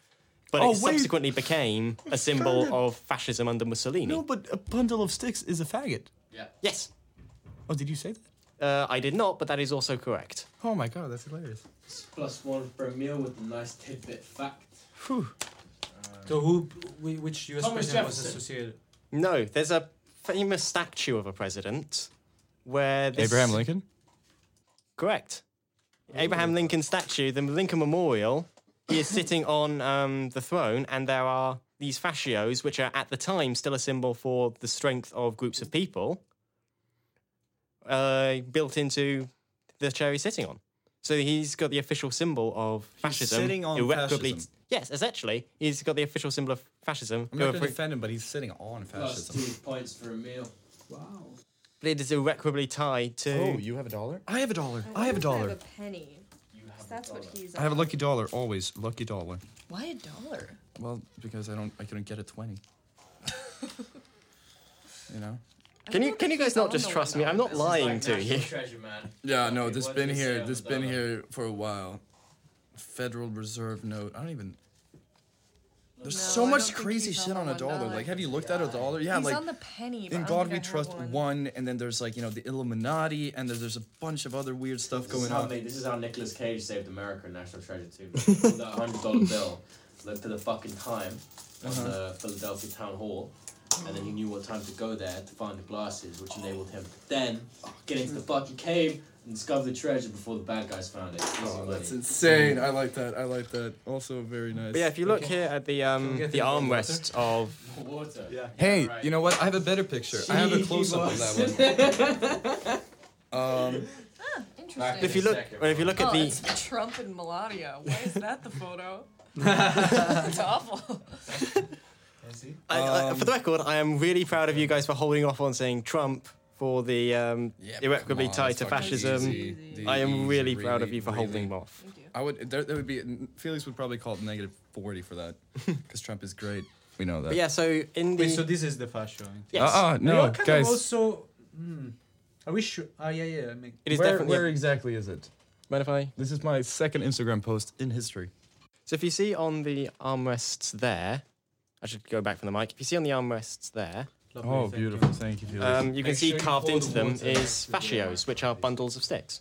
[SPEAKER 1] But
[SPEAKER 2] Oh,
[SPEAKER 1] it
[SPEAKER 2] wait.
[SPEAKER 1] subsequently became a symbol of fascism under Mussolini.
[SPEAKER 8] No, but a bundle of sticks is a faggot.
[SPEAKER 9] Yeah.
[SPEAKER 1] Yes,
[SPEAKER 8] Oh, did you say that?
[SPEAKER 1] uh, I did not, but that is also correct.
[SPEAKER 8] Oh my god, that's hilarious.
[SPEAKER 9] Plus one for a meal with a nice tidbit fact.
[SPEAKER 6] um,
[SPEAKER 4] So who, wh- which U.S.
[SPEAKER 9] Thomas
[SPEAKER 4] president was
[SPEAKER 9] Jefferson.
[SPEAKER 4] associated?
[SPEAKER 1] No, there's a famous statue of a president where this
[SPEAKER 3] Abraham Lincoln?
[SPEAKER 1] Correct. Abraham Lincoln statue, the Lincoln Memorial, he is sitting on um, the throne, and there are these fascios, which are at the time still a symbol for the strength of groups of people, uh, built into the chair he's sitting on. So he's got the official symbol of fascism.
[SPEAKER 3] sitting on
[SPEAKER 1] irreparably-
[SPEAKER 3] fascism.
[SPEAKER 1] Yes, essentially, he's got the official symbol of fascism.
[SPEAKER 3] I'm not going to
[SPEAKER 1] irrepar-
[SPEAKER 3] defend him, but he's sitting on
[SPEAKER 9] Plus
[SPEAKER 3] fascism.
[SPEAKER 9] two points for a meal.
[SPEAKER 1] but it is irreparably tied to.
[SPEAKER 3] you have a dollar?
[SPEAKER 2] I have a dollar.
[SPEAKER 7] I have a
[SPEAKER 5] I have
[SPEAKER 7] dollar.
[SPEAKER 5] a penny.
[SPEAKER 9] You have
[SPEAKER 5] That's
[SPEAKER 9] a
[SPEAKER 5] what
[SPEAKER 9] dollar.
[SPEAKER 5] he's.
[SPEAKER 7] I have a
[SPEAKER 5] on.
[SPEAKER 7] lucky dollar, always. Lucky dollar.
[SPEAKER 5] Why a dollar?
[SPEAKER 3] Well, because I don't, I couldn't get a 20. you know?
[SPEAKER 5] I
[SPEAKER 1] Can
[SPEAKER 5] don't
[SPEAKER 1] you
[SPEAKER 5] know
[SPEAKER 1] can
[SPEAKER 5] if
[SPEAKER 1] you
[SPEAKER 5] he's
[SPEAKER 1] guys not
[SPEAKER 5] on
[SPEAKER 1] just
[SPEAKER 5] the
[SPEAKER 1] trust
[SPEAKER 5] one
[SPEAKER 1] me? I'm
[SPEAKER 5] dollar.
[SPEAKER 1] not lying
[SPEAKER 9] Like
[SPEAKER 1] to
[SPEAKER 9] national
[SPEAKER 1] you.
[SPEAKER 9] Treasure, man.
[SPEAKER 3] Yeah, no,
[SPEAKER 9] Okay,
[SPEAKER 3] this
[SPEAKER 9] what
[SPEAKER 3] been
[SPEAKER 9] did it uh, say
[SPEAKER 3] here.
[SPEAKER 9] on
[SPEAKER 3] This
[SPEAKER 9] the
[SPEAKER 3] been
[SPEAKER 9] dollar?
[SPEAKER 3] here for a while. Federal Reserve note. I don't even. There's
[SPEAKER 5] No,
[SPEAKER 3] so
[SPEAKER 5] I don't
[SPEAKER 3] much
[SPEAKER 5] think
[SPEAKER 3] crazy
[SPEAKER 5] he's on
[SPEAKER 3] shit
[SPEAKER 5] the
[SPEAKER 3] on a
[SPEAKER 5] one
[SPEAKER 3] dollar.
[SPEAKER 5] dollar.
[SPEAKER 3] Like, have you looked at a dollar? Yeah,
[SPEAKER 5] He's
[SPEAKER 3] like
[SPEAKER 5] on the penny. But I
[SPEAKER 3] in
[SPEAKER 5] don't
[SPEAKER 3] God
[SPEAKER 5] think I
[SPEAKER 3] We
[SPEAKER 5] have
[SPEAKER 3] Trust
[SPEAKER 5] one.
[SPEAKER 3] one, and then there's like you know the Illuminati, and then there's a bunch of other weird stuff
[SPEAKER 9] This is
[SPEAKER 3] going
[SPEAKER 9] how
[SPEAKER 3] on.
[SPEAKER 9] they- this is how Nicolas Cage saved America in National Treasure too. With that hundred dollar bill, looked at the fucking time on the Philadelphia Town Hall, and then he knew what time to go there to find the glasses, which enabled him to then get into the fucking cave and discover the treasure before the bad guys found it. Easy money.
[SPEAKER 2] That's insane. I like that. I like that. Also very nice.
[SPEAKER 1] But yeah, if you look here at the um, the armrest of
[SPEAKER 9] Water. Yeah.
[SPEAKER 2] Hey,
[SPEAKER 9] Right.
[SPEAKER 2] you know what? I have a better picture. I have a close up of that one.
[SPEAKER 5] Interesting.
[SPEAKER 1] if you look
[SPEAKER 9] second
[SPEAKER 1] well, if you look at
[SPEAKER 5] oh,
[SPEAKER 1] the
[SPEAKER 5] it's Trump and Melania. Why is that the photo? it's awful.
[SPEAKER 1] I, I, for the record, I am really proud of you guys for holding off on saying Trump for the um, irreparably tied to fascism. I am really proud of you for holding him off.
[SPEAKER 5] Thank you.
[SPEAKER 3] I would. There, there would be. Felix would probably call it negative forty for that, because Trump is great. We know that.
[SPEAKER 1] But yeah, so in the
[SPEAKER 4] Wait, so this is the fashion.
[SPEAKER 1] yes,
[SPEAKER 3] Uh-uh,
[SPEAKER 4] You're
[SPEAKER 3] no,
[SPEAKER 4] kind
[SPEAKER 3] guys.
[SPEAKER 4] Of also, hmm, are we sure? Ah, yeah, yeah. I mean,
[SPEAKER 1] it is
[SPEAKER 3] where,
[SPEAKER 1] definitely.
[SPEAKER 3] where exactly is it?
[SPEAKER 1] Mind if I?
[SPEAKER 3] This is my second Instagram post in history.
[SPEAKER 1] So if you see on the armrests there, I should go back from the mic. If you see on the armrests there,
[SPEAKER 4] lovely,
[SPEAKER 3] Oh,
[SPEAKER 4] thank you.
[SPEAKER 3] beautiful. Thank you, Felix.
[SPEAKER 1] um, you can
[SPEAKER 4] Make
[SPEAKER 1] see
[SPEAKER 4] sure you
[SPEAKER 1] carved
[SPEAKER 4] pour
[SPEAKER 1] into
[SPEAKER 4] the
[SPEAKER 1] them
[SPEAKER 4] water
[SPEAKER 1] is fascios, which are bundles of sticks.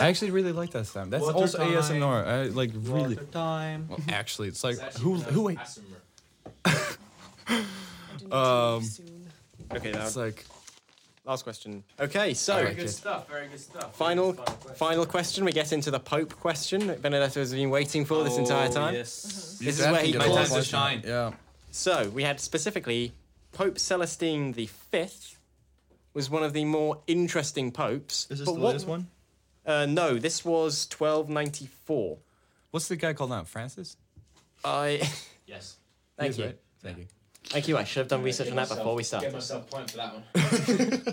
[SPEAKER 3] I actually really like that sound. That's
[SPEAKER 4] Water
[SPEAKER 3] also
[SPEAKER 4] time.
[SPEAKER 3] ASMR. I like really.
[SPEAKER 4] Water time.
[SPEAKER 3] Well, actually, it's like
[SPEAKER 9] It's actually
[SPEAKER 3] who
[SPEAKER 9] pronounced
[SPEAKER 3] who wait?
[SPEAKER 9] Asimov.
[SPEAKER 5] I didn't um, soon.
[SPEAKER 1] Okay, now
[SPEAKER 3] It's like
[SPEAKER 1] last question. Okay, so.
[SPEAKER 9] Very good stuff. Very good stuff.
[SPEAKER 1] Final,
[SPEAKER 9] question.
[SPEAKER 1] final question. We get into the Pope question that Benedetto has been waiting for this
[SPEAKER 3] Oh,
[SPEAKER 1] entire time.
[SPEAKER 9] Mm-hmm.
[SPEAKER 4] Yes.
[SPEAKER 1] This is where he
[SPEAKER 3] get
[SPEAKER 1] calls-
[SPEAKER 3] a
[SPEAKER 4] Time
[SPEAKER 3] lot
[SPEAKER 4] to
[SPEAKER 3] of
[SPEAKER 4] shine.
[SPEAKER 3] yeah.
[SPEAKER 1] So we had specifically Pope Celestine V was one of the more interesting popes.
[SPEAKER 3] Is this
[SPEAKER 1] But
[SPEAKER 3] the
[SPEAKER 1] what-
[SPEAKER 3] latest one?
[SPEAKER 1] Uh, no, this was 1294.
[SPEAKER 3] What's the guy called now? Francis?
[SPEAKER 1] I
[SPEAKER 9] Yes.
[SPEAKER 1] thank
[SPEAKER 3] Yes,
[SPEAKER 1] you,
[SPEAKER 3] right? Thank you.
[SPEAKER 1] thank you. I should have done research
[SPEAKER 9] Give
[SPEAKER 1] on that
[SPEAKER 9] myself-
[SPEAKER 1] before we
[SPEAKER 9] Give
[SPEAKER 1] started.
[SPEAKER 9] myself a point for that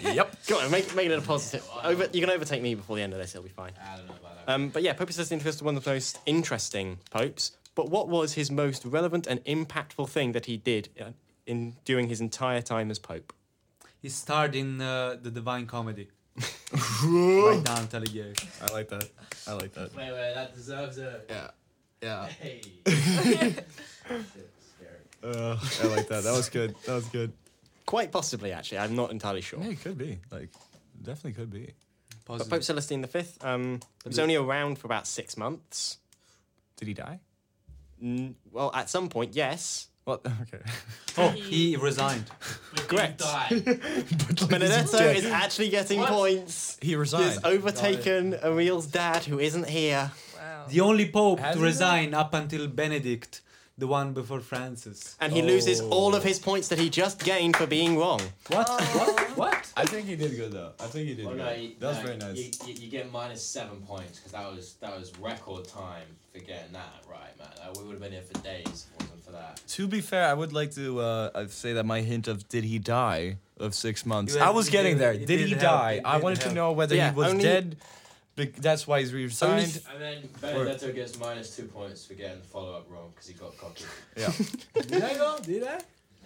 [SPEAKER 9] one.
[SPEAKER 3] Yep.
[SPEAKER 1] Go on, make, make it a positive. Over, you can overtake me before the end of this. It'll be fine.
[SPEAKER 9] I don't know about that.
[SPEAKER 1] Um, but yeah, Pope Celestine was one of the most interesting popes. But what was his most relevant and impactful thing that he did uh, in during his entire time as pope?
[SPEAKER 4] He starred in uh, the Divine Comedy. By Dante Alighieri.
[SPEAKER 3] I like that. I like that.
[SPEAKER 9] Wait, wait, that deserves a.
[SPEAKER 3] Yeah. Yeah.
[SPEAKER 9] Hey. Shit, scary.
[SPEAKER 3] Uh, I like that. That was good. That was good.
[SPEAKER 1] Quite possibly, actually. I'm not entirely sure.
[SPEAKER 3] Yeah, it could be. Like, definitely could be.
[SPEAKER 1] But Pope Celestine V um, was only around for about six months.
[SPEAKER 3] Did he die?
[SPEAKER 1] N- well, at some point, yes.
[SPEAKER 3] Well, okay.
[SPEAKER 4] Oh, he resigned.
[SPEAKER 1] Correct.
[SPEAKER 6] Die.
[SPEAKER 1] Benedetto is actually getting points.
[SPEAKER 3] He
[SPEAKER 1] He's
[SPEAKER 3] resigned.
[SPEAKER 1] overtaken Emil's dad, who isn't here.
[SPEAKER 5] Wow.
[SPEAKER 4] The only pope
[SPEAKER 3] Has
[SPEAKER 4] to
[SPEAKER 3] he
[SPEAKER 4] resign up until Benedict, the one before Francis.
[SPEAKER 1] And he loses all of his points that he just gained for being wrong.
[SPEAKER 4] What? what? What?
[SPEAKER 3] I think he did good though. I think he did
[SPEAKER 6] Oh,
[SPEAKER 3] good.
[SPEAKER 6] no, you,
[SPEAKER 3] that was
[SPEAKER 6] no,
[SPEAKER 3] very nice.
[SPEAKER 6] You, you, you get minus seven points because that was that was record time for getting that right, man. Like, we would have been here for days if it wasn't for that.
[SPEAKER 3] To be fair, I would like to uh, I'd say that my hint of did he die of six months.
[SPEAKER 4] You had-
[SPEAKER 3] I was
[SPEAKER 4] it
[SPEAKER 3] getting
[SPEAKER 4] did-
[SPEAKER 3] there.
[SPEAKER 4] it
[SPEAKER 3] Did,
[SPEAKER 4] did
[SPEAKER 3] he
[SPEAKER 4] help,
[SPEAKER 3] die?
[SPEAKER 4] it
[SPEAKER 3] I
[SPEAKER 4] did
[SPEAKER 3] wanted to
[SPEAKER 4] help.
[SPEAKER 3] know whether
[SPEAKER 1] Yeah,
[SPEAKER 3] he was
[SPEAKER 1] only-
[SPEAKER 3] dead. bec- that's why he's resigned.
[SPEAKER 6] And then Benedetto gets minus two points for getting the follow up wrong because he got cocky.
[SPEAKER 4] Did I go? Did I?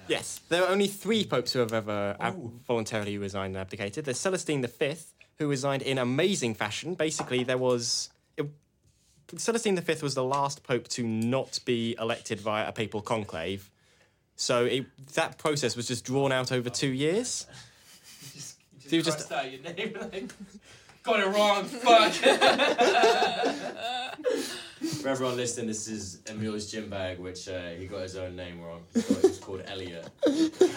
[SPEAKER 1] Yes, there are only three popes who have ever ab- voluntarily resigned and abdicated. There's Celestine V, who resigned in amazing fashion. Basically, there was. It, Celestine V was the last pope to not be elected via a papal conclave. So it, that process was just drawn out over two years.
[SPEAKER 6] just, you
[SPEAKER 1] So you
[SPEAKER 6] just
[SPEAKER 1] just-
[SPEAKER 6] crossed out your name like got it wrong. Fuck. For everyone listening, this is Emil's gym bag, which uh, he got his own name wrong. He thought it was called Elliot.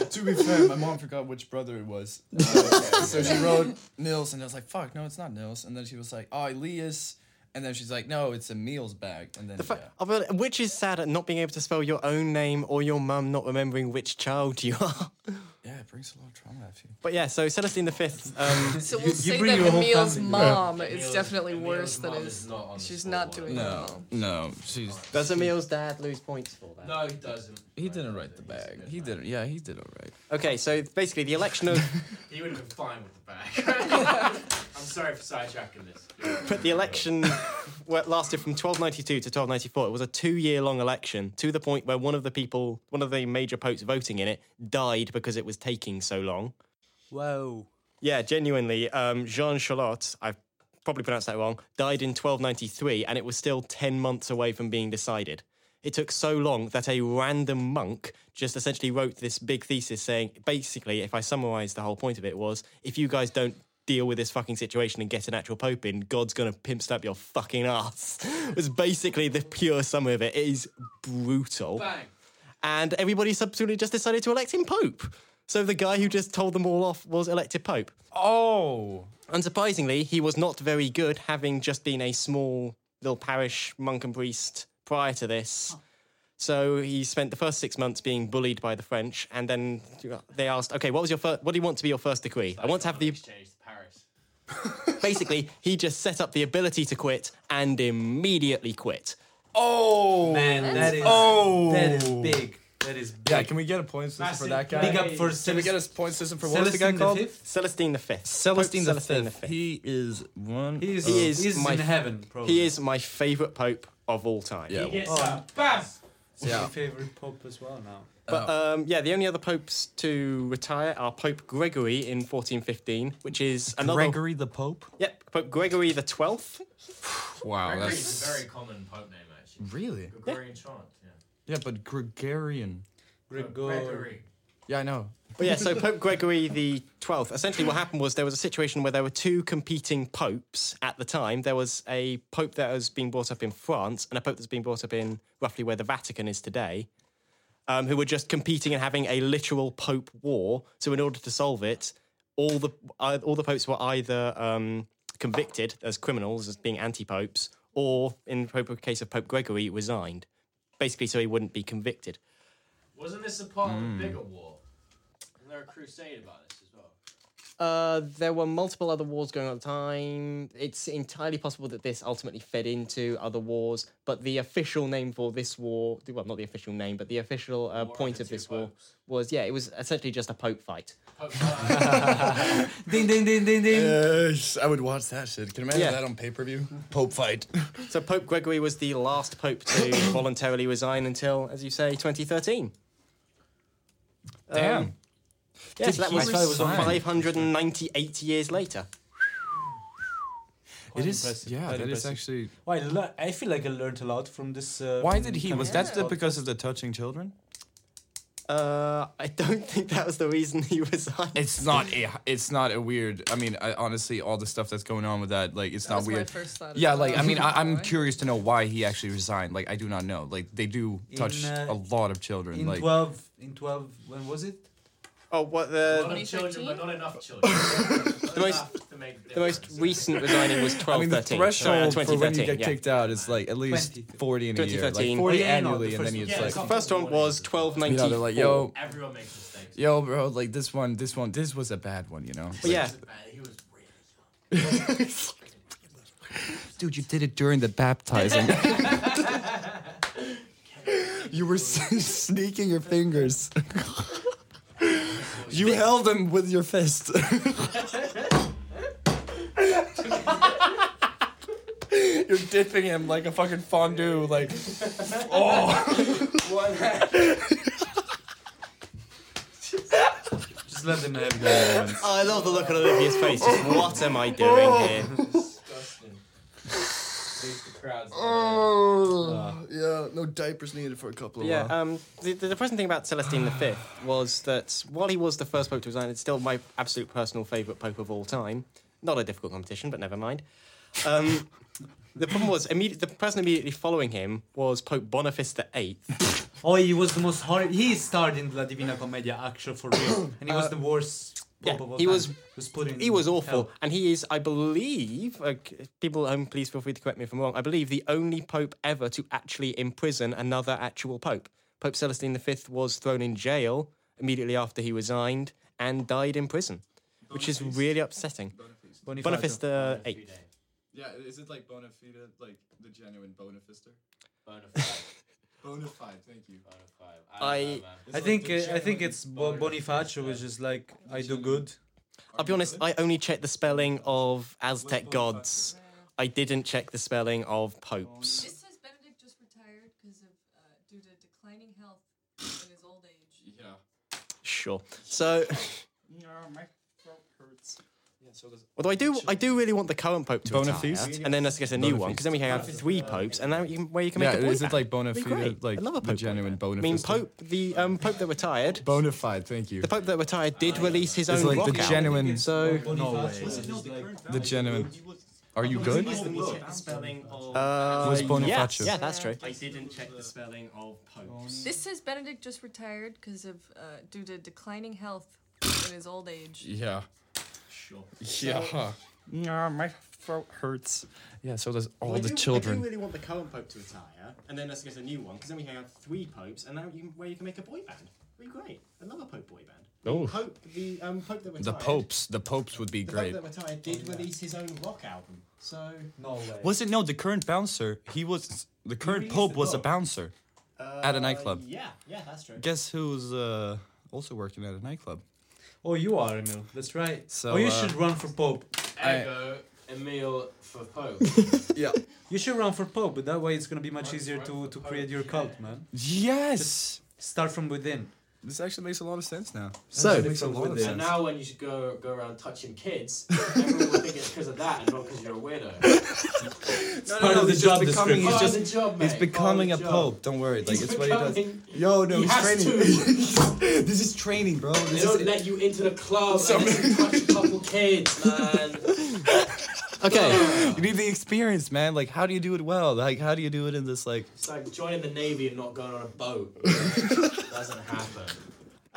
[SPEAKER 12] to be fair, my mom forgot which brother it was. So she wrote Nils, and I was like, fuck, no, it's not Nils. And then she was like, oh, Elias. And then she's like, no, it's Emil's bag. And then,
[SPEAKER 1] The fa-
[SPEAKER 12] yeah.
[SPEAKER 1] oh, but- Which is sad at not being able to spell your own name or your mum not remembering which child you are.
[SPEAKER 12] Yeah, it brings a lot of trauma out of you.
[SPEAKER 1] But yeah, so Celestine V. Um,
[SPEAKER 5] So we'll say
[SPEAKER 4] bring
[SPEAKER 5] that
[SPEAKER 4] your whole
[SPEAKER 5] Emil's
[SPEAKER 4] family.
[SPEAKER 5] mom is
[SPEAKER 6] Emil's-
[SPEAKER 5] definitely
[SPEAKER 6] Emil's
[SPEAKER 5] worse than
[SPEAKER 6] mum
[SPEAKER 5] his.
[SPEAKER 6] is not on the
[SPEAKER 5] She's not
[SPEAKER 6] scoreboard.
[SPEAKER 5] doing that at all.
[SPEAKER 3] No, she's.
[SPEAKER 1] does Emil's dad lose points for that?
[SPEAKER 6] No, he doesn't.
[SPEAKER 3] He didn't write the bag. He didn't. Yeah, he did all right.
[SPEAKER 1] Okay, so basically the election of
[SPEAKER 6] He would have been fine with the bag. I'm sorry for sidetracking this.
[SPEAKER 1] But the election well, it lasted from 1292 to 1294. It was a two-year-long election to the point where one of the people, one of the major popes voting in it, died because it was taking so long.
[SPEAKER 4] Whoa.
[SPEAKER 1] Yeah, genuinely, um, Jean Charlotte, I probably pronounced that wrong, died in 1293, and it was still 10 months away from being decided. It took so long that a random monk just essentially wrote this big thesis saying, basically, if I summarize the whole point of it, was if you guys don't deal with this fucking situation and get an actual pope in, God's gonna pimp slap your fucking ass. was basically the pure summary of it. It is brutal
[SPEAKER 6] Bang.
[SPEAKER 1] and everybody subsequently just decided to elect him pope. So the guy who just told them all off was elected pope.
[SPEAKER 3] Oh,
[SPEAKER 1] Unsurprisingly, he was not very good, having just been a small little parish monk and priest prior to this. So he spent the first six months being bullied by the French, and then they asked, "Okay, what was your first? What do you want to be your first decree? I want to have the."
[SPEAKER 6] exchange to Paris.
[SPEAKER 1] Basically, he just set up the ability to quit and immediately quit.
[SPEAKER 4] Man, that is
[SPEAKER 3] Oh.
[SPEAKER 4] that is big. That is big.
[SPEAKER 3] yeah. Can we get a point system for that guy?
[SPEAKER 4] Big up for
[SPEAKER 3] Can we get
[SPEAKER 4] Celestine
[SPEAKER 3] a point system for what was the guy called?
[SPEAKER 4] the fifth?
[SPEAKER 1] Celestine the Fifth.
[SPEAKER 3] Celestine
[SPEAKER 1] Pope
[SPEAKER 3] the
[SPEAKER 1] Celestine
[SPEAKER 3] fifth. He is one.
[SPEAKER 4] He is,
[SPEAKER 1] He
[SPEAKER 4] he
[SPEAKER 1] is
[SPEAKER 4] is,
[SPEAKER 1] my-
[SPEAKER 4] in heaven, probably.
[SPEAKER 1] He is my favorite pope of all time.
[SPEAKER 3] Yeah.
[SPEAKER 6] He gets
[SPEAKER 4] Oh.
[SPEAKER 6] that. Bam.
[SPEAKER 4] my favorite pope as well now.
[SPEAKER 1] But um, yeah, the only other popes to retire are Pope Gregory in 1415, which is another.
[SPEAKER 13] Gregory the Pope.
[SPEAKER 1] Yep, Pope Gregory the 12th.
[SPEAKER 3] Wow,
[SPEAKER 6] Gregory
[SPEAKER 3] Oh, that's
[SPEAKER 6] is a very common pope name actually.
[SPEAKER 3] really.
[SPEAKER 6] Gregorian chant. Yeah.
[SPEAKER 3] Yeah, but Gregorian.
[SPEAKER 4] Gregor.
[SPEAKER 3] Yeah, I know.
[SPEAKER 1] But yeah, so Pope Gregory the 12th. Essentially, what happened was there was a situation where there were two competing popes at the time. There was a pope that was being brought up in France and a pope that's being brought up in roughly where the Vatican is today, um, who were just competing and having a literal pope war. So, in order to solve it, all the uh, all the popes were either um, convicted as criminals as being anti popes, or in the case of Pope Gregory, resigned, basically so he wouldn't be convicted.
[SPEAKER 6] Wasn't this a part
[SPEAKER 3] Mm.
[SPEAKER 6] of a bigger war? Wasn't there a crusade about this as well?
[SPEAKER 1] Uh, there were multiple other wars going on at the time. It's entirely possible that this ultimately fed into other wars, but the official name for this war, well, not the official name, but the official uh, point of this war was, yeah, it was essentially just a pope fight.
[SPEAKER 4] Ding ding ding ding ding.
[SPEAKER 12] Yes, I would watch that shit. Can you imagine
[SPEAKER 1] Yeah.
[SPEAKER 12] that on pay per view? Pope fight.
[SPEAKER 1] So Pope Gregory was the last pope to voluntarily resign until, as you say, 2013.
[SPEAKER 3] Damn.
[SPEAKER 1] Yeah, so that
[SPEAKER 3] he
[SPEAKER 1] was
[SPEAKER 3] resign?
[SPEAKER 1] 598 years later.
[SPEAKER 3] it is. Yeah, that is
[SPEAKER 4] impressive.
[SPEAKER 3] actually.
[SPEAKER 4] Why? le- I feel like I learned a lot from this. Uh,
[SPEAKER 3] Why
[SPEAKER 4] from
[SPEAKER 3] did he?
[SPEAKER 4] coming
[SPEAKER 3] Was
[SPEAKER 4] to
[SPEAKER 3] that
[SPEAKER 4] this
[SPEAKER 3] the, because of the touching children?
[SPEAKER 1] Uh, I don't think that was the reason he resigned.
[SPEAKER 3] It's not a. It's not a weird. I mean, I, honestly, all the stuff that's going on with that, like, it's
[SPEAKER 5] That
[SPEAKER 3] not
[SPEAKER 5] was my
[SPEAKER 3] weird.
[SPEAKER 5] first thought as
[SPEAKER 3] yeah,
[SPEAKER 5] well.
[SPEAKER 3] like, I mean, I, I'm
[SPEAKER 5] Why?
[SPEAKER 3] curious to know why he actually resigned. Like, I do not know. Like, they do touch
[SPEAKER 4] In, uh,
[SPEAKER 3] a lot of children.
[SPEAKER 4] In
[SPEAKER 3] like,
[SPEAKER 4] 12, in 12, when was it?
[SPEAKER 1] Oh, what the
[SPEAKER 5] Twenty
[SPEAKER 6] children, but
[SPEAKER 5] thirteen?
[SPEAKER 6] not enough children. the
[SPEAKER 1] most-
[SPEAKER 6] to make
[SPEAKER 1] the most
[SPEAKER 6] difference.
[SPEAKER 1] recent resigning was 12,
[SPEAKER 3] I mean, the
[SPEAKER 1] 13.
[SPEAKER 3] threshold
[SPEAKER 1] Sorry, uh,
[SPEAKER 3] for when you
[SPEAKER 1] 2013,
[SPEAKER 3] get
[SPEAKER 1] yeah.
[SPEAKER 3] kicked out is like at least
[SPEAKER 4] 20.
[SPEAKER 3] forty in a year, like
[SPEAKER 1] 2013.
[SPEAKER 3] forty
[SPEAKER 4] Yeah, yeah, no,
[SPEAKER 3] annually,
[SPEAKER 4] the
[SPEAKER 3] and
[SPEAKER 4] first
[SPEAKER 3] then it's
[SPEAKER 6] one.
[SPEAKER 3] like,
[SPEAKER 6] Yeah,
[SPEAKER 1] The first one was 12,
[SPEAKER 3] you know, they're like, yo,
[SPEAKER 6] Everyone makes mistakes.
[SPEAKER 3] yo, bro, like this one, this one, this was a bad one, you know.
[SPEAKER 1] But yeah,
[SPEAKER 6] Man, he was really young.
[SPEAKER 3] dude, you did it during the baptizing. you were s- sneaking your fingers. you held them with your fist.
[SPEAKER 2] You're dipping him like a fucking fondue. Like,
[SPEAKER 4] Just let them have their moments.
[SPEAKER 1] I love the look on Olivia's face. Just, what am I doing here?
[SPEAKER 6] Disgusting. Leaves the crowds. Oh.
[SPEAKER 2] yeah, no diapers needed for a couple of
[SPEAKER 1] Yeah,
[SPEAKER 2] while.
[SPEAKER 1] um, the, the depressing thing about Celestine V was that while he was the first Pope to resign, it's still my absolute personal favourite Pope of all time. Not a difficult competition, but never mind. Um, the problem was, immediate, the person immediately following him was Pope Boniface VIII.
[SPEAKER 4] Oh, he was the most horrible. He starred in La Divina Commedia, actual for real, and he was the worst.
[SPEAKER 1] yeah,
[SPEAKER 4] pope of all
[SPEAKER 1] he
[SPEAKER 4] time.
[SPEAKER 1] was-
[SPEAKER 4] Uh, was put in
[SPEAKER 1] He was awful,
[SPEAKER 4] hell.
[SPEAKER 1] and he is, I believe, like, people at home, please feel free to correct me if I'm wrong. I believe the only Pope ever to actually imprison another actual Pope. Pope Celestine V was thrown in jail immediately after he resigned and died in prison, which is really upsetting.
[SPEAKER 4] Bonifacio.
[SPEAKER 1] Boniface the Eighth.
[SPEAKER 3] yeah, is it like bona fide, like the genuine bona fister? Bona fide, thank you.
[SPEAKER 1] I-
[SPEAKER 4] I think uh, I think it's Bo- Bonifacio was just like I do good.
[SPEAKER 1] I'll be honest, I only checked the spelling of Aztec gods. I didn't check the spelling of popes.
[SPEAKER 5] It says Benedict just retired because of uh, due to declining health in his old age.
[SPEAKER 3] Yeah.
[SPEAKER 1] Sure. So,
[SPEAKER 3] hurts. Yeah, so does
[SPEAKER 1] although I do, I do really want the current pope to retire,
[SPEAKER 3] Boniface?
[SPEAKER 1] and then let's get a new one because then we can have three popes, and now you can, where you can make
[SPEAKER 3] yeah,
[SPEAKER 1] a boy
[SPEAKER 3] is it
[SPEAKER 1] band.
[SPEAKER 3] like bona
[SPEAKER 1] It'd be
[SPEAKER 3] fide,
[SPEAKER 1] great.
[SPEAKER 3] like
[SPEAKER 1] I love a
[SPEAKER 3] the
[SPEAKER 1] pope.
[SPEAKER 3] genuine bona
[SPEAKER 1] I mean,
[SPEAKER 3] fister?
[SPEAKER 1] pope the um pope that retired.
[SPEAKER 3] Bona fide, thank you.
[SPEAKER 1] The pope that retired did release his
[SPEAKER 3] It's
[SPEAKER 1] own
[SPEAKER 3] like
[SPEAKER 1] rock
[SPEAKER 3] the
[SPEAKER 1] album.
[SPEAKER 3] genuine-
[SPEAKER 1] So,
[SPEAKER 3] The genuine. Are you good?
[SPEAKER 1] uh,
[SPEAKER 3] Was
[SPEAKER 1] yeah,
[SPEAKER 3] Bonifacio?
[SPEAKER 1] Yeah, that's true.
[SPEAKER 6] I didn't check the spelling of popes.
[SPEAKER 5] This says Benedict just retired because of uh, due to declining health in his old age.
[SPEAKER 3] Yeah.
[SPEAKER 6] Sure.
[SPEAKER 3] Yeah.
[SPEAKER 2] Yeah, my throat hurts.
[SPEAKER 3] Yeah, so does all
[SPEAKER 1] Well, I
[SPEAKER 3] the
[SPEAKER 1] do- I do
[SPEAKER 3] children.
[SPEAKER 1] really want the current pope to retire, and then let's get a new one, because then we can have three popes, and now you can, where you can make a boy band. It'd be great. Another pope boy band.
[SPEAKER 3] Oh.
[SPEAKER 1] Pope, the um, pope Oh, that
[SPEAKER 3] The
[SPEAKER 1] retired.
[SPEAKER 3] popes. The popes would be
[SPEAKER 1] The
[SPEAKER 3] great.
[SPEAKER 1] pope that retired did release his own rock album. So,
[SPEAKER 4] No way.
[SPEAKER 3] Was it no? The current bouncer. He was the current pope was a bouncer at a nightclub.
[SPEAKER 1] uh, yeah, yeah, that's true.
[SPEAKER 3] Guess who's uh, also working at a nightclub?
[SPEAKER 4] Oh, you are Emil. That's right.
[SPEAKER 3] So,
[SPEAKER 4] oh, you
[SPEAKER 3] uh,
[SPEAKER 4] should run for pope.
[SPEAKER 6] Ego, Emil for Pope.
[SPEAKER 4] You should run for pope, but that way it's gonna be much easier to to create your cult, man.
[SPEAKER 3] Yes.
[SPEAKER 4] Start from within.
[SPEAKER 3] This actually makes a lot of sense now.
[SPEAKER 4] So-
[SPEAKER 3] makes a lot of
[SPEAKER 6] and
[SPEAKER 3] sense.
[SPEAKER 6] now when you should go go around touching kids, everyone will think it's because of that and not because you're a weirdo.
[SPEAKER 4] It's part of the job description.
[SPEAKER 6] He's
[SPEAKER 3] He's
[SPEAKER 6] just
[SPEAKER 3] just-
[SPEAKER 6] the job, mate.
[SPEAKER 3] He's becoming
[SPEAKER 6] Part
[SPEAKER 3] a
[SPEAKER 6] of the job.
[SPEAKER 3] pope. Don't worry. Like
[SPEAKER 6] He's
[SPEAKER 3] it's what he does.
[SPEAKER 6] becoming-
[SPEAKER 3] Yo, no,
[SPEAKER 6] He
[SPEAKER 3] he's
[SPEAKER 6] has
[SPEAKER 3] training. this is training, bro.
[SPEAKER 6] They
[SPEAKER 3] This
[SPEAKER 6] don't
[SPEAKER 3] is,
[SPEAKER 6] let you into the club unless you touch a couple kids, man.
[SPEAKER 3] okay. you need the experience, man. Like, how do you do it well? Like, how do you do it in this like?
[SPEAKER 6] It's like joining the navy and not going on a boat. Doesn't happen.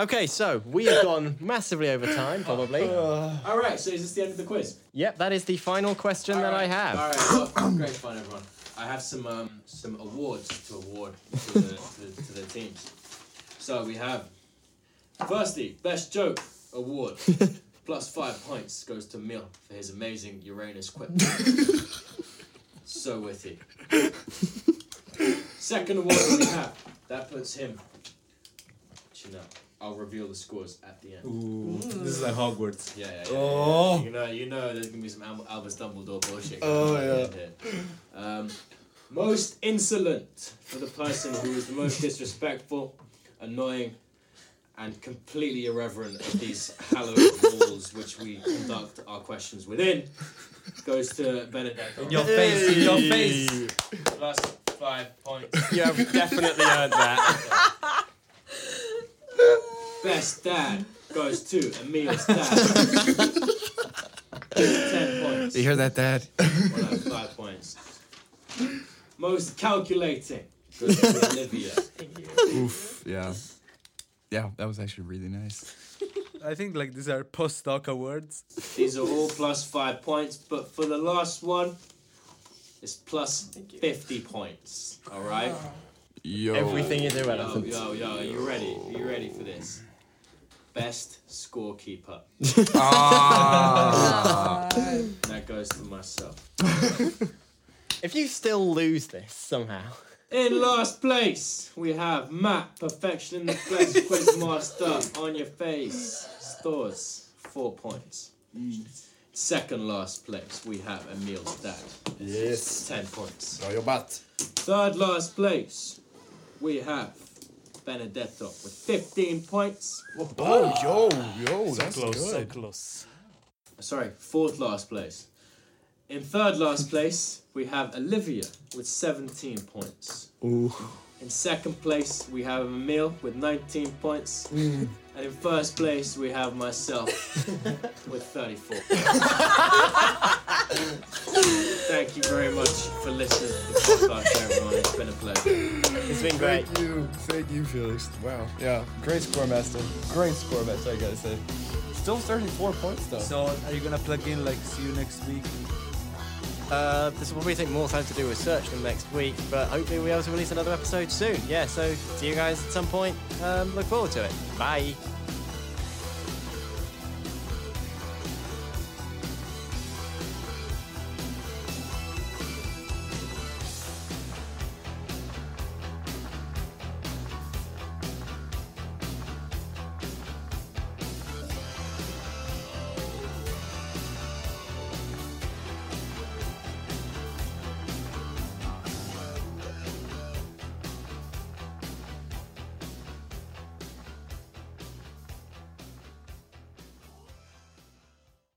[SPEAKER 1] Okay, so we have gone massively over time, probably.
[SPEAKER 6] All right, so is this the end of the quiz?
[SPEAKER 1] yep, that is the final question that I have.
[SPEAKER 6] All right, well, great fun, everyone. I have some um, some awards to award to the, to, to the teams. So we have, firstly, best joke award. Plus five points goes to Mil for his amazing Uranus quip. so witty. Second award we have. That puts him. Actually, no, I'll reveal the scores at the end.
[SPEAKER 4] Ooh, this is like Hogwarts.
[SPEAKER 6] Yeah, yeah, yeah, oh. You know, you know, there's gonna be some Al- Albus Dumbledore bullshit. Oh yeah. Um, most insolent for the person who is the most disrespectful, annoying, and completely irreverent of these hallowed walls which we conduct our questions within goes to Benedetto.
[SPEAKER 4] In your face, in your face.
[SPEAKER 6] Plus five points.
[SPEAKER 1] You have definitely earned that.
[SPEAKER 6] best dad goes to Emil's dad. Ten points.
[SPEAKER 2] You hear that, Dad?
[SPEAKER 6] Well, that's five points. Most calculating goes to Olivia.
[SPEAKER 2] Oof. Yeah. Yeah, that was actually really nice.
[SPEAKER 4] I think like these are postdoc awards.
[SPEAKER 6] These are all plus five points, but for the last one, it's plus 50 points. All right?
[SPEAKER 2] Yo.
[SPEAKER 1] Everything is
[SPEAKER 6] Yo,
[SPEAKER 1] irrelevant.
[SPEAKER 6] yo, yo, are you ready? Are you ready for this? Best scorekeeper.
[SPEAKER 5] Um,
[SPEAKER 6] That goes to myself.
[SPEAKER 1] If you still lose this somehow,
[SPEAKER 6] In last place, we have Matt, perfection in the flesh, quizmaster on your face. Stores, four points. Second last place, we have Emil's dad,
[SPEAKER 14] Yes.
[SPEAKER 6] ten points.
[SPEAKER 14] Bra jobbat.
[SPEAKER 6] Third last place, we have Benedetto with 15 points.
[SPEAKER 14] Oh, yo, yo, that's
[SPEAKER 15] Close, so
[SPEAKER 14] good.
[SPEAKER 15] close.
[SPEAKER 6] Sorry, fourth last place. In third last place, we have Olivia with 17 points. In second place, we have Emil with 19 points. And in first place, we have myself with 34. Thank you very much for listening to the podcast, everyone. It's been a pleasure.
[SPEAKER 1] it's been great.
[SPEAKER 14] Thank you. Thank you, Felix. Wow. Yeah. Great score master. Great score master, I gotta say. Still 34 points, though.
[SPEAKER 4] So are you gonna plug in like see you next week?
[SPEAKER 1] Uh, this will probably take more time to do research than next week, but hopefully we'll be able to release another episode soon. Yeah, so see you guys at some point. Um, look forward to it. Bye.